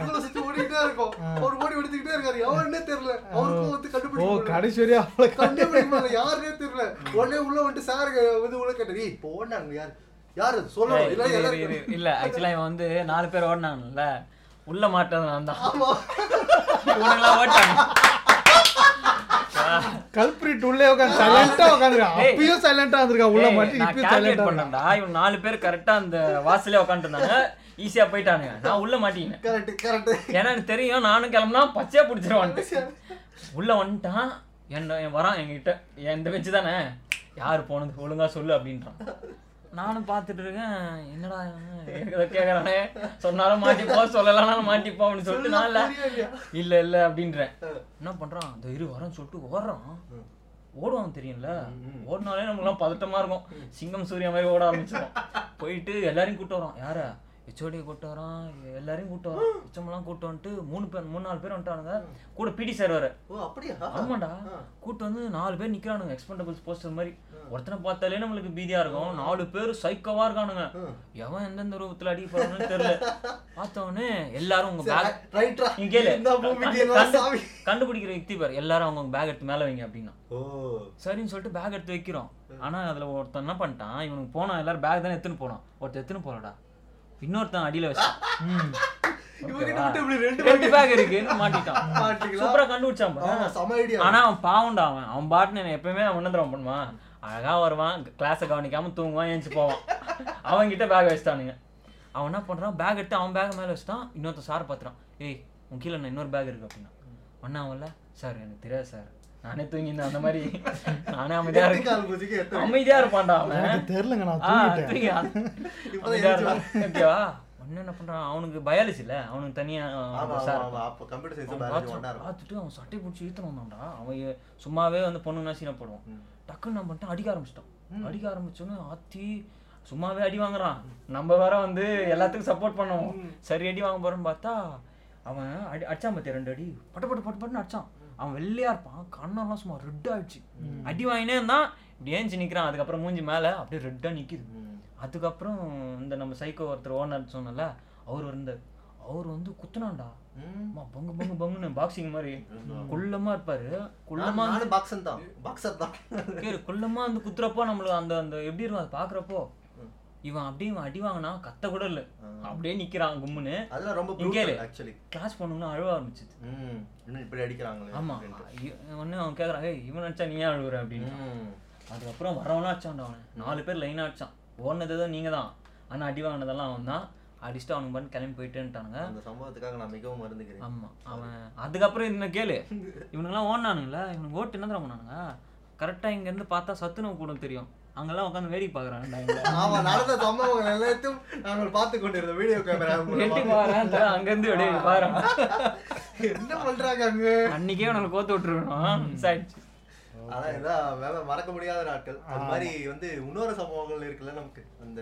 ஸ்கூல சுத்தி ஓடிக்கிட்டே இருக்கோம் அவர் ஓடி எடுத்துக்கிட்டே இருக்காரு எவன்னே தெரியல அவருக்கும் வந்து
ஓ
கண்டுபிடிச்சு
கடைசி வரையும் அவளை
கண்டுபிடிப்பாங்க யாருன்னே தெரியல உடனே உள்ள வந்துட்டு சார் வந்து உள்ள கேட்டது போனாங்க யார் யாரு சொல்லணும் இல்ல
இரு, இரு,
எல்லாரும்
இரு. இல்ல ஆக்சுவலா இவன் வந்து நாலு பேர் ஓடினாங்கல்ல உள்ள மாட்டது நான் தான் இவனுங்களா ஓட்டாங்க
கல்பிரிட் உள்ளே உட்காந்து சைலண்டா உட்காந்துருக்கான்
ஏய்.
அப்பயும் சைலண்டா இருந்திருக்கான் உள்ள மாட்டி
நான்
இப்பயும்
calculate
சைலண்டா இருக்கான்
பண்ணேன்டா இவன் நாலு பேர் கரெக்டா அந்த வாசலே உட்காந்துருந்தாங்க ஈஸியா போயிட்டானுங்க நான் உள்ள மாட்டிக்கினேன்
கரெக்ட் கரெக்ட்
ஏன்னா எனக்கு தெரியும் நானும் கிளம்புனா பச்சையா பிடிச்சிருவான்ட்டு உள்ள வந்துட்டான் என்ன என் வரான் என்கிட்ட என் இந்த வச்சு தானே யார் போனது ஒழுங்கா சொல்லு அப்படின்றான் நானும் பார்த்துட்டு இருக்கேன் என்னடா இவன் ஏதோ கேட்குறானே சொன்னாலும் மாட்டிப்போம் சொல்லலாம்னாலும் மாட்டிப்போம் அப்படின்னு சொல்லிட்டு நான் இல்லை இல்லை இல்லை அப்படின்றேன் என்ன பண்ணுறான் இந்த இரு வரேன்னு சொல்லிட்டு ஓடுறான் ஓடுவான் தெரியும்ல ஓடினாலே நமக்குலாம் பதட்டமாக இருக்கும் சிங்கம் சூர்யா மாதிரி ஓட ஆரம்பிச்சிடும் போயிட்டு எல்லாரையும் கூப்பிட்டு வரோம் யாரை ஹெச்ஓடியை கூப்பிட்டு வரோம் எல்லாரையும் கூப்பிட்டு வரோம் ஹெச்எம்லாம் கூப்பிட்டு வந்துட்டு மூணு பேர் மூணு நாலு பேர் வந்துட்டானுங்க கூட பிடி சார் வர
ஓ அப்படியா
ஆமாண்டா கூட்டு வந்து நாலு பேர் நிக்கிறானுங்க எக்ஸ்பெண்டபிள்ஸ் போஸ்டர் மாதிரி ஒருத்தனை பார்த்தாலே நம்மளுக்கு பீதியா இருக்கும் நாலு பேர் சைக்கோவா இருக்கானுங்க எவன் எந்தெந்த ரூபத்துல அடி போறான்னு தெரியல பார்த்த உடனே எல்லாரும் உங்க பேக்
ரைட்ரா
நீ கேளு
இந்த பூமிக்கு எல்லாம் சாமி
கண்டுபிடிக்கிற யுக்தி பேர் எல்லாரும் அவங்க பேக் எடுத்து மேல வைங்க அப்படின்னா
ஓ
சரின்னு சொல்லிட்டு பேக் எடுத்து வைக்கிறோம் ஆனா அதுல ஒருத்தன் என்ன பண்ணிட்டான் இவனுக்கு போனான் எல்லாரும் பேக் தானே எடுத்துன்னு போனான் ஒருத்தன் எடுத்துன்னு போறடா இன்னொருத்தன் அடியில வச்சான்
இவங்கிட்ட மட்டும் இப்படி ரெண்டு
ரெண்டு பேக் இருக்குன்னு மாட்டிட்டான்
மாட்டிக்கலாம்.
சூப்பரா கண்டுபிடிச்சான் பாரு.
ஆமா செம ஐடியா
ஆனா அவன் பாவம்டா அவன் அவன் பாட்டுன்னு என்னை எப்பயுமே அவன் உணர்ந்துடும் பண்ணுவான் அழகா வருவான் கிளாஸை கவனிக்காம தூங்குவான் ஏஞ்சி போவான் அவன் கிட்ட பேக் வச்சுட்டானுங்க அவன் என்ன பண்றான் பேக் எடுத்து அவன் பேக் மேல வச்சுட்டான் இன்னொருத்த சார் பாத்துறான் ஏய் உன் கீழே நான் இன்னொரு பேக் இருக்கு அப்படின்னா ஒன்னா அவன்ல சார் எனக்கு தெரியாது சார் நானே தூங்கியிருந்தேன் அந்த மாதிரி நானே அமைதியா
எட்டு
இருக்கேன்
கால் குதிக்கு எட்டு
அமைதியா இருப்பான்டா அவன்
எனக்கு தெரியலங்க நான்
ஆ
தூங்கிட்டேன்
தூங்கியா
இப்பதான்
அமைதியா இருப்பான் ஓகேவா ஒன்னு என்ன பண்றான் அவனுக்கு பயாலஜி இல்ல அவனுக்கு தனியா
ஆமா
சார்
ஆமா
இருப்பான்.
ஆமா அப்ப கம்ப்யூட்டர் சயின்ஸ்
அவன்
பேலன்ஸ் ஒண்ணா
பார்த்து-
இருக்கும்
பார்த்துட்டு அவன் சட்டை பிடிச்சி இழுத்துன்னு வந்தான்டா அவன் ஏ- சும்மாவே வந்து பொண்ணுனா சீனப்படுவான் டக்குன்னு நம்ம மட்டும் அடிக்க ஆரம்பிச்சிட்டான் அடிக்க ஆரம்பிச்சோன்னு ஆத்தி சும்மாவே அடி வாங்குறான் நம்ம வேற வந்து எல்லாத்துக்கும் சப்போர்ட் பண்ணுவோம் சரி அடி வாங்க போறோம்னு பார்த்தா அவன் அடி அடிச்சான் பார்த்தியா ரெண்டு அடி பட்டு பட்டு பட்டு பட்டுன்னு அடிச்சான் அவன் வெள்ளையா இருப்பான் கண்ணெல்லாம் சும்மா ரெட் ஆயிடுச்சு அடி வாங்கினே இருந்தான் இப்படி ஏஞ்சி நிக்கிறான் அதுக்கப்புறம் மூஞ்சி மேல அப்படியே ரெட்டா நிக்குது அதுக்கப்புறம் இந்த நம்ம சைக்கோ ஒருத்தர் ஓனர் சொன்னல அவர் இருந்தார் அவர் வந்து குத்துனான்டா அம்மா பங்கு பங்கு பங்குன்னு பாக்ஸிங் மாதிரி குள்ளமா இருப்பாரு குள்ளமா
நான் நானும் பாக்ஸன் தான் பாக்ஸர் தான்
கேரு குள்ளமா அந்த குத்துறப்போ நம்மளுக்கு அந்த அந்த எப்படி இருக்கும் அதை பாக்குறப்போ இவன் அப்படியே இவன் அடி வாங்கினா கத்த கூட இல்ல அப்படியே நிக்கிறான் கும்முன்னு
அதெல்லாம் ரொம்ப
இங்க கேளு.
brutal actually
கிளாஸ் பொண்ணுங்களாம் அழுவ ஆரம்பிச்சது
ம் இன்னும் இப்படி அடிக்கிறாங்களே
ஆமா ஒன்னு அவன் கேக்குறான் "ஏய், இவன் அடிச்சா நீ ஏன் அழுவுற அப்படின்னு
ம்.
அதுக்கப்புறம் வரவனா அடிச்சான்டா அவனை நாலு பேர் லைனா அடிச்சான் ஓடினது தான் நீங்க தான் ஆனா அடி வாங்கினதெல்லாம் அவன் தான் அடிச்சுட்டு அவனுக்கு பண்ணி கிளம்பி போயிட்டேன்ட்டானுங்க
அந்த சம்பவத்துக்காக நான் மிகவும் மருந்துக்கிறேன்
ஆமா அவன் அதுக்கப்புறம் இன்னும் கேளு இவனுங்கெல்லாம் ஓடினானுங்கள இவனுக்கு ஓட்டு என்ன பண்ணானுங்க கரெக்டாக இங்கேருந்து பார்த்தா சத்துணவு கூடம் தெரியும் அங்கெல்லாம் உட்காந்து வேடிக்கை பார்க்குறாங்க
ஆமா நடந்த சம்பவங்கள் எல்லாத்தையும் நாங்கள் பார்த்து கொண்டிருந்த வீடியோ கேமரா
எட்டி பாக்குறேன் தா, அங்கேருந்து வெளியே பாக்குறான்
என்ன பண்றாங்க அங்க
அன்னைக்கே இவனுக்கு கோத்து விட்டுருக்கணும் மிஸ் ஆயிடுச்சு
ஆனா இதான் வேற மறக்க முடியாத நாட்கள் அது மாதிரி வந்து இன்னொரு சம்பவங்கள் இருக்குல்ல நமக்கு அந்த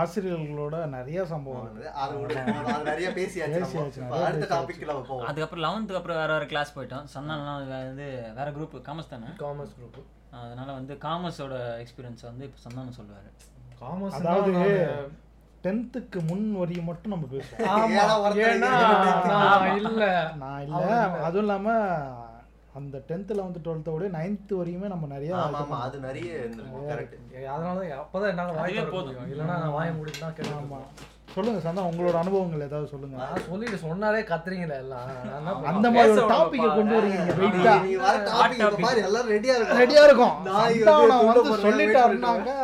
ஆசிரியர்களோட நிறைய சம்பவம்
அது ஒரு- அது நிறைய பேசியாச்சு நம்ம.
பேசியாச்சு,
இப்ப
நிறைய
அடுத்த
பேசியாச்சு.
டாபிக்ல போவோம்
அதுக்கப்புறம் லெவன்த்துக்கு அப்புறம் வேற வேற கிளாஸ் போயிட்டோம் சன்னாலாம் வந்து வேற குரூப் காமர்ஸ் தானே
காமர்ஸ் குரூப்
அதனால வந்து காமர்ஸோட எக்ஸ்பீரியன்ஸ் வந்து இப்போ சந்தானம் சொல்லுவாரு
காமர்ஸ்
அதாவது டென்த்துக்கு முன் வரையும் மட்டும் நம்ம பேசுவோம்
ஏன்னா ஒருத்தர்
ஏன்னா
இருக்கிறது.
நான் இல்ல
நான் இல்ல அதுவும் இல்லாம அந்த டென்த்தில் வந்து டுவெல்த்தை விட நைன்த்து வரையுமே நம்ம நிறைய
ஆமா ஆமா அது நிறைய கரெக்ட்
அதனால அப்பதான் என்னால வாய்
அதுவே
திறக்க
போதும்.
முடியும் இல்லைன்னா நான் வாய முடியும் தான்
ஆமா.
கேட்கலாமா
சொல்லுங்க சந்தா உங்களோட அனுபவங்கள் ஏதாவது சொல்லுங்க
நான் சொல்லிட்டு சொன்னாலே கத்துறீங்களே எல்லாம் நான் என்ன
அந்த
பண்ணுவேன்?
மாதிரி ஒரு
பேச
டாபிக்கை
விடுங்க
கொண்டு வரீங்க
நீ-
வெயிட்டா
நீ வர டாபிக் இப்ப
topic.
பாரு எல்லாரும் ரெடியா இருக்கும்
ரெடியா இருக்கும்
நாய் வந்து
சந்தானம்
துள்ள
வந்து
போடுறேன்,
சொல்லிட்டாருனாக்க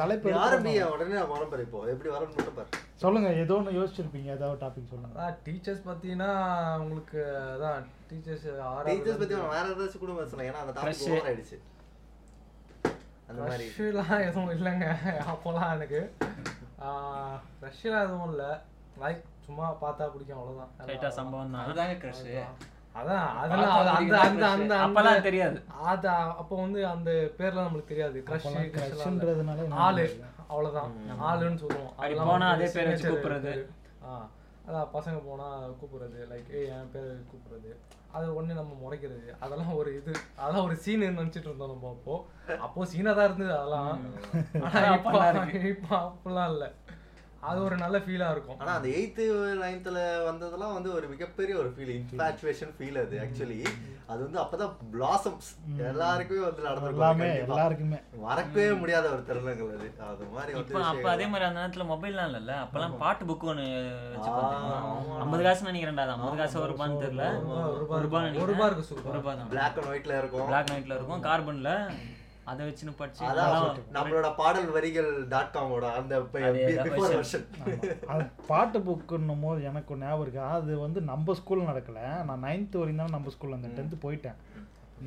தலைப்பு
யாரும் நீ
எடுத்துக்கணும்.
உடனே நான் வரேன் பாரு இப்போ எப்படி வரேன்னு மட்டும் பாரு
சொல்லுங்க ஏதோ ஒன்று யோசிச்சிருப்பீங்க ஏதாவது டாபிக் சொல்லுங்க
அதான் டீச்சர்ஸ் பார்த்தீங்கன்னா உங்களுக்கு அதான் டீச்சர்ஸ்
டீச்சர்ஸ் பத்தி அவன் வேற ஏதாச்சும் கூட பேசலாம் ஏன்னா அந்த டாபிக் ஓவர் ஆயிடுச்சு அந்த மாதிரி
ரஷ்யெலாம் எதுவும் இல்லைங்க அப்போலாம் எனக்கு ரஷ்யெலாம் எதுவும் இல்லை லைக் சும்மா பார்த்தா பிடிக்கும் அவ்வளோதான்
லைட்டாக சம்பவம் தான்
அதுதாங்க க்ரஷ்
அதான் அதெல்லாம் அது- அந்த அந்த அந்த
அப்பெல்லாம் தெரியாது
அது அப்போ வந்து அந்த பேர்லாம் நம்மளுக்கு தெரியாது க்ரஷ் க்ரஷ்ன்றது
கிரஷ்ன்றதுனால
ஆளு அவ்வளோதான் ஆளுன்னு சொல்லுவோம்
அப்படி
அதெல்லாம்
போனா
வந்து
அதே பேரை வச்சு
signature
கூப்பிடுறது.
இருக்கு. ஆ அதான் பசங்க போனால் கூப்பிடுறது லைக் ஏய் என் பேர் கூப்பிடுறது அது ஒன்று நம்ம முறைக்கிறது அதெல்லாம் ஒரு இது அதெல்லாம் ஒரு சீன் நினச்சிட்டு இருந்தோம் நம்ம அப்போ அப்போ சீனாக தான் இருந்தது அதெல்லாம் ஆனால் இப்போ இப்போ அப்படிலாம் இல்லை அது ஒரு நல்ல ஃபீலாக இருக்கும்
ஆனா அந்த எயித்து நைன்த்துல வந்ததெல்லாம் வந்து ஒரு மிகப்பெரிய ஒரு ஃபீல் இன்ஃபாச்சுவேஷன் ஃபீல் அது ஆக்சுவலி அது வந்து அப்பதான் பிளாசம்ஸ் எல்லாருக்குமே வந்து
எல்லாமே
நடந்திருக்கும்
எல்லாருக்குமே
மறக்கவே முடியாத ஒரு தருணங்கள் அது அது மாதிரி
இப்போ
வந்து
அப்போ அதே மாதிரி அந்த நேரத்துல மொபைல்லாம் இல்லைல்ல அப்போல்லாம் பாட்டு புக் ஒன்று வச்சு
ஆ,
பார்த்தீங்கன்னா
ஆமா.
ஐம்பது காசு நினைக்கிறேன்டா அது ஐம்பது காசு ஒரு ரூபான்னு தெரியல ஒரு ரூபா
ஒரு ரூபா
நினைக்கிறேன்
இருக்கு
ஒரு
சூப்பர்
ரூபா தான்
பிளாக் அண்ட் ஒயிட்ல இருக்கும்
பிளாக் நைட்ல இருக்கும் கார்பன்ல அதை வச்சுன்னு படிச்சு
அதான் நம்மளோட பாடல் வரிகள் டாட் காமோட அந்த
அதே தான்
பிஃபோர்
version.
வருஷன்
அது பாட்டு புக்குன்னும் போது எனக்கு ஞாபகம் இருக்கு அது வந்து நம்ம ஸ்கூல்ல நடக்கல நான் நைன்த் வரையும் தான் நம்ம ஸ்கூல்ல அந்த டென்த் போயிட்டேன்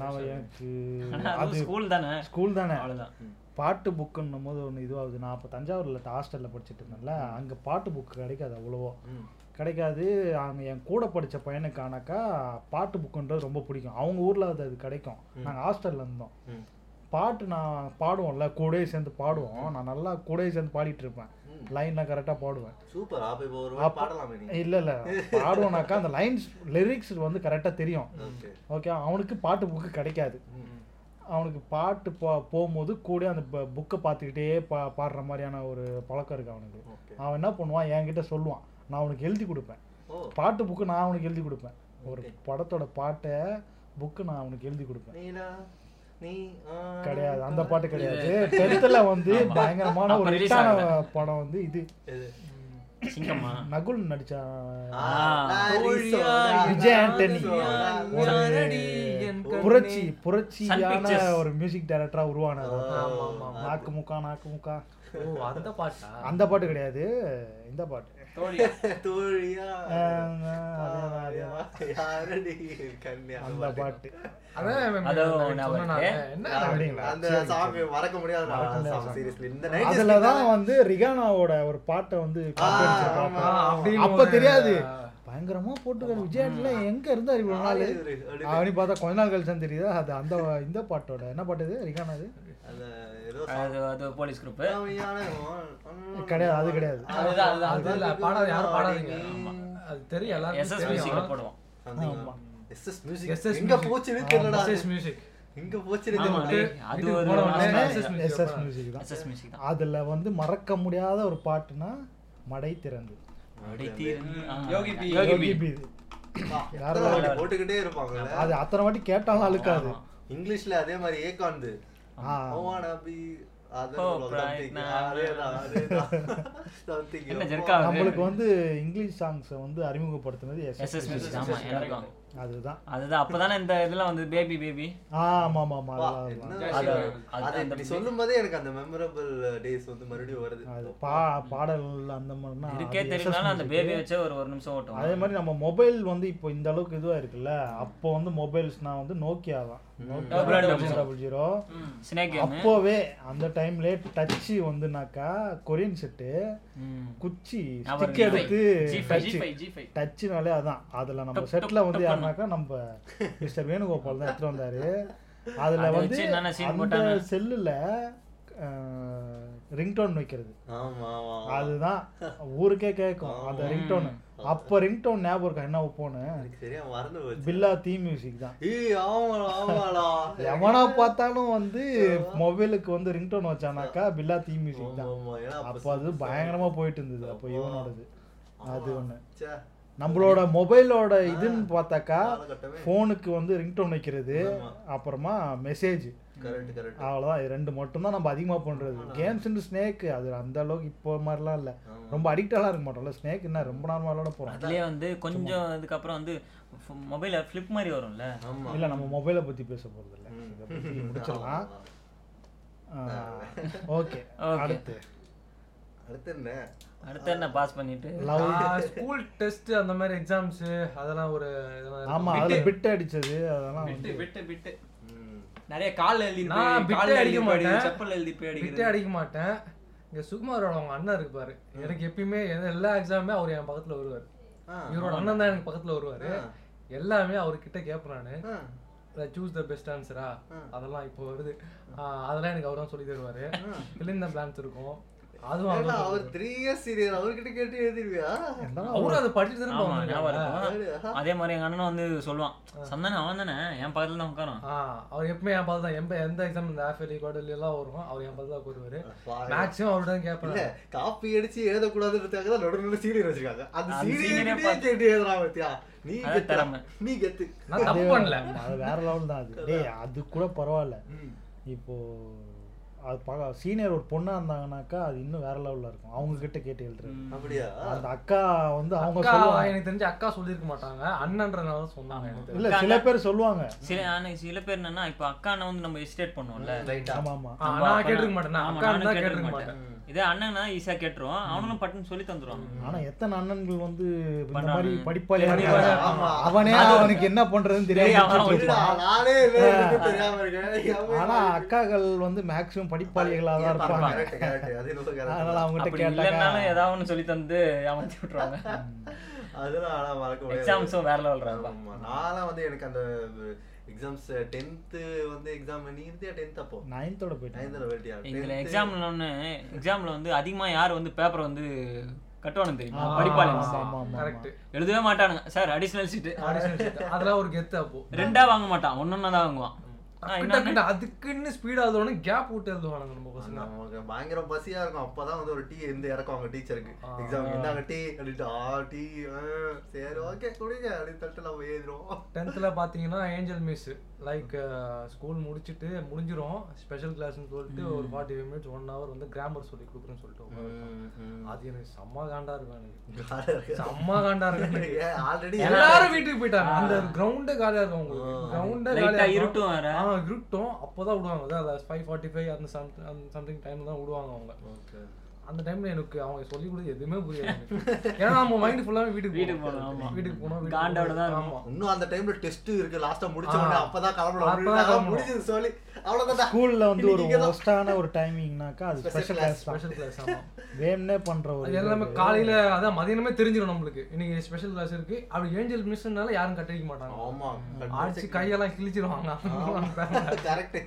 நான் எனக்கு
ஆனா அது
அது
ஸ்கூல் தானே
ஸ்கூல் தானே
அவ்வளவுதான்
பாட்டு புக்குன்னும் போது ஒன்று இதுவாகுது நான் அப்போ தஞ்சாவூரில் ஹாஸ்டலில் படிச்சுட்டு இருந்தேன்ல அங்கே பாட்டு புக்கு கிடைக்காது அவ்வளவோ கிடைக்காது அங்கே என் கூட படித்த பையனுக்கானாக்கா பாட்டு புக்குன்றது ரொம்ப பிடிக்கும் அவங்க ஊரில் அது அது கிடைக்கும் நாங்கள் ஹாஸ்டலில் இருந்தோம்
ம்.
பாட்டு நான் பாடுவோம்ல கூடயே சேர்ந்து பாடுவோம் நான் நல்லா கூடயே சேர்ந்து பாடிட்டு இருப்பேன் லைன்லாம் கரெக்டாக பாடுவேன்
சூப்பர் ஆப் இப்போ ஒரு வாட்டி
அப்ப-
பாடலாமே நீ
இல்லை இல்லை பாடுவோம்னாக்கா அந்த லைன்ஸ் லிரிக்ஸ் வந்து கரெக்டாக தெரியும்
ஓகே
ஓகே அவனுக்கு பாட்டு புக்கு கிடைக்காது அவனுக்கு பாட்டு போ போகும்போது கூட அந்த புக்கை பார்த்துக்கிட்டே பா பாடுற மாதிரியான ஒரு பழக்கம் இருக்கு அவனுக்கு
ஓகே
அவன் என்ன பண்ணுவான் என்கிட்ட சொல்லுவான் நான் அவனுக்கு எழுதி கொடுப்பேன்
ஓ
பாட்டு புக்கு நான் அவனுக்கு எழுதி கொடுப்பேன் ஒரு படத்தோட பாட்டை புக்கு நான் அவனுக்கு எழுதி கொடுப்பேன்
நீனா நீ ஆ,
கிடையாது அந்த பாட்டு கிடையாது டென்த்தில் வந்து பயங்கரமான
அப்ப
ஒரு
release
ஹிட்டான
ஆகல.
படம் வந்து இது
இது.
சிங்கம்மா
நகுல் நடிச்சா
ஆ,
ஆ.
நான் ரிசோடா.
விஜய் ஆண்டனி ஒரு புரட்சி
Sun
புரட்சியான
Pictures.
ஒரு மியூசிக் டைரக்டரா உருவானது
ஆமா, ஆமா, ஆமா.
நாக்கு முக்கா நாக்கு முக்கா
ஓ அந்த பாட்டா
அந்த பாட்டு கிடையாது இந்த பாட்டு
தோழியா
தோழியா
அஹ் அதேதான்,
ஆரியா,
அதேதான்.
யாரடி கன்யா?
அந்த பாட்டு
அதான் இவன்
அதோ
சொன்னானே,
ஞாபகம் இருக்கு.
என்ன
அப்படிங்களா?
அந்த
சரி,
song
சரி.
மறக்க முடியாத
மறக்க
song,
முடியாத song.
seriously. இந்த 90s
அதுல தான்
தான்
வந்து ரிகானாவோட ஒரு பாட்டை வந்து
ஆ,
copy அடிச்சிருப்பாங்க.
ஆமா.
ஆ, அப்படின்னு
அப்ப
ஒரு-
தெரியாது பயங்கரமா போட்டுக்காரு விஜய் ஆண்டனில எங்க இருந்தாரு இவ்வளவு நாள்
ஆளே இவரு, அப்படின்னு.
அப்படி பார்த்தா கொஞ்ச நாள் கழிச்சு தான் தெரியுது அது அந்த இந்த பாட்டோட என்ன பாட்டு இது ரிகானா அது
அந்த ஏதோ song.
அது அது போலீஸ் குரூப்
கம்மியான ஒன்.
கிடையாது, அது கிடையாது.
அதுதான், அதுதான்,
அது இல்ல, பாடாத, யாரும் பாடாதீங்க.
ஆமா.
அது தெரியும் எல்லாருக்கும்
எஸ்எஸ்
தெரியும்.
மியூசிக்ல போடுவோம்
Something.
ஆமா.
SS music.
SS
எங்க
music.
போச்சுன்னு
ஆமா.
தெரியலடா அது.
SS music.
எங்க போச்சுன்னு
ஆமா,
தெரியல.
டேய், அது
வீட்டுக்கு
ஒரு
போன உடனே
ஆமா.
SS music
எஸ்எஸ்
போடுறாங்க.
மியூசிக் தான்
எஸ்எஸ் மியூசிக் தான்
அதுல வந்து மறக்க முடியாத ஒரு பாட்டுனா மடை திறந்து
அப்படி தீர்ந்து, ஆ,
Yogi B.
Yogi B.
Yogi B இது.
அப்பா,
யாரும்
எத்தனை வாட்டி
வரல.
போட்டுக்கிட்டே இருப்பாங்கல்ல.
அது அத்தனை வாட்டி கேட்டாலும் அழுக்காது
ஆமா.
இங்கிலீஷ்ல அதே மாதிரி ஏகாந்து "Oh,
ah,
I wanna be other
Oh,
people,
bright
something.
man.
அதேதான், அதேதான். Something. "Oh,
என்ன jerk ஆகுது?
நம்மளுக்கு வந்து இங்கிலீஷ் சாங்ஸை வந்து அறிமுகப்படுத்தினது
எஸ்எஸ்
எஸ்எஸ்
மியூசிக் ஆமா எனக்கும்
அதுதான்
அதுதான் அப்பதானே இந்த இதெல்லாம் வந்து பேபி பேபி
ஆ, ஆமா ஆமா ஆமா
அப்பா,
அதுதான், அதுதான்.
என்ன
அது-
அது
அது-
இப்படி சொல்லும் போதே எனக்கு அந்த மெமரபிள் டேஸ் வந்து மறுபடியும் வருது
அது பா பாடல் அந்த மாதிரினா
இருக்கே
அது
தெரியும்னாலும் அந்த
SS
பேபி
music.
வச்சே ஒரு ஒரு நிமிஷம் ஓட்டும்
அதே மாதிரி நம்ம மொபைல் வந்து இப்போ இந்த அளவுக்கு இதுவா இருக்குல்ல அப்போ வந்து மொபைல்ஸ்னா வந்து நோக்கியா தான் Nokia
Double
double double zero
snake game
அப்போவே அந்த டைம்ல டச்சு வந்துனாக்கா கொரியன் செட்டு குச்சி
ஞாபகம்
ஸ்டிக்
இருக்கு.
எடுத்து
G5,
டச்சு டச்சுனாலே அதான் அதுல நம்ம
டப்,
செட்ல வந்து
டப்
யாருனாக்கா நம்ம மிஸ்டர் வேணுகோபால் தான் எடுத்துட்டு வந்தாரு அதுல
அதை
வந்து
வச்சு என்னென்ன scene
அந்த
போட்டாங்க?
செல்லுல ரிங்டோன் வைக்கிறது
ஆமா ஆமா
அதுதான் ஊருக்கே கேட்கும் அந்த ரிங்டோன் அப்ப ரிங்டோன் ஞாபகம் இருக்கா என்ன போன்னு
எனக்கு சரியா மறந்து போச்சு
பில்லா தீ மியூசிக் தான்
ஏய் ஆமாடா ஆமாடா
எவனா பார்த்தாலும் வந்து மொபைலுக்கு வந்து ரிங்டோன் வச்சானாக்கா பில்லா தீ மியூசிக்
ஆமா,
தான்
ஆமா. ஏன்னா அப்ப
அப்போ அது பயங்கரமா போயிட்டு இருந்தது அப்போ
அப்பா.
இவனோடது அது ஒண்ணு
ச்சே,
நம்மளோட மொபைலோட இதுன்னு பார்த்தாக்கா
காலகட்டமே.
ஃபோனுக்கு வந்து ரிங்டோன் வைக்கிறது
ஆமா.
அப்புறமா மெசேஜ்
correct, correct.
அவ்வளோதான் இது ரெண்டு மட்டும்தான் நம்ம அதிகமாக பண்ணுறது கேம்ஸ்னு ஸ்னேக் அது அந்த அளவுக்கு இப்போ மாதிரிலாம் இல்லை ரொம்ப அடிக்டாலாம் இருக்க மாட்டோம்ல ஸ்னேக் என்ன ரொம்ப நார்மலோட போகிறோம்
அதுலயே வந்து கொஞ்சம் இதுக்கப்புறம் வந்து மொபைல ஃபிளிப் மாதிரி வரும்ல
ஆமா
இல்லை நம்ம மொபைலை பற்றி பேச போகிறது இல்லை இதை பற்றி முடிச்சிடலாம்
ஆமா.
Okay
Okay.
அடுத்து
அடுத்து என்ன
அடுத்து என்ன பாஸ் பண்ணிட்டு
லவ்
ஆஹ், school test அந்த மாதிரி exams அதெல்லாம் ஒரு இதெல்லாம் இருக்கும்.
ஆமா அதுல பிட் அடிச்சது அதெல்லாம்
விட்டு
வந்து
விட்டு விட்டு
ம்.
நிறைய கால்ல எழுதி
நான்
போய்,
bit
கால்ல
அடிக்க
எழுதி போய் அடிக்கிறது,
மாட்டேன்.
செப்பல் எழுதி போய்
விட்டே
அடிக்கிறது
அடிக்க மாட்டேன் இங்க சுகுமாரோட அவங்க அண்ணன் இருக்கு பாரு எனக்கு எப்பயுமே எந்த- எல்லா எக்ஸாமுமே அவர் என் பக்கத்துல வருவாரு
ஆ,
இவரோட அண்ணன் தான் எனக்கு பக்கத்துல வருவாரு
ஆ.
எல்லாமே அவர்கிட்ட கேட்பேன் நானு
ஆ.
சூஸ் த பெஸ்ட் ஆன்சரா அதெல்லாம் இப்போ வருது ஆஹ் அதெல்லாம் எனக்கு அவர் தான் சொல்லி தருவாரு இல்ல இந்த பிளான்ஸ் இருக்கும் அதுவும்
ஏன்டா,
அதுவும்
அவர் த்ரீ இயர்ஸ் சீரியர் அவர்கிட்ட கேட்டு எழுதிருவியா
இருந்தாலும்
அவரும் அதை படிச்சுட்டு தானே
ஆமா,
போவாங்க.
ஞாபகம் இருக்கு.
ஆளு, ஆ.
அதே மாதிரி எங்க அண்ணனும் வந்து சொல்லுவான் சந்தன அவன் தானே என் பக்கத்துல தான் உட்காரும்
ஆ, அவர் எப்பவுமே என் பார்த்து தான் எம்ப எந்த எக்ஸாம் இந்த ஆஃபேலி குவார்டர்லி எல்லாம் வரும் அவர் என் பார்த்து தான் கூறுவாரு
பாரு.
மேக்ஸிமம் அவர்கிட்ட தான் கேட்பேன்
இல்ல காப்பி அடிச்சு எழுதக்கூடாதுன்றதுக்காக தான் நடு நடு சீரியர் வச்சிருக்காங்க அந்த
அந்த senior-ஐ
சீரியர்
பார்த்து-
கேட்டு எழுதுறான் பத்தியா நீ
அது
கெத்து
திறமை.
நீ கெத்து
நான் தப்பு பண்ணல
ஆமா, அது வேற லெவல் தான் அது டேய் அது கூட பரவாயில்ல இப்போ அது பக சீனியர் ஒரு பொண்ணா இருந்தாங்கனாக்கா அது இன்னும் வேற லெவல்ல இருக்கும் அவங்க கிட்ட கேட்டு எழுதுறது
அப்படியா
அந்த அக்கா வந்து அவங்க
அக்கா
சொல்லுவாங்க
எனக்கு தெரிஞ்சு அக்கா சொல்லியிருக்க மாட்டாங்க அண்ணன்றனால தான் சொன்னாங்க எனக்கு தெரிஞ்சு.
இல்ல சில பேர் சொல்லுவாங்க
சில ஆனா சில பேர் என்னன்னா இப்ப அக்கா அண்ணன் வந்து நம்ம எஸ்டேட் பண்ணுவோம்ல
ரைட்டா
ஆமா ஆமா
ஆ,
நம்ம
நான்
அப்பனா-
கேட்டிருக்க மாட்டேன் நான்
ஆமா,
அக்கா
நானும்
தான்
கேட்டிருக்க
கேட்டிருக்க
மாட்டேன்.
மாட்டேன்
இதே அண்ணன்னா ஈஸியா கேட்டுருவான் அவனும் பட்டுன்னு சொல்லி தந்துருவான்
ஆனா எத்தனை அண்ணன்கள் வந்து இந்த
பண்றாங்க.
மாதிரி படிப்பாளியா
படிப்பாளியா
இருக்காங்க.
ஆமா.
அவனே அவனுக்கு என்ன பண்றதுன்னு
டேய், அவன்
தெரியாம
இல்லடா,
இருப்பான்.
நானே இதை எனக்கு தெரியாம இருக்கேன்
ஆனா அக்காக்கள் வந்து மேக்ஸிமம் படிப்பாளிகளா தான் இருப்பாங்க
கரெக்ட் கரெக்ட் அது ரொம்ப
அதனால
கரெக்ட்
அவங்ககிட்ட
அப்படி
கேட்டாக்கா
இல்லைன்னாலும் ஏதாவது ஒண்ணு சொல்லி தந்து அமைச்சு விட்டுருவாங்க
அதெல்லாம் ஆனா மறக்க முடியாது
எக்ஸாம்ஸும் வேற லெவல்றாப்பா
ஆமா, நான்லாம் வந்து எனக்கு அந்த எக்ஸாம்ஸ் டென்த்து வந்து எக்ஸாம் நீ இருந்தியா டென்த் அப்போ
நைன்த்தோட போயிட்டேன்
நைன்த்தில் வேட்டியா
இதுல
10th
எக்ஸாம்ல ஒண்ணு எக்ஸாம்ல வந்து அதிகமா யார் வந்து பேப்பர் வந்து கட்டுவானு தெரியுமா
ஆமா,
படிப்பாளிங்க
ஆமா,
சார்.
ஆமா, ஆமா.
கரெக்ட்
எழுதவே மாட்டானுங்க சார் அடிஷனல் சீட்டு
அதெல்லாம் ஒரு கெத்து அப்போ
ரெண்டா வாங்க மாட்டான் ஒன்னொன்னா தான் வாங்குவான் ஆ,
டக்கு
இன்னொன்னு?
டக்குன்னு அதுக்குன்னு ஸ்பீடா அதுவோட கேப் விட்டு எழுதுவானுங்க நம்ம பசங்க
நமக்கு பயங்கர பசியா இருக்கும் அப்பதான் வந்து ஒரு டீ இருந்து இறக்கும் அவங்க டீச்சருக்கு எக்ஸாம் என்னங்க டீ அப்படின்ட்டு ஆ டீ ஆ, சரி ஓகே குடிங்க அப்படின்னு தட்டு நம்ம ஏறிடுவோம்
டென்த்தில் பார்த்தீங்கன்னா Angel miss like school uh, முடிச்சுட்டு முடிஞ்சிரும் ஸ்பெஷல் கிளாஸ்னு சொல்லிட்டு ஒரு forty five minutes one hour வந்து கிராமர் சொல்லி கொடுக்குறேன்னு சொல்லிட்டு உட்கார வச்சாங்க. அது எனக்கு செம்ம காண்டா இருக்கும் எனக்கு செம்ம காண்டா இருக்கு எனக்கு.
ஆல்ரெடி
எல்லாரும் வீட்டுக்கு போயிட்டாங்க அந்த கிரவுண்டே காலியா இருக்கும் உங்களுக்கு கிரவுண்டே
லைட்டா
காலியா இருக்கும்
இருட்டும் வேற
ஆ இருட்டும் அப்பதான் விடுவாங்க அதான் ஃபைவ் ஃபார்ட்டி ஃபைவ் அந்த சம்திங் அந்த சம்திங் டைம்ல தான் விடுவாங்க அவங்க அந்த டைம்ல எனக்கு அவங்க சொல்லி கொடுத்து எதுவுமே புரியாது எனக்கு. ஏன்னா நம்ம மைண்ட் ஃபுல்லாவே வீட்டுக்கு
வீட்டுக்கு
போகும்.
போகணும், ஆமா.
வீட்டுக்கு போனோம்
காண்டோட தான் இருக்கும்.
ஆமா
இன்னும் அந்த டைம்ல டெஸ்ட் இருக்கு லாஸ்டா முடிச்ச உடனே
ஆ.
அப்பதான்
அப்பதான்
கிளம்பலாம்
கிளம்பணும்.
முடிஞ்சது சொல்லி அவ்வளவுதான்
ஸ்கூல்ல வந்து ஒரு
இன்னைக்கு தான்.
ஒஸ்டான ஒரு டைமிங்னாக்கா அது ஸ்பெஷல் கிளாஸ் தான்
ஸ்பெஷல் கிளாஸ் ஆமா
வேணும்னே பண்ற ஒரு
அது எல்லாமே காலையில அதான் மதியானமே தெரிஞ்சிடும் நம்மளுக்கு இன்னைக்கு ஸ்பெஷல் கிளாஸ் இருக்கு அப்படி ஏஞ்சல் மிஸ்னால யாரும் கட்டடிக்க மாட்டாங்க
ஆமா
அடிச்சு கையெல்லாம் கிழிச்சிருவாங்க
கரெக்ட்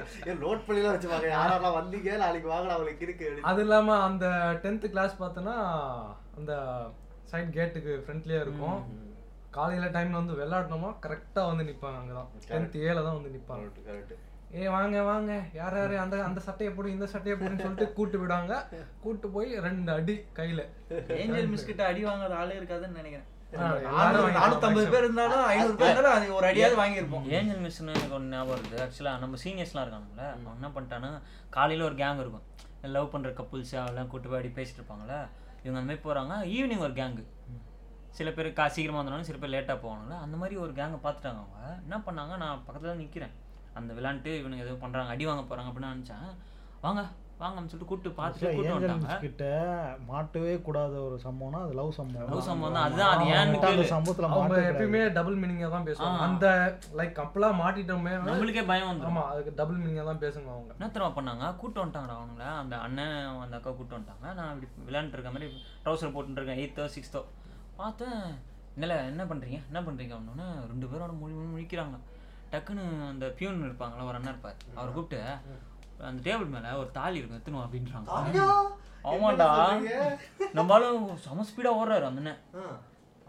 நோட் பண்ணிலாம் வச்சுப்பாங்க யாரெல்லாம் வந்தீங்க நாளைக்கு வாங்கலாம் அவங்களுக்கு இருக்கு அப்படின்னு.
அது இல்லாம அந்த டென்த் கிளாஸ் பார்த்தோன்னா அந்த சைட் கேட்டுக்கு ஃப்ரண்ட்லயே இருக்கும் காலையில டைம்ல வந்து விளையாடணுமா கரெக்டா வந்து நிப்பாங்க அங்கதான் டென்த் ஏல தான் வந்து நிப்பாங்க
Correct, correct.
ஏ வாங்க வாங்க யார் யாரு அந்த அந்த சட்டையை போடு இந்த சட்டையை போடுன்னு சொல்லிட்டு கூட்டு விடுவாங்க கூட்டு போய் ரெண்டு அடி கையில
ஏஞ்சல் மிஸ் கிட்ட அடி வாங்குற ஆளே இருக்காதுன்னு நினைக்கிறேன்
ஆ,
நானூறு-
வாங்கிருப்பாங்க.
நானூத்தம்பது பேர் இருந்தாலும் ஐநூறு பேர் இருந்தாலும் அது ஒரு அடியாவது வாங்கியிருப்போம்
ஏஞ்சல் மிஷன் எனக்கு ஒன்று ஞாபகம் வருது ஆக்சுவலாக நம்ம சீனியர்ஸ்லாம் இருக்காங்கல்ல அவன் என்ன பண்ணிட்டான்னா காலையில் ஒரு கேங் இருக்கும் லவ் பண்ணுற கப்புள்ஸ் அவெல்லாம் கூட்டு போய் அப்படி பேசிட்டு இருப்பாங்கல்ல இவங்க அந்த மாதிரி போகிறாங்க ஈவினிங் ஒரு கேங்கு சில பேர் கா சீக்கிரமாக வந்தாலும் சில பேர் லேட்டாக போவாங்கல்ல அந்த மாதிரி ஒரு கேங்கை பார்த்துட்டாங்க அவங்க என்ன பண்ணாங்க நான் பக்கத்தில் நிற்கிறேன் அந்த விளாண்டுட்டு இவனுங்க ஏதோ பண்ணுறாங்க அடி வாங்க போகிறாங்க அப்படின்னு நினச்சேன் வாங்க வாங்கன்னு சொல்லிட்டு கூப்பிட்டு பார்த்துட்டு கூப்பிட்டு
ஏஞ்சல்
வந்துட்டாங்க
மிஸ் கிட்ட மாட்டவே கூடாத ஒரு சம்பவம்னா அது லவ் சம்பவம்
லவ் சம்பவம் தான் அதுதான் அது ஏன்னு
அவங்ககிட்ட அந்த
கேளு.
சம்பவத்துல
அவங்க
மாட்டே
எப்பயுமே டபுள் மீனிங்கா தான் பேசுவாங்க
ஆ.
அந்த லைக் கப்பலா மாட்டிட்டோமே
நம்மளுக்கே பயம் வந்துடும்
ஆமா அதுக்கு டபுள் மீனிங்கா தான் பேசுங்க அவங்க
என்ன தெரியுமா பண்ணாங்க கூட்டு வந்துட்டாங்கடா அவனுங்கள அந்த அண்ணன் அந்த அக்கா கூட்டு வந்துட்டாங்க நான் இப்படி விளையாண்டுட்டு இருக்க மாதிரி ட்ரௌசர் போட்டுட்டு இருக்கேன் எயித்தோ சிக்ஸ்த்தோ பார்த்தேன் இல்லை என்ன பண்ணுறீங்க என்ன பண்ணுறீங்க அப்படின்னோடனே ரெண்டு பேரோட மொழி மொழி முழிக்கிறாங்க டக்குன்னு அந்த பியூன் இருப்பாங்களா ஒரு அண்ணன் இருப்பார் அவரை கூப்பிட்டு அந்த டேபிள் மேலே ஒரு தாலி இருக்கும் எத்தணும் அப்படின்றாங்க
ஐயோ,
ஆமாண்டா
என்ன சொல்றீங்க?
நம்மளும் செம ஸ்பீடாக ஓடுறாரு அந்த அண்ணன்
ஆ,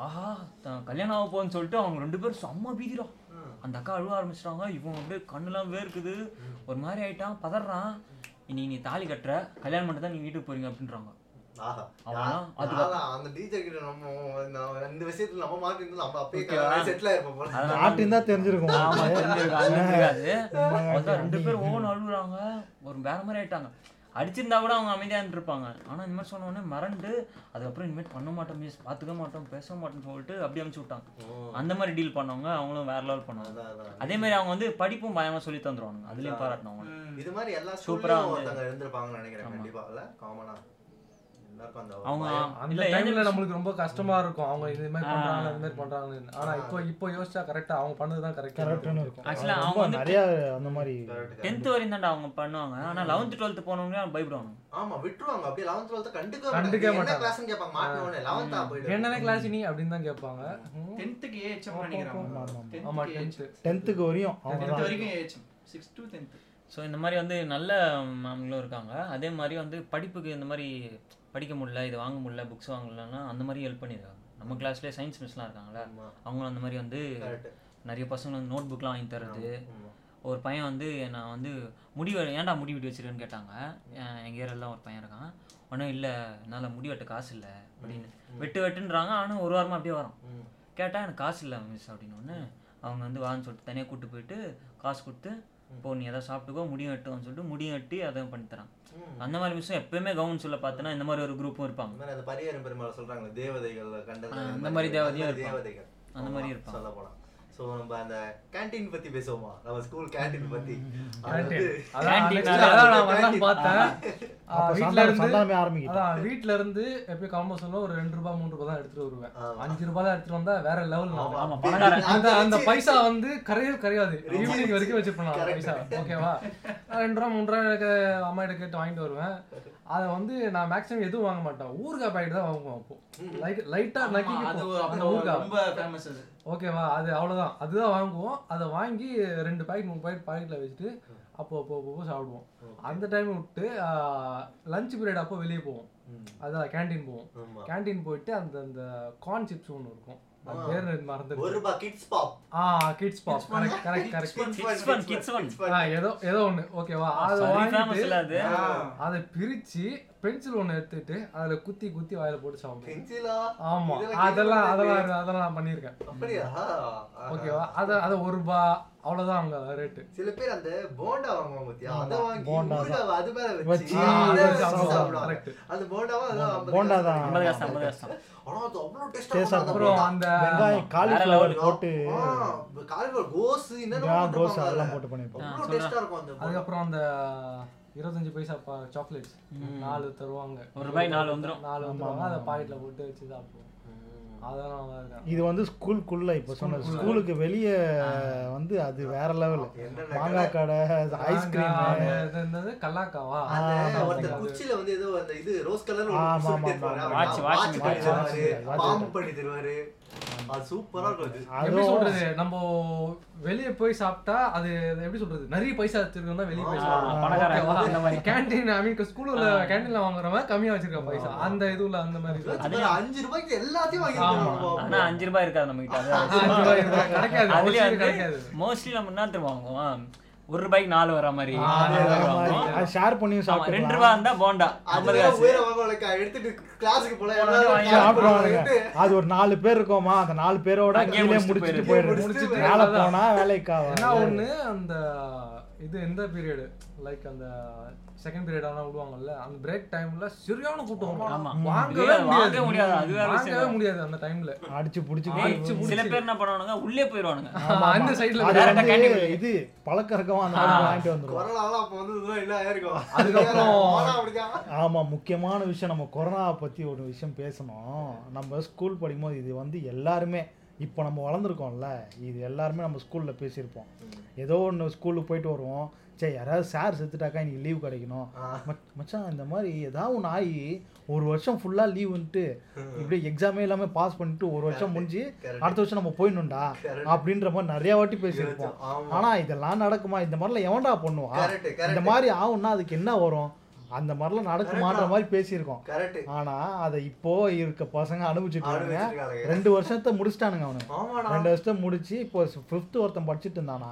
ஆஹா தான் கல்யாணம் ஆக போகுதுன்னு சொல்லிட்டு அவங்க ரெண்டு பேரும் செம்ம பீதிடா
ஆ.
அந்த அக்கா அழுவ ஆரம்பிச்சிட்டாங்க இவன் அப்படியே கண்ணுலாம் வேர்க்குது ஒரு மாதிரி ஆயிட்டான் பதறான் இனி நீ தாலி கட்டுற கல்யாணம் பண்ணிட்டு தான் நீ வீட்டுக்கு போறீங்க அப்படின்றாங்க
ஆஹா.
அவனா? அது-
நானா? அந்த teacher கிட்ட நம்ம நம்ம இந்த விஷயத்துல நம்ம மாட்டி இருந்தா நம்ம அப்பயே கல்யாணம் settle ஆயிருப்போம் போல.
நாட்டின் தான் தெரிஞ்சிருக்கும்
ஆமா தெரிஞ்சிருக்கு, அது தெரியாது.
ஆமா,
அதான் ரெண்டு பேரும் ஒவ்வொன்று அழுகுறாங்க ஒரு வேற மாதிரி ஆயிட்டாங்க அடிச்சிருந்தா கூட அவங்க அமைதியா இருந்திருப்பாங்க ஆனா இந்த மாதிரி சொன்ன உடனே மறந்து அதுக்கப்புறம் இனிமேல் பண்ண மாட்டோம் மிஸ் பார்த்துக்க மாட்டோம் பேச மாட்டோம்னு சொல்லிட்டு அப்படி அனுப்பிச்சு விட்டாங்க அந்த மாதிரி டீல் பண்ணவங்க அவங்களும் வேற லெவல் பண்ணுவாங்க
அதான், அதான்.
அதே மாதிரி அவங்க வந்து படிப்பும் பயமா சொல்லி தந்துருவாங்க அதுலயும் பாராட்டினவங்க
இது மாதிரி எல்லா
சூப்பரா
ஸ்கூல்லயும்
வந்து-
ஒருத்தங்க இருந்திருப்பாங்கன்னு நினைக்கிறேன் கண்டிப்பா இல்ல காமனா எல்லாருக்கும் அந்த
அவங்க
பயம்.
இல்ல
அந்த
ஏஞ்சல்
டைம்ல
மிஸ்
நம்மளுக்கு ரொம்ப கஷ்டமா இருக்கும் அவங்க இது மாதிரி
ஆ.
பண்றாங்க இது மாதிரி பண்றாங்கன்னு ஆனா இப்போ இப்போ யோசிச்சா கரெக்டா அவங்க பண்ணது தான்
கரெக்ட்னு
கரெக்ட்
இருக்கும்
Actually,
அது
அவங்க
ரொம்ப
வந்து-
நிறைய அந்த மாதிரி
Correct, correct.
டென்த் வரையும் தான்டா அவங்க பண்ணுவாங்க ஆனா லெவன்த் டுவெல்த் போனவங்க பயப்படுவாங்க
ஆமா விட்டுருவாங்க அப்படியே 11th 12th கண்டுக்கவே
கண்டுக்கவே
மாட்டாங்க. என்ன
மாட்டாங்க.
கிளாஸ்னு கேட்பாங்க மாட்டின உடனே 11th ஆ போயிடு.
என்னென்ன கிளாஸ் நீ அப்படின்னு தான் கேட்பாங்க ம்.
டென்த்துக்கு ஏஹெச்எம்
ஆமா, ஆமா,
நினைக்கிறேன்
ஆமா.
ஆமா
டென்த்துக்கு
டென்த்து
டென்த்துக்கு வரையும் அவங்க
டென்த்
தான்
வரைக்கும் AHM six to tenth
so இந்த மாதிரி வந்து நல்ல மேம்களும் இருக்காங்க அதே மாதிரி வந்து படிப்புக்கு இந்த மாதிரி படிக்க முடியல இது வாங்க முடியல புக்ஸ் வாங்கலன்னா அந்த மாதிரி ஹெல்ப் பண்ணியிருக்காங்க நம்ம கிளாஸ்லேயே சயின்ஸ் மிஸ்லாம் இருக்காங்களே
ஆமா.
அவங்களும் அந்த மாதிரி வந்து
Correct.
நிறைய பசங்க வந்து நோட் புக்லாம் வாங்கி தர்றது
ஆமா.
ஒரு பையன் வந்து நான் வந்து முடி வெ- ஏன்டா முடி வெட்டி வச்சிருக்கேன்னு கேட்டாங்க எங்கள் ஏரியாவில் தான் ஒரு பையன் இருக்கான் ஒன்றும் இல்லை என்னால் முடி வெட்ட காசு இல்லை அப்படின்னு வெட்டு வெட்டுன்றாங்க ஆனால் ஒரு வாரமாக அப்படியே வரோம்
ம்.
கேட்டால் எனக்கு காசு இல்லை மிஸ் அப்படின்னு ஒன்று அவங்க வந்து வான்னு சொல்லிட்டு தனியாக கூப்பிட்டு போயிட்டு காசு கொடுத்து இப்போ நீ எதாவது சாப்பிட்டுக்கோ முடியும் வெட்டுவோம்னு சொல்லிட்டு முடியும் வெட்டி அதை பண்ணித்தரான்
ம்.
அந்த மாதிரி மிஸ்ஸும் எப்பயுமே கவர்மெண்ட் சொல்ல பார்த்தோன்னா இந்த மாதிரி ஒரு குரூப்பும் இருப்பாங்க
இந்த மாதிரி அந்த பரிகாரம் பெருமாள் சொல்றாங்க தேவதைகள் கண்டது
ஆ, அந்த மாதிரி தேவதையும்
அந்த மாதிரி
இருப்பாங்க.
தேவதைகள்
அந்த மாதிரி
ஆமா,
இருப்பாங்க.
சொல்ல போனா சோ நம்ம அந்த கேண்டீன் பத்தி பேசுவோமா நம்ம ஸ்கூல் கேண்டீன் பத்தி அது வந்து-
Canteen. அதான்
Canteen.
next அதான் நான் வரலாம்
Canteen.
பார்த்தேன் ஆ,
அப்ப
வீட்ல
சந்தானம்
இருந்து
சந்தானமே ஆரம்பிக்கிட்டோம்
அதான் வீட்ல இருந்து எப்பயும் கிளம்ப சொல்ல ஒரு ரெண்டு ரூபாய் மூணு ரூபாய் தான் எடுத்துட்டு வருவேன்
ஆமா.
அஞ்சு ரூபாய் தான் எடுத்துட்டு வந்தா வேற லெவல்
ஆமா,
நான்
ஆமா,
பணக்காரன். அந்த அந்த
ரிச்சி,
பைசா வந்து கரையவே கரையாது
ரிச்சி,
ஈவினிங் வரைக்கும்
ரிச்சி.
வச்சுப்பேன் நான் அந்த
Correct.
பைசா ஓகேவா நான் ரெண்டு ரூபா மூணு ரூபா எனக்கு அம்மா கிட்ட கேட்டு வாங்கிட்டு வருவேன் அதை வந்து நான் மேக்ஸிமம் எதுவும் வாங்க மாட்டேன் ஊறுகாய் பாக்கெட் தான் வாங்குவோம் அப்போ லைட் லைட்டா
ஆமா, அது ஒரு-
நக்கி
அப்போ
அந்த ஊறுகாய்
ரொம்ப ஃபேமஸ் அது
ஓகேவா அது அவ்வளோதான் அதுதான் வாங்குவோம் அதை வாங்கி ரெண்டு பாக்கெட் மூணு பாக்கெட் பாக்கெட்டில் வச்சுட்டு அப்போ அப்போ அப்போ அப்போ சாப்பிடுவோம் அந்த டைம் விட்டு லஞ்ச் பீரியட் அப்போ வெளியே போவோம்
ம்.
அதான் கேண்டீன் போவோம்
ஆமா.
கேண்டீன் போயிட்டு அந்த அந்த கார்ன் சிப்ஸ் ஒன்று இருக்கும் அது பேர் எனக்கு
ஒரு
மறந்துடுச்சு
ரூபாய் கிட்ஸ் பாப்
ஆ kids pop correct correct correct
Kids fun, kids fun.
ஆ ஏதோ ஏதோ ஒன்று ஓகேவா அதை
ஃபேமஸ்
வாங்கிட்டு
இல்லை அது
ஆ.
அதை பிரித்து பென்சில் ஒன்று எடுத்துட்டு அதில் குத்தி குத்தி வாயில் போட்டு சாப்பிடுவோம்
பென்சிலா
ஆமா
இதெல்லாம்
அதெல்லாம்
கேள்விப்பட்டது
அதெல்லாம் அதெல்லாம் நான் பண்ணியிருக்கேன்
அப்படியா ஆஹா.
ஓகேவா அதை அதை ஒரு ரூபா அவ்வளோதான் அவங்க ரேட்டு
சில பேர் அந்த போண்டா வாங்குவாங்க பாத்தியா அதை வாங்கி
போண்டா தான்.
ஊறுகாவை அது மேல
வச்சு
வச்சு
ஆ,
அதை
அது
வச்சு
சாப்பிடுவாங்க.
சாப்பிடுவாங்க
Correct.
அந்த போண்டாவா அதான்
போண்டா தான்.
ஐம்பது காசு ஐம்பது காசு தான்
ஆனா அது அவ்வளவு
Taste
டேஸ்டா
ஆ
அப்புறம் அந்த
வெங்காயம்
level.
காலிஃப்ளவர் போட்டு
காலிஃபிளவர் கோஸ் என்னென்ன
Yeah, கோஸ்
போட்டிருப்பாங்க
அதெல்லாம்
அதுல.
போட்டு பண்ணிருப்பாங்க
அவ்வளவு டேஸ்டா இருக்கும் அந்த போண்டா.
அதுக்கப்புறம் அந்த இருபத்தஞ்சு பைசா சாக்லேட்ஸ் நாலு தருவாங்க
ஒரு ரூபாய் நாலு வந்துரும்.
நாலு வந்துருவாங்க அதை பாக்கெட்டில் போட்டு வச்சு சாப்பிடுவோம் அதெல்லாம் நல்லா இருக்கும்
இது வந்து ஸ்கூலுக்குள்ள இப்போ சொன்ன ஸ்கூலுக்கு வெளியே வந்து அது வேற லெவல்
என்னென்ன
மாங்காய் கடை ஐஸ்கிரீம்
இருந்தது கல்லாக்காவா
அந்த ஒருத்தர் குச்சில வந்து ஏதோ அந்த இது ரோஸ் கலர்
ஆமா, ஆமா, ஆமா.
Watch, watch,
வாட்ச் பண்ணி
watch,
தருவாரு
watch.
பாம்பு பண்ணி தருவாரு அது சூப்பரா இருக்கும் அது.
எப்படி
அதுவும்
சொல்றது நம்ம வெளியே போய் சாப்பிட்டா அது எப்படி சொல்றது நிறைய பைசா வச்சிருக்கோம் தான் வெளியே போய்
ஆமா,
சாப்பிடுவோம்
பணக்காரன்
ஓகேவா?
அந்த மாதிரி.
கேண்டீன் ஐ மீன் ஸ்கூல்ல கேண்டீன்ல வாங்குறவன் கம்மியா வச்சிருக்கான் பைசா அந்த இதுல அந்த மாதிரி இது.
யோசிச்சு பாரு, அஞ்சு ரூபாய்க்கு எல்லாத்தையும் வாங்கி
ஆமா.
ஆனா
தருவாங்க
அஞ்சு ரூபாய் இருக்காது நம்ம கிட்ட
ஆ, அஞ்சு ரூபாய் இருந்தா கிடைக்காது
அதுலயே
அதுலயே
வந்து
கிடைக்காது
மோஸ்ட்லி நம்ம என்ன திரும்ப வாங்குவோம் ஒரு ரூபாய்க்கு நாலு வர மாதிரி
ஆ,
அந்த மாதிரி
ஆமா,
வாங்குவோம்.
ஷேர் பண்ணியும்
ஆமா, ரெண்டு
சாப்பிட்டுக்கலாம்
ரூபா இருந்தா போண்டா
அது
ஐம்பது
வேற
காசு
உயர வாங்க உனக்கு எடுத்துட்டு கிளாஸுக்கு போல
வாங்கி
சாப்பிடுவாங்க அது ஒரு நாலு பேர் இருக்கோமா அந்த நாலு பேரோட
அங்கேயே
கீழே
முடிச்சுட்டு
முடிச்சுட்டு
போயிரு.
போயிடுது
முடிச்சுட்டு
வேலை
அதான்.
போனா வேலைக்கு
என்ன
ஆகும்
ஒண்ணு அந்த இது எந்த பீரியடு லைக் அந்த செகண்ட் பீரியட் ஆனா விடுவாங்கல்ல அந்த பிரேக் டைம்ல சரியான கூட்டம்
ஆமா.
வாங்கவே
வெளியே வாங்கவே
முடியாது
முடியாது. அது வேற
வாங்கவே
விஷயம்.
முடியாது அந்த டைம்ல
அடிச்சு புடிச்சு
டேய்,
முடிச்சு,
சில
முடிச்சு.
பேர் என்ன பண்ணுவானுங்க உள்ளே போயிடுவானுங்க
அந்த சைடுல
அது
direct ஆ
வந்து
canteen வெளியே.
இது பழக்க இருக்கமா அந்த மாதிரி
ஆ.
வாங்கிட்டு வந்துருவோம்
கொரோனாலாம் அப்ப வந்து இதெல்லாம் எல்லாம் ஆயிருக்கும்
அதுக்கப்புறம்
போனா அப்படிதான்
ஆமா முக்கியமான விஷயம் நம்ம கொரோனாவை பத்தி ஒரு விஷயம் பேசணும் நம்ம ஸ்கூல் படிக்கும்போது இது வந்து எல்லாருமே இப்போ நம்ம வளர்ந்துருக்கோம்ல இது எல்லாருமே நம்ம ஸ்கூல்ல பேசியிருப்போம் ஏதோ ஒன்று ஸ்கூலுக்கு போயிட்டு வருவோம் சரி யாராவது சார் செத்துட்டாக்கா இன்னைக்கு லீவ் கிடைக்கணும்
ஆ.
மச்- மச்சான் இந்த மாதிரி ஏதாவது ஒன்று ஆகி ஒரு வருஷம் ஃபுல்லாக லீவுன்ட்டு இப்படியே எக்ஸாமே இல்லாமல் பாஸ் பண்ணிட்டு ஒரு வருஷம் முடிஞ்சு
correct.
அடுத்த வருஷம் நம்ம போயிடணும்டா
Correct.
அப்படின்ற மாதிரி நிறையா வாட்டி பேசியிருப்போம்
ஆமா.
ஆனால் இதெல்லாம் நடக்குமா இந்த மாதிரிலாம் எவன்டா பண்ணுவா
Correct, correct.
இந்த மாதிரி ஆகும்னா அதுக்கு என்ன வரும் அந்த மாதிரிலாம் நடக்குமான்ற மாதிரி பேசியிருக்கோம்
கரெக்ட்
ஆனா அதை இப்போ இருக்க பசங்க அனுபவிச்சுட்டு இருக்காங்க
அனுபவிச்சுட்டு
ரெண்டு வருஷத்தை முடிச்சிட்டானுங்க அவனுங்க
ஆமாடா.
ரெண்டு வருஷத்தை முடிச்சு இப்போ ஃபிஃப்த் ஒருத்தன் படிச்சுட்டு இருந்தானா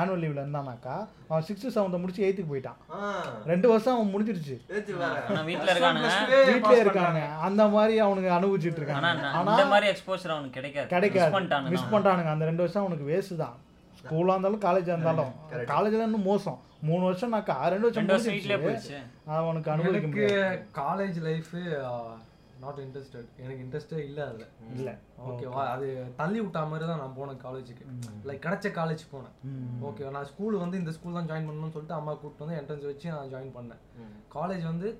ஆனுவல் லீவ்ல இருந்தானாக்கா அவன் சிக்ஸ்த்து செவன்த்தை முடிச்சு எயித்துக்கு போயிட்டான்
ஆ
ரெண்டு வருஷம் அவன் முடிஞ்சிருச்சு
ஏச்சு வேற
ஆனா வீட்ல இருக்கானுங்க
வீட்லயே இருக்காங்க அந்த மாதிரி அவனுக்கு அனுபவிச்சுட்டு
ஆனா
இருக்காங்க
நான்
ஆனா
இந்த மாதிரி எக்ஸ்போஷர் அவனுக்கு கிடைக்காது Miss
கிடைக்காது மிஸ்
பண்ணிட்டானுங்க
பண்ணிட்டானுங்க அந்த ரெண்டு வருஷம் அவனுக்கு வேஸ்ட் தான் ஸ்கூலாக இருந்தாலும் காலேஜாக இருந்தாலும் காலேஜில் இன்னும் மோசம் மூணு வருஷம்னாக்கா ரெண்டு வருஷம்
ரெண்டு வருஷம் வீட்லயே
முடிஞ்சிருச்சு.
போயிடுச்சு
அவனுக்கு அனுபவிக்க
எனக்கு
முடியாது
காலேஜ் லைஃப் நாட் இன்ட்ரெஸ்டட் எனக்கு இன்ட்ரெஸ்டே இல்ல அதுல
இல்லை
ஓகேவா அது தள்ளி விட்ட மாதிரி தான் நான் போனேன் காலேஜுக்கு லைக் கிடைச்ச காலேஜ் போனேன் ஓகேவா நான் ஸ்கூல் வந்து இந்த ஸ்கூல் தான் ஜாயின் பண்ணணும்னு சொல்லிட்டு அம்மா கூப்பிட்டு வந்து என்ட்ரன்ஸ் வச்சு நான் ஜாயின் பண்ணேன் காலேஜ் வந்து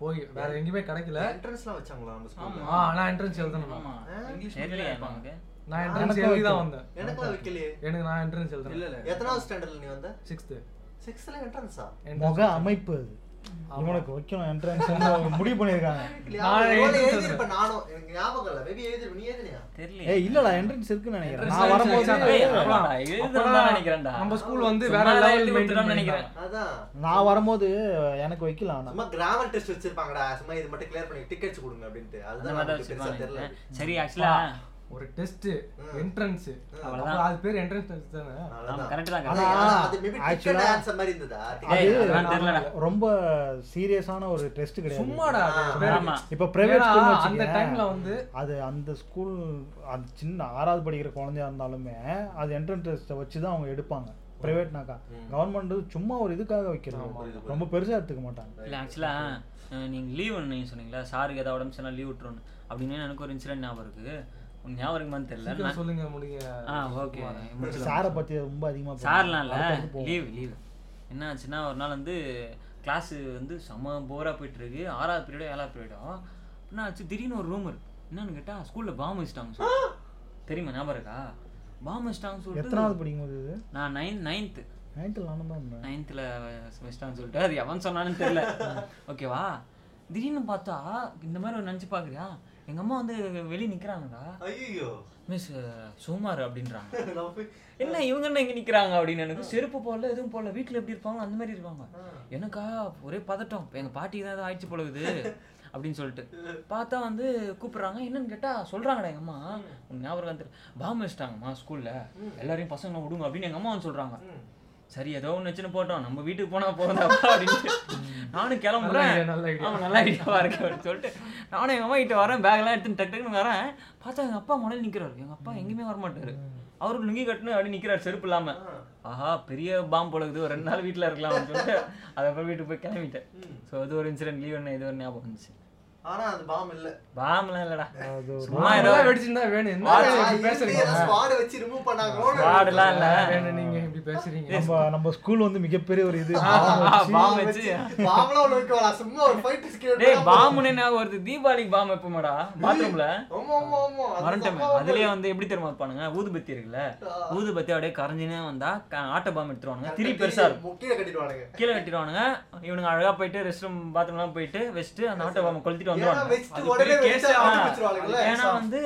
போய் வேற எங்கேயுமே கிடைக்கல
என்ட்ரன்ஸ்லாம் வச்சாங்களா நம்ம ஸ்கூல்ல
ஆ நான் என்ட்ரன்ஸ் எழுதணும்
ஆமா இங்கிலீஷ்
தெரியலையா
மீடியம் இருப்பாங்க
நமக்கு
நான் என்ட்ரன்ஸ் எழுதி தான் வந்தேன்
எனக்குலாம் வைக்கலையே
எனக்கு நான் என்ட்ரன்ஸ்
இல்ல
எழுதுனேன்
இல்ல
எத்தனாவது ஸ்டாண்டர்ட்ல நீ வந்த
சிக்ஸ்த்து
சிக்ஸ்த்ல என்ட்ரன்ஸா
முக அமைப்பு அது இவனுக்கு வைக்கணும் என்ட்ரன்ஸ் அவங்க முடிவு பண்ணியிருக்காங்க
நான்
நான்
எழுதி
எழுதிருப்பேன் நானும் எனக்கு ஞாபகம் இல்லை மேபி எழுதிருப்பேன் நீ எழுதுனியா
தெரியல
ஏய் இல்லடா என்ட்ரன்ஸ் இருக்குன்னு நினைக்கிறேன் நான்
Entrance
வரும்போது
exam.
அப்பலாம் எழுதுறதா நினைக்கிறேன்டா.
நம்ம ஸ்கூல் வந்து
சும்மா
வேற
எழுதி
லெவல்
விட்டுறான்னு
மெயின்டைன்
நினைக்கிறேன்.
நினைக்கிறேன்
அதான்
நான் வரும்போது எனக்கு வைக்கல ஆனா
சும்மா கிராமர் டெஸ்ட் வச்சிருப்பாங்கடா சும்மா இது மட்டும் கிளியர் பண்ணி டிக்கெட்ஸ் கொடுங்க அப்படின்ட்டு
அந்த
அதுதான் நமக்கு
மாதிரி தான்
பெருசா தெரியல
வச்சிருப்பாங்க. சரி ஆக்சுவலா
ஒரு டெஸ்ட் என்ட்ரன்ஸ்
அவ்வளவுதான்.
அது பேர் என்ட்ரன்ஸ் தானே
அவ்வளவுதான்.
கரெக்ட் தான்
ஆனா,
correct.
அதான், அது maybe ticket
actually-
answer மாதிரி இருந்ததா?
ஏய்,
அது
அதெல்லாம் தெரியலடா.
ரொம்ப சீரியஸான ஒரு டெஸ்ட் கிடையாது
சும்மாடா அது ஒரு பேரு.
ஆமா
இப்போ பிரைவேட்
ஏன்னா,
ஸ்கூல்
அந்த டைம்ல வந்து
அது அந்த ஸ்கூல் அது சின்ன ஆறாவது படிக்கிற குழந்தையா இருந்தாலுமே அது என்ட்ரன்ஸ் டெஸ்ட்டை வச்சு தான் அவங்க எடுப்பாங்க பிரைவேட்னாக்கா கவர்மெண்ட் சும்மா ஒரு இதுக்காக வைக்கிறாங்க ரொம்ப பெருசா எடுத்துக்க மாட்டாங்க
இல்ல ஆக்சுவலா நீங்க லீவ் நீங்க சொன்னீங்களா சாருக்கு ஏதாவது உடம்பு சரியில்லை லீவ் விட்டுருன்னு அப்படின்னு எனக்கு ஒரு இன்சிடென்ட் ஞாபகம் இருக்கு உனக்கு ஞாபகம் இருக்குமான்னு தெரியல
சீக்கிரம்
நான்-
சொல்லுங்க முடிங்க
ஆ ஓகே
சாரை பத்தி ரொம்ப அதிகமா
சார்லாம் இல்ல
அடுத்த இது போ-
லீவ் லீவ் என்ன ஆச்சுன்னா ஒரு நாள் வந்து கிளாஸ் வந்து செம போரா போயிட்டு இருக்கு ஆறாவது பீரியடோ ஏழாவது பீரியடோ என்ன ஆச்சு திடீர்னு ஒரு ரூமர் என்னன்னு கேட்டா ஸ்கூல்ல பாம்பு வச்சிட்டாங்க சொல்லி தெரியுமா ஞாபகம் இருக்கா பாம்பு வச்சிட்டாங்க சொல்லிட்டு
எத்தனாவது படிக்கும்போது இது
நான் நைன் நைன்த்து
நைன்த்தில் நானும் தான் இருந்தேன்
நைன்த்தில் வச்சிட்டான்னு சொல்லிட்டு அது எவன் சொன்னான்னு தெரியல ஓகேவா திடீர்னு பார்த்தா இந்த மாதிரி ஒரு நினச்சி பார்க்குறியா எங்கள் அம்மா வந்து வெளியே நிற்கிறாங்கடா
ஐயையோ,
மிஸ் சுமார் அப்படின்றாங்க
நம்ம போய்-
என்ன இவங்க என்ன இங்க நிக்கிறாங்க அப்படின்னு எனக்கு செருப்பு போடல எதுவும் போடல வீட்ல எப்படி இருப்பாங்க அந்த மாதிரி இருப்பாங்க எனக்கா ஒரே பதட்டம் இப்ப எங்க பாட்டி ஏதாவது ஆயிடுச்சு போல இது அப்படின்னு சொல்லிட்டு பார்த்தா வந்து கூப்பிடுறாங்க என்னன்னு கேட்டா சொல்றாங்கடா எங்க அம்மா உங்க ஞாபகம் வந்து பாம்பு வச்சிட்டாங்கம்மா ஸ்கூல்ல எல்லாரையும் பசங்க விடுங்க அப்படின்னு எங்க அம்மா வந்து சொல்றாங்க சரி ஏதோ ஒன்று வச்சுன்னு போட்டோம் நம்ம வீட்டுக்கு போனா போகிறதாப்பா அப்படின்னு நானும் கிளம்புறேன்
idea, நல்ல idea.
ஆமா நல்லா ஐடியாவாக இருக்கு அப்படின்னு சொல்லிட்டு நானும் எங்கள் அம்மா கிட்ட வரேன் பேக்லாம் எடுத்துன்னு டக்கு டக்குன்னு வரேன் பார்த்தா எங்கள் அப்பா முதல்ல நிற்கிறாரு எங்கள் அப்பா எங்கேயுமே வர மாட்டாரு அவரு லுங்கி கட்டுன்னு அப்படி நிற்கிறார் செருப்பு இல்லாம ஆஹா பெரிய பாம்பு பொழுது ஒரு ரெண்டு நாள் வீட்டில் இருக்கலாம் அப்படின்னு சொல்லிட்டு அதுக்கப்புறம் வீட்டுக்கு போய் கிளம்பிட்டேன் ஸோ அது ஒரு இன்சிடென்ட் லீவ் என்ன இது ஒரு ஞாபகம் வந்துச்சு
ஆனா அது bomb இல்ல.
பாம்புலாம் இல்லடா
அது ஒரு
சும்மா ஏதோ
வெடிச்சிருந்தா வேணும் என்ன
ஆனா,
இப்படி
இதுல
பேசுறீங்க
ஏதோ squad வச்சு remove பண்ணாங்களோன்னு
வாடெல்லாம்
இருக்கு.
இல்லை
வேணும் நீங்க இப்படி பேசுறீங்க
நம்ம நம்ம ஸ்கூல் வந்து மிகப்பெரிய ஒரு இது
பாம்பு
வச்சு,
வச்சு
பாம்பெல்லாம் உள்ள வைக்க வேணாம். சும்மா ஒரு fight escape
டேய்
தான் போதும்.
பாம்புன்னு ஞாபகம் வருது தீபாவளிக்கு பாம்பு எப்பமாடா பாத்ரூம்ல
ஆமா, ஆமா, ஆமா. அது
மறந்துட்டேன்
சம்பவம்
அதுலயே வந்து எப்படி தெரியுமா இருப்பானுங்க ஊதுபத்தி இருக்குல்ல ஊதுபத்தி அப்படியே கரைஞ்சினே வந்தா க- ஆட்டோ பாம்பு எடுத்துருவானுங்க திரி பெருசா இருக்கும்
கீழே கட்டிடுவானுங்க.
கீழே கட்டிடுவானுங்க இவனுங்க அழகா போயிட்டு ரெஸ்ட் ரூம் பாத்ரூம் எல்லாம் போயிட்டு வச்சுட்டு அந்த ஆட்டோ பாம்பு கொளுத்திட்டு
ஏன்னா
வந்துருவானுங்க
வச்சுட்டு உடனே வச்சு
ஆ,
அவுத்து வச்சிருவானுங்கல்ல.
ஏன்னா வந்து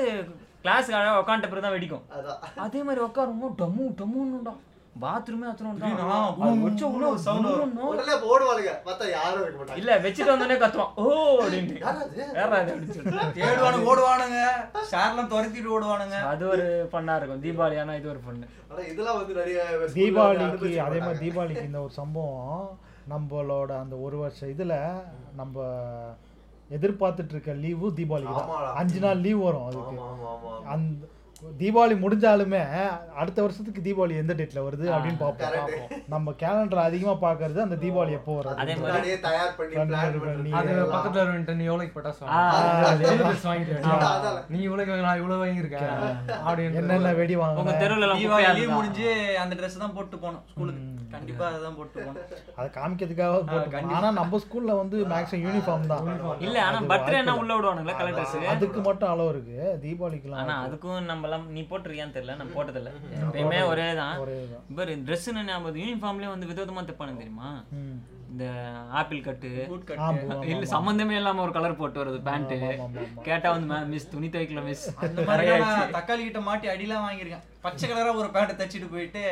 கிளாஸ்க்கு அழகா உட்காந்துட்ட பிறகு தான் வெடிக்கும்
அதான்.
அதே மாதிரி உட்காருவோம் டம்மு டம்முன்னுடா பாத்ரூமே
இல்லைண்ணா,
அத்தனை
உடனே ஓடுவானுங்க. பார்த்தா யாரும் இருக்க மாட்டாங்க.
இல்ல வச்சுட்டு வந்தோடனே கத்துவான் ஓ அப்படின்ட்டு
யாரா அது?
வேற அப்படின்னு சொல்லிட்டு
தேடுவானுங்க ஓடுவானுங்க சார்லாம் துரத்திட்டு ஓடுவானுங்க
அது ஒரு பண்ணா இருக்கும் தீபாவளி ஆனா இது ஒரு பண்ணு
ஆனா இதெல்லாம் வந்து நிறைய school ல வந்து
தீபாவளிக்கு
அனுபவிச்சிருக்க
அதே
மாட்டாங்க.
மாதிரி தீபாவளிக்கு இந்த ஒரு சம்பவம் நம்மளோட அந்த ஒரு வருஷம் இதுல நம்ம எதிர்பார்த்துட்டு இருக்க லீவு தீபாவளிக்கு
ஆமாடா.
தான் அஞ்சு நாள் லீவ் வரும் அதுக்கு
ஆமா, ஆமா, ஆமா, ஆமா.
அந்த தீபாவளி முடிஞ்சாலுமே அடுத்த வருஷத்துக்கு தீபாவளி எந்த டேட்ல வருது அப்படின்னு பார்ப்போம் நம்ம கேலண்டர் அதிகமா பார்க்கிறது அந்த தீபாவளி எப்போ வருது
அதே மாதிரி
முன்னாடியே தயார் பண்ணி
Plan
plan
பண்ணி,
பண்ணி
அது
எல்லாம்.
பக்கத்துல ஒரு நீ எவ்வளவு பட்டாசு
ஆ,
வாங்கின?
அது- அது-
எழுபது பீஸ் வாங்கிட்டு வா.
அதான், அதான்.
நீ இவ்வளவு வாங்கி- நான் இவ்வளவு வாங்கியிருக்கேன் அப்படின்னு
என்னென்ன வெடி
உங்க
வாங்க
தெருவுல எல்லாம்
தீபாவளி
குப்பையா
leave
இருந்தா?
முடிஞ்சு அந்த ட்ரெஸ் தான் போட்டு போனோம் ஸ்கூலுக்கு கண்டிப்பா அதுதான் போட்டு போனோம்
அதை காமிக்கிறதுக்காக போட்டு ஆனா நம்ம ஸ்கூல்ல வந்து மேக்ஸிமம் யூனிஃபார்ம் தான்
இல்ல ஆனா
அது
பர்த்டே
வாய்ப்பு
என்ன உள்ள விடுவானுங்களா கலர் ட்ரெஸ்
அதுக்கு மட்டும் அளவு இருக்கு தீபாவளிக்குலாம்
ஆனா அதுக்கும் நம்ம எல்லாம் நீ போட்டிருக்கியான்னு தெரியல நான் போட்டதில்ல எப்பயுமே ஒரே தான்
ஒரே இதுதான்.
இப்போ ட்ரெஸ் ஞாபகம் யூனிஃபார்ம்லயே வந்து விதவிதமா தப்பானு தெரியுமா
ம்.
இந்த ஆப்பிள் கட்டு
Boot cut.
ஆமா, ஆமா,
இல்ல சம்பந்தமே இல்லாம ஒரு கலர் போட்டு வருது பேண்ட்
ஆமா, ஆமா, ஆமா.
கேட்டா வந்து மேம் மிஸ் துணி துவைக்கல மிஸ்
இந்த மாதிரி நான் தக்காளி கிட்ட மாட்டி அடிலாம் வாங்கியிருக்கேன் பச்சை கலரா ஒரு பேண்ட் தைச்சிட்டு போயிட்டு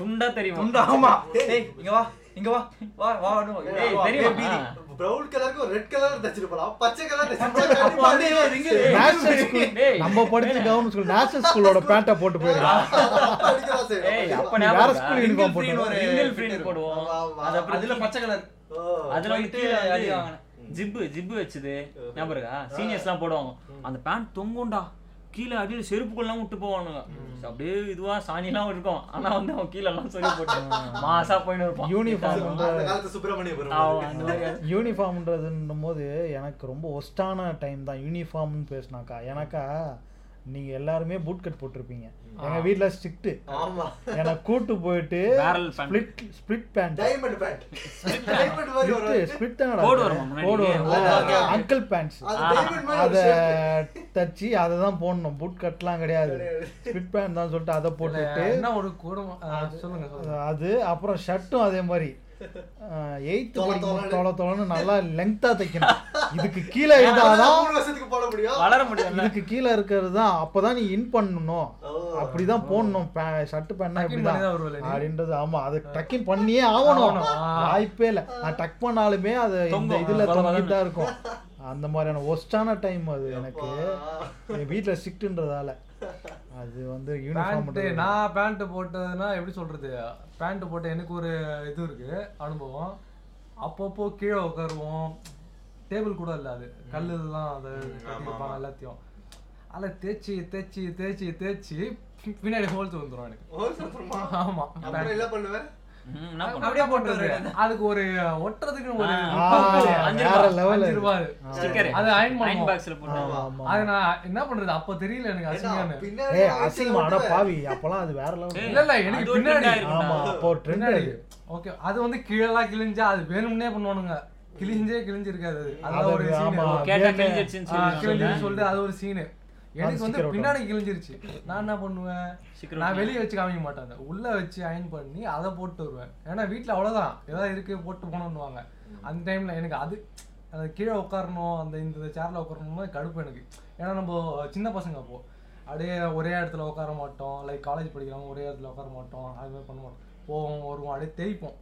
துண்டா தெரியும்
துண்டு ஆமா டேய் இங்க வா இங்க வா வா வா வா,
ஏய்,
வா,
தெரியுமா?
வா, பீதி.
brown colour க்கு ஒரு red colour தச்சிட்டு போலாம். பச்சை colour தச்சிட்டு போலாம்.
அப்போ
கண்டிப்பா
அப்படியே ring உ.
நேஷனல் ஸ்கூல்
டேய்.
நம்ம படிச்ச கவர்மெண்ட் ஸ்கூல் நேஷனல் ஸ்கூலோட பேண்ட்டை போட்டு போயிருக்கான்
அப்பா அடிக்கதான்
ஏய்
செய்வான்.
அப்ப
நீ வேற
ஞாபகம்
ஸ்கூல்
இருக்கா?
யூனிஃபார்ம்
Single
போட்டு
Single
print ஒரு
print
print
போடுவோம்
ஆமா, ஆமா.
அது அப்புறம்
அதுல பச்சை கலர்
ஓ.
அதுல வந்து
போயிட்டு
கீழே
அடி
வந்து
வாங்கினேன்.
ஜிப்பு ஜிப்பு வச்சது ஞாபகம் இருக்கா சீனியர்ஸ்லாம் போடுவாங்க அந்த பேண்ட் தொங்கும்டா கீழே அடியில செருப்புக்குள்ளலாம் விட்டு போவானுங்க அப்படியே இதுவா சாணிலாம் இருக்கும் ஆனா வந்து அவன் கீழ எல்லாம் சொல்லி போட்டு மாசா போயின்னு இருப்பான்
Uniform வந்து-
அந்த காலத்து சுப்பிரமணியபுரம்
ஆமா, அந்த மாதிரி அது.
யூனிஃபார்ம்ன்றதுன்னும் போது எனக்கு ரொம்ப ஒஸ்டான டைம் தான் யூனிஃபார்ம்னு பேசினாக்கா எனக்கா நீங்க எல்லாருமே பூட் கட் போட்டிருப்பீங்க எங்க வீட்ல ஸ்ட்ரிக்ட்
ஆமா
என்னை கூட்டு போயிட்டு
Barrel pant.
Split split pant
diamond pant diamond மாதிரி ஒரு
ஸ்பிளிட் ஸ்பிளிட் தான்
கோடு வருமா முன்னாடி?
கோடு
அதான், அதான்.
அங்கிள் பேண்ட்ஸ்
அது டைமண்ட் மாதிரி ஒரு
அதை
shape.
தச்சு அதை தான் போடணும் பூட் கட்லாம் கிடையாது ஸ்பிட் பேண்ட் தான் சொல்லிட்டு அதை போட்டுட்டு
என்ன ஒரு கூடம் ஆ, சொல்லுங்க சொல்லுங்க
அது அப்புறம் ஷர்ட்டும் அதே மாதிரி எயித்து
தொல
படிக்கும்
தொலன்னு.
தொலை தொலைன்னு நல்லா லெங்க்தா தைக்கணும் இதுக்கு கீழே இருந்தாதான்
மூணு வருஷத்துக்கு போட முடியும்
வளர முடியாது
இதுக்கு கீழே இருக்கிறது தான் அப்பதான் நீ இன் பண்ணணும்
ஓ.
அப்படிதான் போடணும் ஷர்ட் பேண்ட்னா
Tuck in
இப்படிதான்
பண்ணிதான் வருவல்ல நீ?
அப்படின்றது ஆமா அது டக்கின் பண்ணியே ஆகணும்
ஆகணும், ஆ.
வாய்ப்பே இல்லை நான் டக் பண்ணாலுமே அது இந்த
தொங்கும்,
இதுல
வள வளன்னு.
தொங்கிட்டா இருக்கும் அந்த மாதிரியான ஒஸ்டான டைம் அது எனக்கு
அப்பா.
என் வீட்டுல ஸ்ட்ரிக்ட்ன்றதால அது வந்து
பேண்ட்
யூனிஃபார்ம்
நான் பேண்ட் போட்டதுன்னா எப்படி சொல்றது பேண்ட் போட்ட எனக்கு ஒரு இது இருக்கு அனுபவம் அப்பப்போ கீழே உட்காருவோம் டேபிள் கூட இல்லை அது கல் தான் அதை
ஆமா,
கட்டியிருப்பாங்க
ஆமா.
எல்லாத்தையும் அதில் தேய்ச்சி தேய்ச்சி தேய்ச்சி தேய்ச்சி பின்னாடி ஹோல்ஸ் வந்துரும் எனக்கு
ஓ, சூப்பர்மா.
ஆமா
அப்புறம் என்ன பண்ணுவேன்
ம், என்ன பண்றது?
அப்படியே போட்டுறது அதுக்கு ஒரு ஒட்டுறதுக்குன்னு ஒரு
ஆ,
பாக்ஸ்
அஞ்சு
வேற
ரூபா,
லெவல்
அஞ்சு ரூபாய்
Sticker.
அது அயன்
Iron
பண்ணுவோம்
box ல போட்டு.
ஆமா ஆமா
அது நான் என்ன பண்றது அப்ப தெரியல எனக்கு
ஏன்னா,
அசிங்கம்னு
பின்னாடி
ஏய்
நான் வச்சு
அசிங்கமா அட
ஓட்டுவேன்.
பாவி அப்பெல்லாம் அது வேற லெவல்
இல்ல, இல்ல, எனக்கு
அது ஒரு
பின்னாடி.
trend ஆயிருக்கும்டா.
ஆமா அப்போ ஒரு ட்ரெண்ட்
பின்னாடி ஓகே அது வந்து கீழெல்லாம் கிழிஞ்சா அது வேணும்னே பண்ணுவானுங்க கிழிஞ்சே கிழிஞ்சிருக்காது அது அதான் ஒரு
அது ஆமா.
சீன்
கேட்டா
வேணு.
கிழிஞ்சிருச்சுன்னு சொல்லி
கிழிஞ்சு சொல்லிட்டு அது ஒரு சீனு எனக்கு வந்து
sticker
பின்னாடி கிழிஞ்சிருச்சு நான் என்ன பண்ணுவேன்
சீக்கிரம்
நான் வெளியே வச்சு காமிக்க மாட்டேன் அதை. உள்ள வச்சு அயன் பண்ணி அதை போட்டு வருவேன் ஏன்னா வீட்ல அவ்வளவுதான் ஏதாவது இருக்கு போட்டு போனோம்னுவாங்க அந்த டைம்ல எனக்கு அது அது கீழே உட்காரணும் அந்த இந்த சேர்ல உட்காரணும்னா கடுப்பு எனக்கு ஏன்னா நம்ம சின்ன பசங்க அப்போ அப்படியே ஒரே இடத்துல உட்கார மாட்டோம் லைக் காலேஜ் படிக்கிறவங்க ஒரே இடத்துல உட்கார மாட்டோம் அது மாதிரி பண்ண மாட்டோம் போவோம் வருவோம் அப்படியே தேய்ப்போம்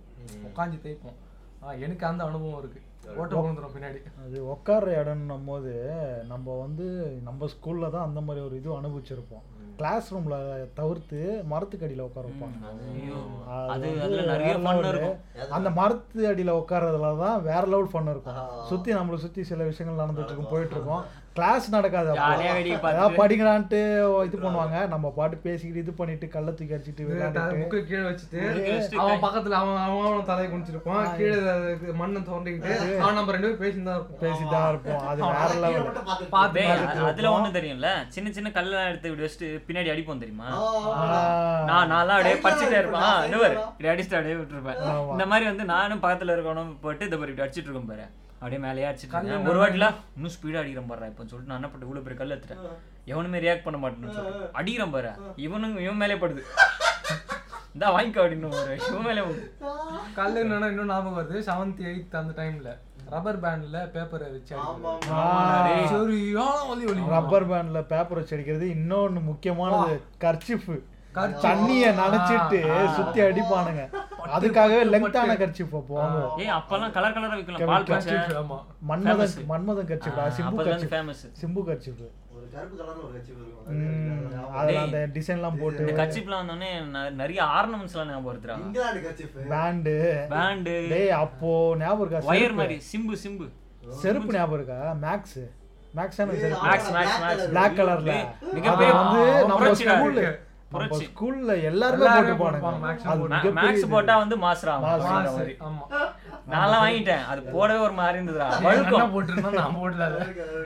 உட்காந்து தேய்ப்போம் ஆ, எனக்கு அந்த அனுபவம் இருக்கு ஓட்டு விழுந்துரும் பின்னாடி
அது உட்கார்ற இடம்னும் போது நம்ம வந்து நம்ம ஸ்கூல்ல தான் அந்த மாதிரி ஒரு இது அனுபவிச்சிருப்போம் கிளாஸ் ரூம்ல தவிர்த்து மரத்துக்கடியில உட்கார வைப்பாங்க
ஐயோ,
அது
அது
வந்து
அதுல
வேற
நிறைய
level.
பண்ணு இருக்கும்
அந்த மரத்து அடியில உட்கார்றதுல தான் வேற லெவல் ஃபன் இருக்கும்
ஆ.
சுத்தி நம்மளை சுத்தி சில விஷயங்கள் நடந்துட்டு இருக்கும் போயிட்டு இருக்கும் கிளாஸ் நடக்காது அப்போ.
ஜாலியா வெடியை
ஏதாவது
பார்த்துட்டு.
படிக்கிறான்ட்டு இது பண்ணுவாங்க நம்ம பாட்டு பேசிக்கிட்டு இது பண்ணிட்டு கள்ள தூக்கி அடிச்சிட்டு விளையாண்டுட்டு
புக்கு கீழே வச்சுட்டு
புக்கு வச்சுட்டு
அவன் பக்கத்துல அவன் அவன் அவன் தலையை குடிச்சிருப்பான் கீழே இது மண்ணை தோண்டிக்கிட்டு அவன் நம்ம ரெண்டு பேரும் பேசிட்டு தான் இருப்போம்
பேசிதான் இருப்போம் அது வேற
கீழே
லெவல்
மட்டும் பார்த்துட்டு
டேய்,
பார்த்து
அது- அதுல ஒண்ணு தெரியும்ல சின்ன சின்ன கல்லெல்லாம் எடுத்து இப்படி வச்சுட்டு பின்னாடி அடிப்போம் தெரியுமா
ஆ,
நான் நான்லாம் அப்படியே
Side ல
படிச்சுட்டே இருப்பேன் ஆ,
அடிப்பேன்,
இந்த
side
பாரு
ல.
இப்படி அடிச்சுட்டு அப்படியே விட்டுருப்பேன்
ஆமா.
இந்த மாதிரி வந்து நானும் பக்கத்துல இருக்கணும் போட்டு இந்த பாரு இப்படி அடிச்சிட்டு இருக்கேன் பாரு அப்படியே மேலேயே அடிச்சிட்டு
கல்லு
இருக்கேன். ஒரு வாட்டில இன்னும் ஸ்பீடா அடிக்கிறேன் பாரு இப்போ சொல்லிட்டு நான் என்ன பண்ணேன் இவ்வளவு பெரிய கல் எடுத்துட்டேன் எவனுமே ரியாக்ட் பண்ண மாட்டேன்னு சொல்லிட்டு அடிக்கிறேன் பாரு இவனுங்க இவன் மேலே படுது இந்தா வாங்கிக்கோ அப்படின்னு ஒரு இவன் மேலே படுது.
கல் என்னன்னா இன்னும் ஞாபகம் வருது செவன்த் எயித் அந்த டைம்ல ரப்பர் பேண்ட்ல பேப்பரை வச்சு
ஆமா,
அடிக்கிறது.
ஆமா.
டேய், சரியான வலி வலி
ரப்பர் பேண்ட்ல பேப்பர் வச்சு அடிக்கிறது இன்னொன்னு முக்கியமானது கர்ச்சிஃப்
கர்ச்சீஃப்.
தண்ணிய நனைச்சிட்டு சுத்தி அடிப்பானுங்க அதுக்காகவே லெங்க்தான கர்ச்சிஃப் போவாங்க
ஏய் அப்பெல்லாம் கலர் கலரா விற்கலாம்
கலர்
பால் பச்சை
ஆமா
மன்மதன்
Famous.
மன்மதன் கர்ச்சிஃப்டா
ஆ,
சிம்பு
அப்போதான் famous.
கர்ச்சிஃப் சிம்பு கர்ச்சிஃப்
ஒரு கருப்பு கலர்னு ஒரு கட்சி இருக்கும்.
அதுல
டேய்.
அந்த டிசைன்லாம் போட்டு
இந்த கச்சிப்லாம் வந்தோடனே ந- நிறைய ஆர்னமெண்ட்ஸ் எல்லாம் ஞாபகம் வருதுடா
இங்கிலாந்து கட்சி
பேண்டு
பேண்டு
டேய் அப்போ ஞாபகம் இருக்கா
ஒயர்
செருப்பு?
மாதிரி சிம்பு சிம்பு
செருப்பு ஞாபகம் இருக்கா மேக்ஸ் மேக்ஸ் செருப்பு
மேக்ஸ் மேக்ஸ் மேக்ஸ்
பிளாக் கலர்ல அது
மிகப்பெரிய
வந்து நம்ம
புரட்சிடா
ஸ்கூல்ல
இருக்கு.
நம்ம
புரட்சி.
ஸ்கூல்ல எல்லாருமே
எல்லாருமே
போட்டு
போட்டுப்பாங்க,
பாடுங்க
maximum
அது
போட்டு.
மே-
மிகப்பெரிய
மேக்ஸ்
இது.
போட்டா வந்து மாஸ்ரா
மாஸ்டர்
நான்
மாசு. ஆமா
நான்லாம் வாங்கிட்டேன் அது போடவே ஒரு மாதிரி இருந்ததுடா
என்ன
வழுக்கும்
போட்டிருந்தா நான் போடல அதை.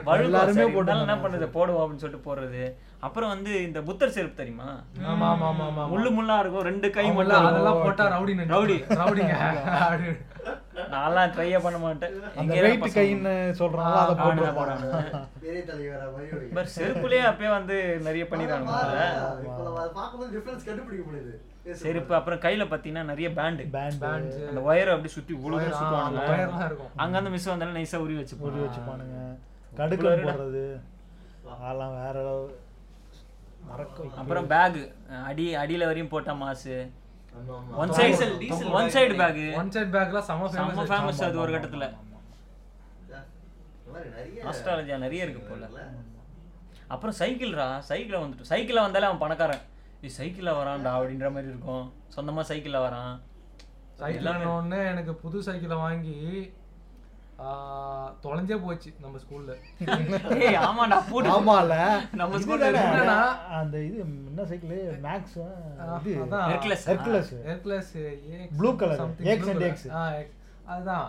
வழுக்கும்
எல்லாருமே
சரி, இருந்தாலும் என்ன
போட்டுருந்தாங்க.
பண்றது போடுவோம் அப்படின்னு சொல்லிட்டு போடுறது அப்புறம் வந்து இந்த புத்தர் செருப்பு தெரியுமா
ஆமா ஆமா ஆமா ஆமா
முள்ளு முள்ளா இருக்கும் ரெண்டு கை
அவங்கள
முள்ளா
அதெல்லாம் போட்டா ரவுடி நினைச்சு-
ரவுடி.
ரவுடிங்க அப்படி.
நான்லாம் ட்ரையே பண்ண மாட்டேன்
அந்த
எங்க
வெயிட்
ஏரியா
கைன்னு சொல்றாங்க அதை
பசங்க
போட்டு
ஆடுனா போடுறாங்க.
பெரிய தலைவரா மாதிரி ஒரு-
பட் செருப்புலயே அப்பயே வந்து நிறைய பண்ணிடுறாங்க
ஆமா,
போல.
இப்ப நம்ம அதை பார்க்கும்போது difference கண்டுபிடிக்க முடியுது. பேசும்போது.
செருப்பு அப்புறம் கையில பாத்தீங்கன்னா நிறைய பேண்டு
பேண்ட்
Band.
அந்த ஒயரை அப்படி சுத்தி
ஆ,
உழுது
அந்த
சுத்துவாங்க
வயர்லாம் இருக்கும்
அங்க அந்த மிஸ் வந்தாலும் நைஸா உரி வச்சு
பொடி
உரி
வச்சு பானுங்க கடுக்கல் போடுறது அதெல்லாம் வேற அளவு மறக்க
அப்புறம் பேக் அடி அடியில வரையும் போட்ட மாசு
ஆமா, ஆமா.
One side one side back
one side பேக்லாம் செம
செம்ம
ஃபேமஸ்
ஃபேமஸ் அது ஒரு கட்டத்துல
இந்த மாதிரி நிறைய
ஆஸ்ட்ராலஜியா நிறைய இருக்கு போல அப்புறம் சைக்கிள்ரா சைக்கிளை வந்துட்டு சைக்கிளை வந்தாலே அவன் பணக்காரன் இது சைக்கிள்ல வரான்டா அப்படின்ற மாதிரி இருக்கும் சொந்தமா சைக்கிள்ல வரான்
சைக்கிள் ஒன்று எனக்கு புது சைக்கிளை வாங்கி ஆ, தொலைஞ்சே போச்சு நம்ம ஸ்கூல்ல
ஏய் ஆமாடா போட்டு
ஆமால
நம்ம
இது
ஸ்கூல்ல
தானே,
என்னன்னா?
அந்த இது என்ன சைக்கிள் மேக்ஸ் இது
அதான்
Hercules.
Hercules
Hercules
Blue color. X and X.
அதுதான்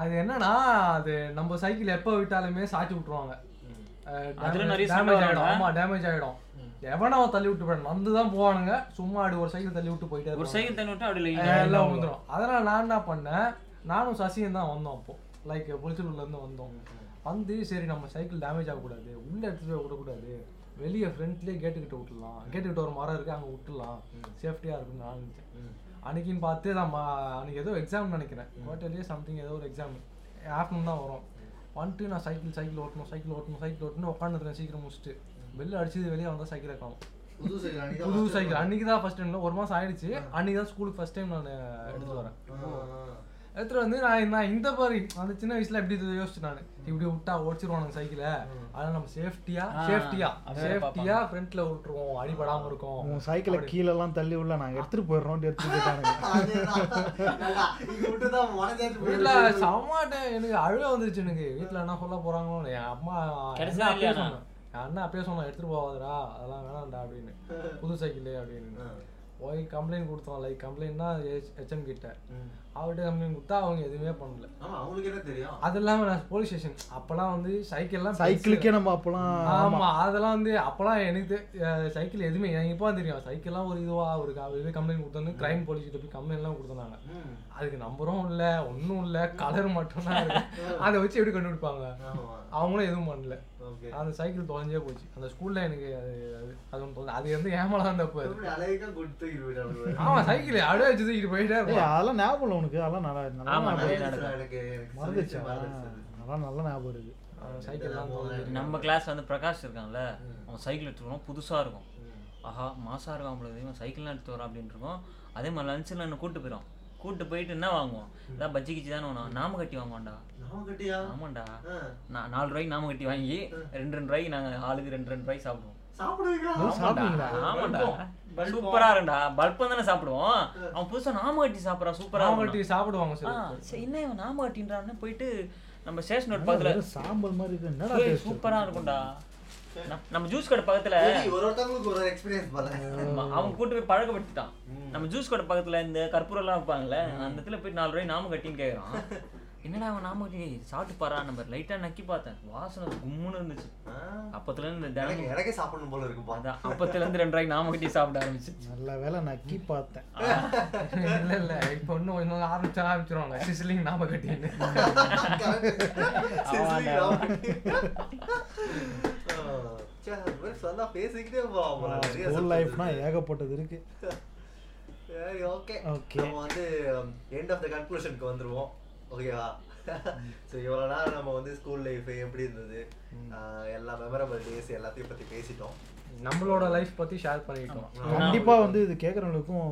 அது என்னன்னா அது நம்ம சைக்கிள் எப்போ விட்டாலுமே சாச்சி விட்டுருவாங்க அஹ்,
அதுல
damage-
நிறைய
damage
சண்டை
ஆயிடும்
வரும்ல?
ஆமா டேமேஜ் ஆயிடும் எவனோ தள்ளி விட்டு போயிடும் வந்து தான் போவானுங்க சும்மா அப்படி ஒரு சைக்கிள் தள்ளி விட்டு போயிட்டே
ஒரு
இருப்பாங்க.
சைக்கிள் தண்ணி விட்டா அப்படி இல்லை
அஹ், எல்லாம் விழுந்துரும் அதனால நான் என்ன பண்ணேன் நானும் சசியும் தான் வந்தோம் அப்போ லைக் புளிச்சூர்ல இருந்து வந்தோம் வந்து சரி நம்ம சைக்கிள் டேமேஜ் ஆகக்கூடாது உள்ள எடுத்துட்டு போய் விடக்கூடாது வெளியே ஃப்ரண்ட்லேயே கேட்டுக்கிட்ட விட்டுலாம் கேட்டுக்கிட்ட ஒரு மரம் இருக்கு அங்கே விட்டுலாம் சேஃப்டியாக இருக்கும்னு நான் நினைச்சேன் அன்னைக்குன்னு பார்த்து நான் மா- அன்னைக்கு ஏதோ எக்ஸாம் நினைக்கிறேன் ஹோட்டல்லே சம்திங் ஏதோ ஒரு எக்ஸாம் ஆஃப்டர்நூன் தான் வரும் வந்துட்டு நான் சைக்கிள் சைக்கிள் ஓட்டணும் சைக்கிள் ஓட்டணும் சைக்கிள் ஓட்டணும் உட்காந்துருக்கேன் சீக்கிரம் முடிச்சுட்டு வெளில அடிச்சது வெளியே வந்தால் சைக்கிளை காணும்
புது சைக்கிள் அன்னைக்கு தான்
புது
first
சைக்கிள் அன்னைக்கு தான் ஃபர்ஸ்ட் டைம்ல ஒரு மாசம் ஆயிடுச்சு அன்னைக்கு தான் ஸ்கூலுக்கு ஃபர்ஸ்ட் டைம் நான் எடுத்துட்டு வரேன்
time. ஆ, ஆ.
எடுத்துட்டு வந்து நான் நான் இந்த மாதிரி அந்த சின்ன வயசுல எப்படி இது யோசிச்சு நான் இப்படி விட்டா ஓடிச்சிருவானுங்க சைக்கிளை அதனால நம்ம சேஃப்டியா
ஆ,
சேஃப்டியா
அதை வேற
சேஃப்டியா ஃப்ரண்ட்ல விட்டுருவோம் அடிபடாம இருக்கும்
உன் சைக்கிளை கீழெல்லாம் தள்ளி உள்ள நாங்க எடுத்துட்டு போயிடுறோம் எடுத்துட்டு போயிட்டானுங்க
அதுதான். நல்லா, இது விட்டுதான் உடஞ்சாச்சு
வீட்டுல
போயிடுச்சு.
செம்மாட்டேன் எனக்கு அழுக வந்துருச்சு எனக்கு வீட்டுல என்ன சொல்ல போறாங்களோ என் அம்மா
கிடைச்சதா
என்ன அப்பயே
இல்லையா நான்?
சொன்னேன் என் அண்ணன் அப்பயே சொன்னான் எடுத்துட்டு போவாதடா அதெல்லாம் வேணாம்டா அப்படின்னு புது சைக்கிள் அப்படின்னு போய் கம்ப்ளைண்ட் கொடுத்தோம் லைக் கம்ப்ளைண்ட்னா ஹெச்எம் கிட்ட
ம்.
அவர்கிட்ட கம்ப்ளைண்ட் கொடுத்தா அவங்க எதுவுமே பண்ணல
ஆமா, அவங்களுக்கு என்ன தெரியும்
அது இல்லாம நான் போலீஸ் ஸ்டேஷன் அப்பெல்லாம் வந்து சைக்கிள்லாம்
சைக்கிளுக்கே நம்ம அப்பலாம்
ஆமா அதெல்லாம் வந்து அப்பெல்லாம் எனக்கு தெ- அஹ் சைக்கிள் எதுவுமே எனக்கு இப்போ தெரியும் சைக்கிள்லாம் ஒரு இதுவா ஒரு க- இது கம்ப்ளைண்ட் கொடுத்தோன்னு கிரைம் போலீஸ் கிட்ட போய் கம்ப்ளைண்ட்லாம் கொடுத்தாங்க
ம்.
அதுக்கு நம்பரும் இல்ல ஒண்ணும் இல்ல கலர் மட்டும்தான் இருக்கு. அதை வச்சு எப்படி கண்டுபிடிப்பாங்க
ஆமா.
அவங்களும் எதுவும் பண்ணல
Okay.
அந்த சைக்கிள் தொலைஞ்சே போச்சு அந்த ஸ்கூல்ல எனக்கு அது அது- அது ஒன்று தொலை- அது வந்து ஏமாலாம் தப்பு அது
இப்படி அழகா குடுத்து இது விடாம.
ஆமா சைக்கிள் அழுவ வச்சு தூக்கிட்டு போயிட்டே
ஏய்,
இருப்பான்.
அதெல்லாம் ஞாபகம் இல்லை உனக்கு அதெல்லாம் நல்லா
ஆமா,
நல்லா
நிறைய
நடக்கும்.
விஷயம் எனக்கு- எனக்கு
மறந்துச்சு
சொல்லிச்சு, மறந்துச்சு.
அதெல்லாம் நல்ல ஞாபகம் இருக்கு
அவன் சைக்கிள் எல்லாம் தொலைஞ்சு
நம்ம கிளாஸ் வந்து பிரகாஷ் இருக்கான்ல அவன் சைக்கிள் எடுத்துருவோம் புதுசா இருக்கும் ஆஹா மாசா இருக்கான் பொழுது இவன் சைக்கிள்லாம் எடுத்து வரான் அப்படின்னு இருக்கோம் அதே மாதிரி லஞ்சில் என்ன கூட்டு போயிடும் கூட்டு போயிட்டு என்ன வாங்குவோம் இதான் பஜ்ஜி கிச்சி தானே வேணும் நாம கட்டி வாங்குவான்டா
நாம கட்டியா?
ஆமாண்டா
ஆ.
நான் நாலு ரூபாய்க்கு நாம கட்டி வாங்கி ரெண்டு ரெண்டு ரூபாய்க்கு நாங்கள் ஆளுக்கு ரெண்டு ரெண்டு ரூபாய்க்கு சாப்பிடுவோம்
சாப்பிடுவீங்களா?
சாப்பிடுவீங்களா?
ஆமாண்டா சூப்பரா இருக்கும்டா பல்பம் தானே சாப்பிடுவோம் அவன் புதுசா நாம கட்டி சாப்பிடா சூப்பரா
அவங்க
இருக்கும்
கட்டி சாப்பிடுவாங்க
ஆ,
சார்
சரி, என்ன இவன் நாம கட்டின்றான்னு போயிட்டு நம்ம ஸ்டேஷன் ரோட் பக்கத்துல
வெறும் சாம்பல் மாதிரி இருக்கு என்னடா
ஏய்,
taste இருக்கு?
சூப்பரா இருக்கும்டா நம்- நம்ம ஜூஸ் கடை பக்கத்துல
ஏய், ஒரு ஒருத்தவங்களுக்கு ஒரு எக்ஸ்பீரியன்ஸ் போல
ஆமா, அவங்க கூட்டு போய் பழக்கப்படுத்திட்டான் நம்ம ஜூஸ் கடை பக்கத்துல இந்த கற்பூரம் எல்லாம் வைப்பாங்கல்ல அந்த இடத்துல போய் நாலு ரூபாய் நாம கட்டின்னு கேக்குறான் என்னடா அவன் நாம கட்டி ஏய், சாப்பிட்டு பாறா நம்ம லைட்டா நக்கி பார்த்தேன் வாசனை கும்முன்னு இருந்துச்சு
ஆ.
அப்பத்துல இருந்து இந்த
எனக்கு
தினமும்
எனக்கே சாப்பிடணும் போல இருக்குப்பா
அதான் அப்பத்துல இருந்து ரெண்டு ரூபாய்க்கு நாம கட்டி சாப்பிட ஆரம்பிச்சு
நல்ல வேளை நக்கி பார்த்தேன்
இல்ல இல்ல இப்ப இன்னும் இன்னும் ஆரம்பிச்சா ஆரம்பிச்சிருவாங்க சிசிலிங் நாம கட்டின்னு
சிசிலி ராவ். ஆ. சே, அது மாதிரி சொன்னா பேசிக்கிட்டே போகலாம் போல. நிறைய
ஸ்கூல்
subject
லைஃப்னா
இருக்கு.
ஏகப்பட்டது இருக்கு
சரி ஓகே
Okay.
நம்ம வந்து um, எண்ட் ஆஃப் த கன்க்ளூஷனுக்கு வந்துருவோம் ஓகேவா ஸோ இவ்வளோ நாள் நம்ம வந்து ஸ்கூல் லைஃப் எப்படி இருந்தது ஆஹ் எல்லா மெமரபிள் டேஸ் எல்லாத்தையும் பத்தி பேசிட்டோம்
நம்மளோட லைஃப் பத்தி ஷேர் பண்ணிட்டோம்
கண்டிப்பா வந்து இது கேக்குறவங்களுக்கும்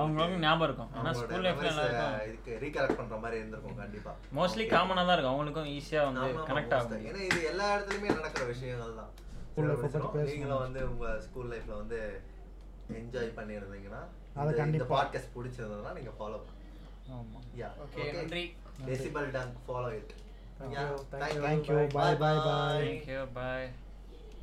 அவங்களுக்கும் ஞாபகம் இருக்கும் ஆனா ஸ்கூல் லைஃப்ல நல்லா இருக்கும்
இதுக்கு ரீகலெக்ட் பண்ற மாதிரி இருந்திருக்கும் கண்டிப்பா
மோஸ்ட்லி காமனா தான் இருக்கும் அவங்களுக்கும் ஈஸியா வந்து
ஆமா, ஆமா,
கனெக்ட்
most
ஆகும்
ஆ. ஏன்னா இது எல்லா இடத்துலயுமே நடக்கிற விஷயங்கள் தான்
School life பத்தி பேசணும்.
நீங்களும் வந்து உங்க ஸ்கூல் லைஃப்ல வந்து என்ஜாய் பண்ணியிருந்தீங்கன்னா
அத
இந்த- இந்த
கண்டிப்பா.
பாட்காஸ்ட் பிடிச்சிருந்ததுன்னா நீங்க ஃபாலோ
ஆமா
யா
ஓகே நன்றி
decibel tongue follow it
Thank
yeah
you, thank
thank you
you.
Thank you. Bye, bye, bye.
Thank you bye